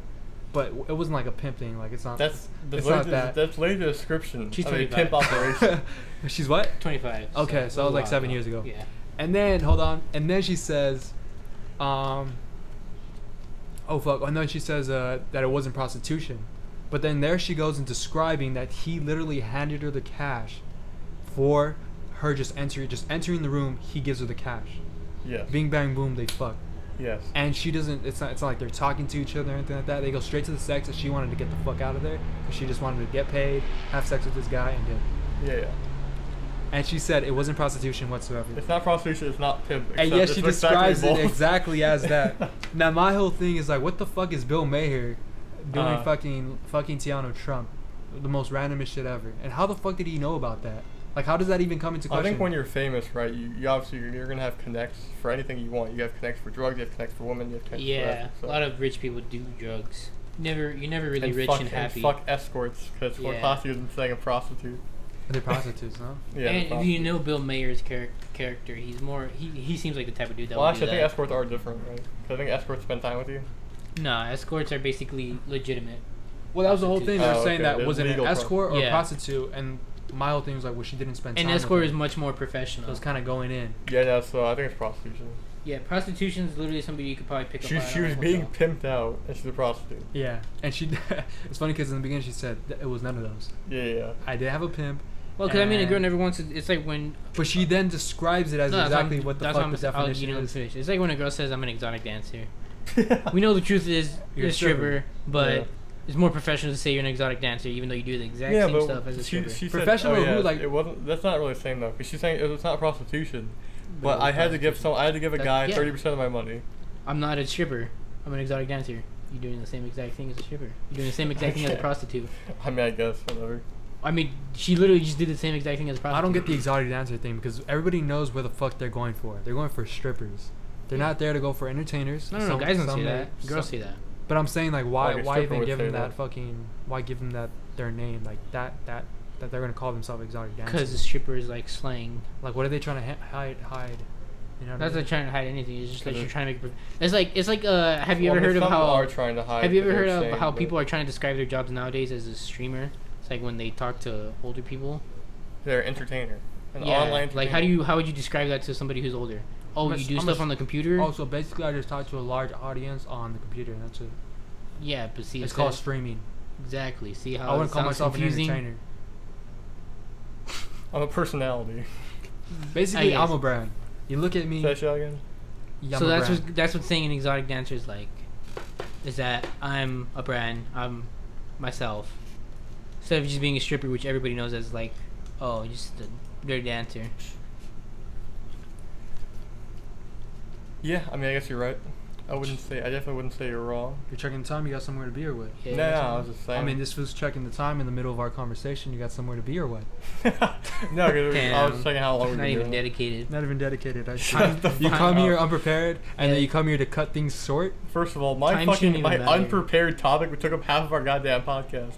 Speaker 3: but it wasn't like a pimp thing. Like it's not.
Speaker 2: That's the
Speaker 3: It's
Speaker 2: it's
Speaker 3: not
Speaker 2: latest,
Speaker 3: that.
Speaker 2: That's latest description.
Speaker 1: She's
Speaker 2: I mean,
Speaker 1: 25.
Speaker 2: pimp
Speaker 1: [laughs]
Speaker 2: operation.
Speaker 3: [laughs] she's what?
Speaker 1: Twenty-five.
Speaker 3: Okay, so that
Speaker 1: a
Speaker 3: was like
Speaker 1: while
Speaker 3: seven years ago.
Speaker 1: Yeah.
Speaker 3: And then hold on. And then she says, um, oh fuck, oh no, she says uh, that it wasn't prostitution. But then there she goes into describing that he literally handed her the cash for her just entering just entering the room, he gives her the cash.
Speaker 2: Yes.
Speaker 3: Bing bang boom, they fuck.
Speaker 2: yes.
Speaker 3: And she doesn't it's not it's not like they're talking to each other or anything like that. They go straight to the sex and she wanted to get the fuck out of there because she just wanted to get paid, have sex with this guy and dip.
Speaker 2: Yeah, yeah.
Speaker 3: And she said it wasn't prostitution whatsoever.
Speaker 2: It's not prostitution. It's not pimp.
Speaker 3: And
Speaker 2: except
Speaker 3: yeah,
Speaker 2: it's
Speaker 3: she
Speaker 2: exactly
Speaker 3: describes
Speaker 2: both.
Speaker 3: it
Speaker 2: [laughs]
Speaker 3: exactly as that. now my whole thing is like, what the fuck is Bill Maher doing?
Speaker 2: Uh.
Speaker 3: fucking fucking Tiano Trump, the most randomest shit ever. And how the fuck did he know about that? Like, how does that even come into
Speaker 2: I
Speaker 3: question?
Speaker 2: think when you're famous, right, you, you obviously you're, you're gonna have connects for anything you want. You have connects for drugs. You have connects for women. You have connects for
Speaker 1: Yeah,
Speaker 2: that, so.
Speaker 1: a lot of rich people do drugs. Never, you're never really
Speaker 2: and
Speaker 1: rich
Speaker 2: fuck,
Speaker 1: and happy.
Speaker 2: fuck escorts because more
Speaker 1: Yeah.
Speaker 2: classy than saying a prostitute.
Speaker 3: they're prostitutes, no?
Speaker 2: Yeah.
Speaker 1: and if you
Speaker 2: prostitute.
Speaker 1: know Bill Mayer's char- character, he's more. He, he seems like the type of dude that
Speaker 2: well,
Speaker 1: would do
Speaker 2: actually, I think
Speaker 1: that.
Speaker 2: escorts are different, right? 'Cause I think escorts spend time with you.
Speaker 1: Nah, escorts are basically legitimate.
Speaker 3: [laughs] Well, that was the whole thing. They were
Speaker 2: Oh,
Speaker 3: saying
Speaker 2: okay,
Speaker 3: that
Speaker 2: there's
Speaker 3: was it an
Speaker 2: legal pro-
Speaker 3: escort or
Speaker 1: Yeah.
Speaker 3: a prostitute? And my whole thing was like, well, she didn't spend.
Speaker 1: An
Speaker 3: time with
Speaker 1: escort
Speaker 3: him.
Speaker 1: is much more
Speaker 3: So
Speaker 1: professional.
Speaker 3: it's kind of going in.
Speaker 2: Yeah, no, so I think it's prostitution.
Speaker 1: Yeah, prostitution is literally somebody you could probably pick
Speaker 2: She,
Speaker 1: up.
Speaker 2: she was being pimped out, and she's a prostitute.
Speaker 3: Yeah, and she. [laughs] it's funny because in the beginning she said that it was none of those.
Speaker 2: Yeah, yeah.
Speaker 3: I did have a pimp,
Speaker 1: Well, because I mean, a girl
Speaker 3: and-
Speaker 1: never wants to. It's like when
Speaker 3: but she then describes it as
Speaker 1: No, that's
Speaker 3: exactly
Speaker 1: I'm-
Speaker 3: what the
Speaker 1: that's
Speaker 3: fuck
Speaker 1: I'm-
Speaker 3: the
Speaker 1: I'll-
Speaker 3: definition
Speaker 1: you know,
Speaker 3: is.
Speaker 1: finish. It's like when a girl says, "I'm an exotic dancer."
Speaker 2: yeah.
Speaker 1: We know the truth is
Speaker 3: You're
Speaker 1: you're
Speaker 3: a
Speaker 1: a stripper, but
Speaker 2: Yeah.
Speaker 1: it's more professional to say you're an exotic dancer, even though you do the exact
Speaker 2: yeah,
Speaker 1: same
Speaker 2: but
Speaker 1: stuff as a
Speaker 2: she,
Speaker 1: stripper.
Speaker 2: she said,
Speaker 3: Professional
Speaker 2: oh,
Speaker 3: who,
Speaker 2: yeah,
Speaker 3: like-
Speaker 2: it wasn't. That's not really the same though, because she's saying it was not prostitution. But
Speaker 1: it
Speaker 2: I
Speaker 1: was
Speaker 2: had to give some. I had to give a
Speaker 1: That-
Speaker 2: guy
Speaker 1: yeah.
Speaker 2: thirty percent of my money. [laughs]
Speaker 1: I'm not a stripper. I'm an exotic dancer. You're doing the same exact thing as a stripper. You're doing the same exact thing as a
Speaker 2: Okay.
Speaker 1: prostitute.
Speaker 2: I mean, I guess whatever.
Speaker 1: I mean, she literally just did the same exact thing as a prostitute.
Speaker 3: I don't get the exotic dancer thing because everybody knows where the fuck they're going for. They're going for strippers. They're not there to go for entertainers.
Speaker 1: No, no, no
Speaker 3: Some-
Speaker 1: guys don't
Speaker 3: some
Speaker 1: say
Speaker 3: may-
Speaker 1: that. Girls
Speaker 3: some-
Speaker 1: say that.
Speaker 3: But I'm saying like, why,
Speaker 2: Like a
Speaker 3: why
Speaker 2: stripper
Speaker 3: even
Speaker 2: would
Speaker 3: give
Speaker 2: say
Speaker 3: them that
Speaker 2: that.
Speaker 3: fucking, why give them that their name like that that that they're gonna call themselves exotic
Speaker 1: Because the
Speaker 3: dancers?
Speaker 1: stripper is like slang.
Speaker 3: Like, what are they trying to ha- hide? Hide. You know. What
Speaker 1: That's
Speaker 3: I mean?
Speaker 1: not trying to hide anything. It's just like
Speaker 2: Mhm.
Speaker 1: you're trying to make. a prof- It's like it's like uh. Have you
Speaker 2: Well,
Speaker 1: ever
Speaker 2: but
Speaker 1: heard of
Speaker 2: some
Speaker 1: how?
Speaker 2: Are trying to hide
Speaker 1: Have you
Speaker 2: what
Speaker 1: ever heard
Speaker 2: they're
Speaker 1: of
Speaker 2: saying,
Speaker 1: how
Speaker 2: but-
Speaker 1: people are trying to describe their jobs nowadays as a streamer? It's like when they talk to older people.
Speaker 2: They're entertainer. An
Speaker 1: yeah.
Speaker 2: online.
Speaker 1: like how do you how would you describe that to somebody who's older? Oh,
Speaker 3: I'm a
Speaker 1: you
Speaker 3: s-
Speaker 1: do
Speaker 3: I'm a
Speaker 1: stuff
Speaker 3: s-
Speaker 1: on the computer.
Speaker 3: Oh, so basically, I just talk to a large audience on the computer. That's it.
Speaker 1: yeah, but see,
Speaker 3: It's
Speaker 1: it
Speaker 3: called
Speaker 1: says-
Speaker 3: streaming.
Speaker 1: exactly. See how
Speaker 3: I wouldn't call
Speaker 1: Oh,
Speaker 3: myself
Speaker 1: confusing.
Speaker 3: an entertainer.
Speaker 2: I'm a personality.
Speaker 3: Basically,
Speaker 1: guess.
Speaker 3: I'm a brand. You look at me.
Speaker 2: Say that shit again.
Speaker 3: yeah, I'm
Speaker 1: so
Speaker 3: a
Speaker 1: that's
Speaker 3: brand.
Speaker 1: what that's what saying an exotic dancer is like. Is that I'm a brand, I'm myself. Instead of just being a stripper, which everybody knows as like, oh, just a dirty dancer.
Speaker 2: Yeah, I mean, I guess you're right. I wouldn't say. I definitely wouldn't say you're wrong.
Speaker 3: You're checking the time. You got somewhere to be or what?
Speaker 1: Yeah,
Speaker 2: no, no,
Speaker 1: that's-
Speaker 2: I was just saying.
Speaker 3: I mean, this was checking the time in the middle of our conversation. You got somewhere to be or what?
Speaker 2: [laughs] no, because I was
Speaker 1: Damn.
Speaker 2: just checking how long we've
Speaker 1: not
Speaker 2: been
Speaker 1: even
Speaker 2: doing it.
Speaker 1: dedicated.
Speaker 3: Not even dedicated. I
Speaker 2: Shut the
Speaker 3: you
Speaker 2: fuck
Speaker 3: come here
Speaker 2: up.
Speaker 3: unprepared, and
Speaker 1: Yeah.
Speaker 3: then you come here to cut things short.
Speaker 2: First of all, my
Speaker 1: Time shouldn't
Speaker 2: fucking
Speaker 1: even
Speaker 2: my
Speaker 1: matter.
Speaker 2: unprepared topic we took up half of our goddamn podcast.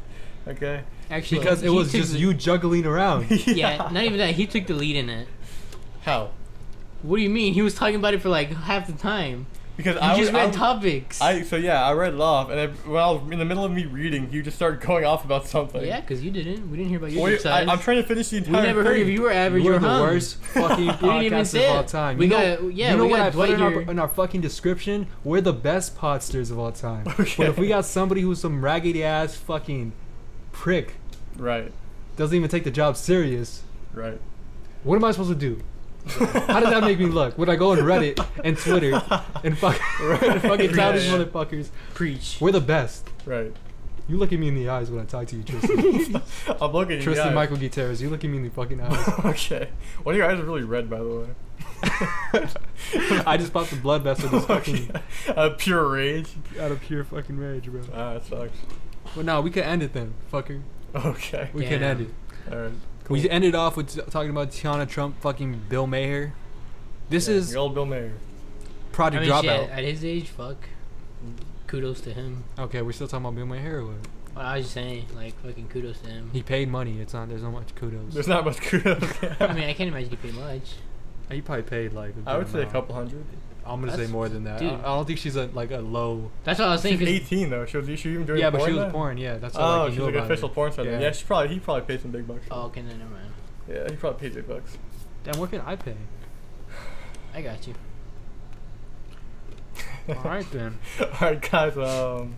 Speaker 2: Okay.
Speaker 1: Actually,
Speaker 3: Because it
Speaker 1: he
Speaker 3: was
Speaker 1: took
Speaker 3: just
Speaker 1: the-
Speaker 3: you juggling [laughs]
Speaker 1: [laughs]
Speaker 3: around.
Speaker 1: Yeah, not even that. He took the lead in it.
Speaker 2: How?
Speaker 1: What do you mean? He was talking about it for like half the time.
Speaker 2: Because
Speaker 1: You
Speaker 2: I
Speaker 1: just
Speaker 2: was
Speaker 1: read
Speaker 2: I,
Speaker 1: topics.
Speaker 2: I so yeah, I read it off, and I, when I was in the middle of me reading, you just started going off about something.
Speaker 1: yeah, because you didn't. We didn't hear about your
Speaker 2: Wait,
Speaker 1: dick
Speaker 2: I,
Speaker 1: size.
Speaker 2: I'm trying to finish the
Speaker 1: we
Speaker 2: entire.
Speaker 1: never heard
Speaker 2: thing.
Speaker 1: if you were average
Speaker 3: You
Speaker 1: or
Speaker 3: are the
Speaker 1: hung. [laughs]
Speaker 3: worst fucking
Speaker 2: You
Speaker 1: didn't even
Speaker 3: podcast
Speaker 1: say
Speaker 3: of all
Speaker 1: it.
Speaker 3: time.
Speaker 1: We
Speaker 3: you know,
Speaker 1: got- yeah,
Speaker 3: you know
Speaker 1: we
Speaker 3: what
Speaker 1: got
Speaker 3: I put in our,
Speaker 1: Dwight here.
Speaker 3: in our fucking description? We're the best podsters of all [laughs] time. But if we got somebody who's some raggedy ass fucking prick,
Speaker 2: Right.
Speaker 3: doesn't even take the job serious,
Speaker 1: [laughs]
Speaker 2: Right.
Speaker 3: what am I supposed to do? How did that make me look? Would I go on Reddit and Twitter
Speaker 2: [laughs]
Speaker 3: and, fuck, [laughs] and fucking tell these
Speaker 2: Yeah, yeah.
Speaker 3: motherfuckers,
Speaker 1: Preach.
Speaker 3: we're the best?
Speaker 2: Right. [laughs]
Speaker 3: You look at me in the eyes when I talk to you, Tristan.
Speaker 2: I'm looking at you
Speaker 3: Tristan
Speaker 2: guys.
Speaker 3: Michael Gutierrez, you look at me in the fucking eyes.
Speaker 2: [laughs] okay. One of your eyes are really red, by the
Speaker 1: [laughs]
Speaker 2: way. [laughs]
Speaker 3: I just popped a blood vessel this fucking
Speaker 2: Okay. Uh, pure rage.
Speaker 3: out of pure fucking rage, bro.
Speaker 2: Ah, that sucks.
Speaker 3: Well, no, we can end it then, fucker.
Speaker 2: Okay.
Speaker 3: We can end
Speaker 1: Damn.
Speaker 3: it.
Speaker 2: All right.
Speaker 3: We ended off with t- talking about Tiana Trump, fucking Bill Maher. This
Speaker 2: Yeah,
Speaker 3: is
Speaker 2: your old Bill Mayer.
Speaker 1: I
Speaker 3: Project
Speaker 1: mean, shit,
Speaker 3: Dropout.
Speaker 1: at his age, fuck. Kudos to him.
Speaker 3: okay, we're still talking about Bill Maher. Or what?
Speaker 1: Well, I was just saying, like, fucking kudos to him.
Speaker 3: He paid money. It's not. There's not much kudos.
Speaker 2: There's not much [laughs] kudos.
Speaker 1: [laughs] I mean, I can't imagine he paid much.
Speaker 3: he probably paid like. a
Speaker 2: I
Speaker 3: good
Speaker 2: would say a
Speaker 3: amount.
Speaker 2: couple hundred.
Speaker 3: I'm gonna say
Speaker 1: That's-
Speaker 3: more than that. I,
Speaker 1: dude.
Speaker 3: I don't think she's a, like a low.
Speaker 1: That's what I was saying.
Speaker 2: She's
Speaker 1: Cause
Speaker 2: 18 though. She was she even doing
Speaker 3: Yeah, but she
Speaker 2: porn
Speaker 3: was
Speaker 2: then?
Speaker 3: porn. Yeah, that's all.
Speaker 2: Oh,
Speaker 3: like, he
Speaker 2: she's
Speaker 3: knew
Speaker 2: like an
Speaker 3: about
Speaker 2: official
Speaker 3: it.
Speaker 2: porn star. Yeah,
Speaker 3: Yeah.
Speaker 2: she probably he probably paid some big bucks.
Speaker 1: oh, okay, then never mind.
Speaker 2: Yeah, he probably paid big bucks. [laughs]
Speaker 3: Damn, what can I pay?
Speaker 1: I got you.
Speaker 4: All right then.
Speaker 2: All right, guys. Um,
Speaker 4: I think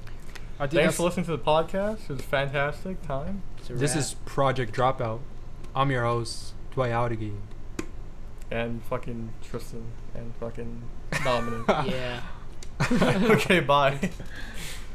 Speaker 2: thanks
Speaker 4: that's,
Speaker 2: for listening to the podcast. It was a fantastic time.
Speaker 1: It's a
Speaker 3: This
Speaker 1: wrap.
Speaker 3: is Project Dropout. I'm your host, Dwight Audigi.
Speaker 2: And fucking Tristan and fucking Dominic. [laughs]
Speaker 1: yeah.
Speaker 2: okay, bye.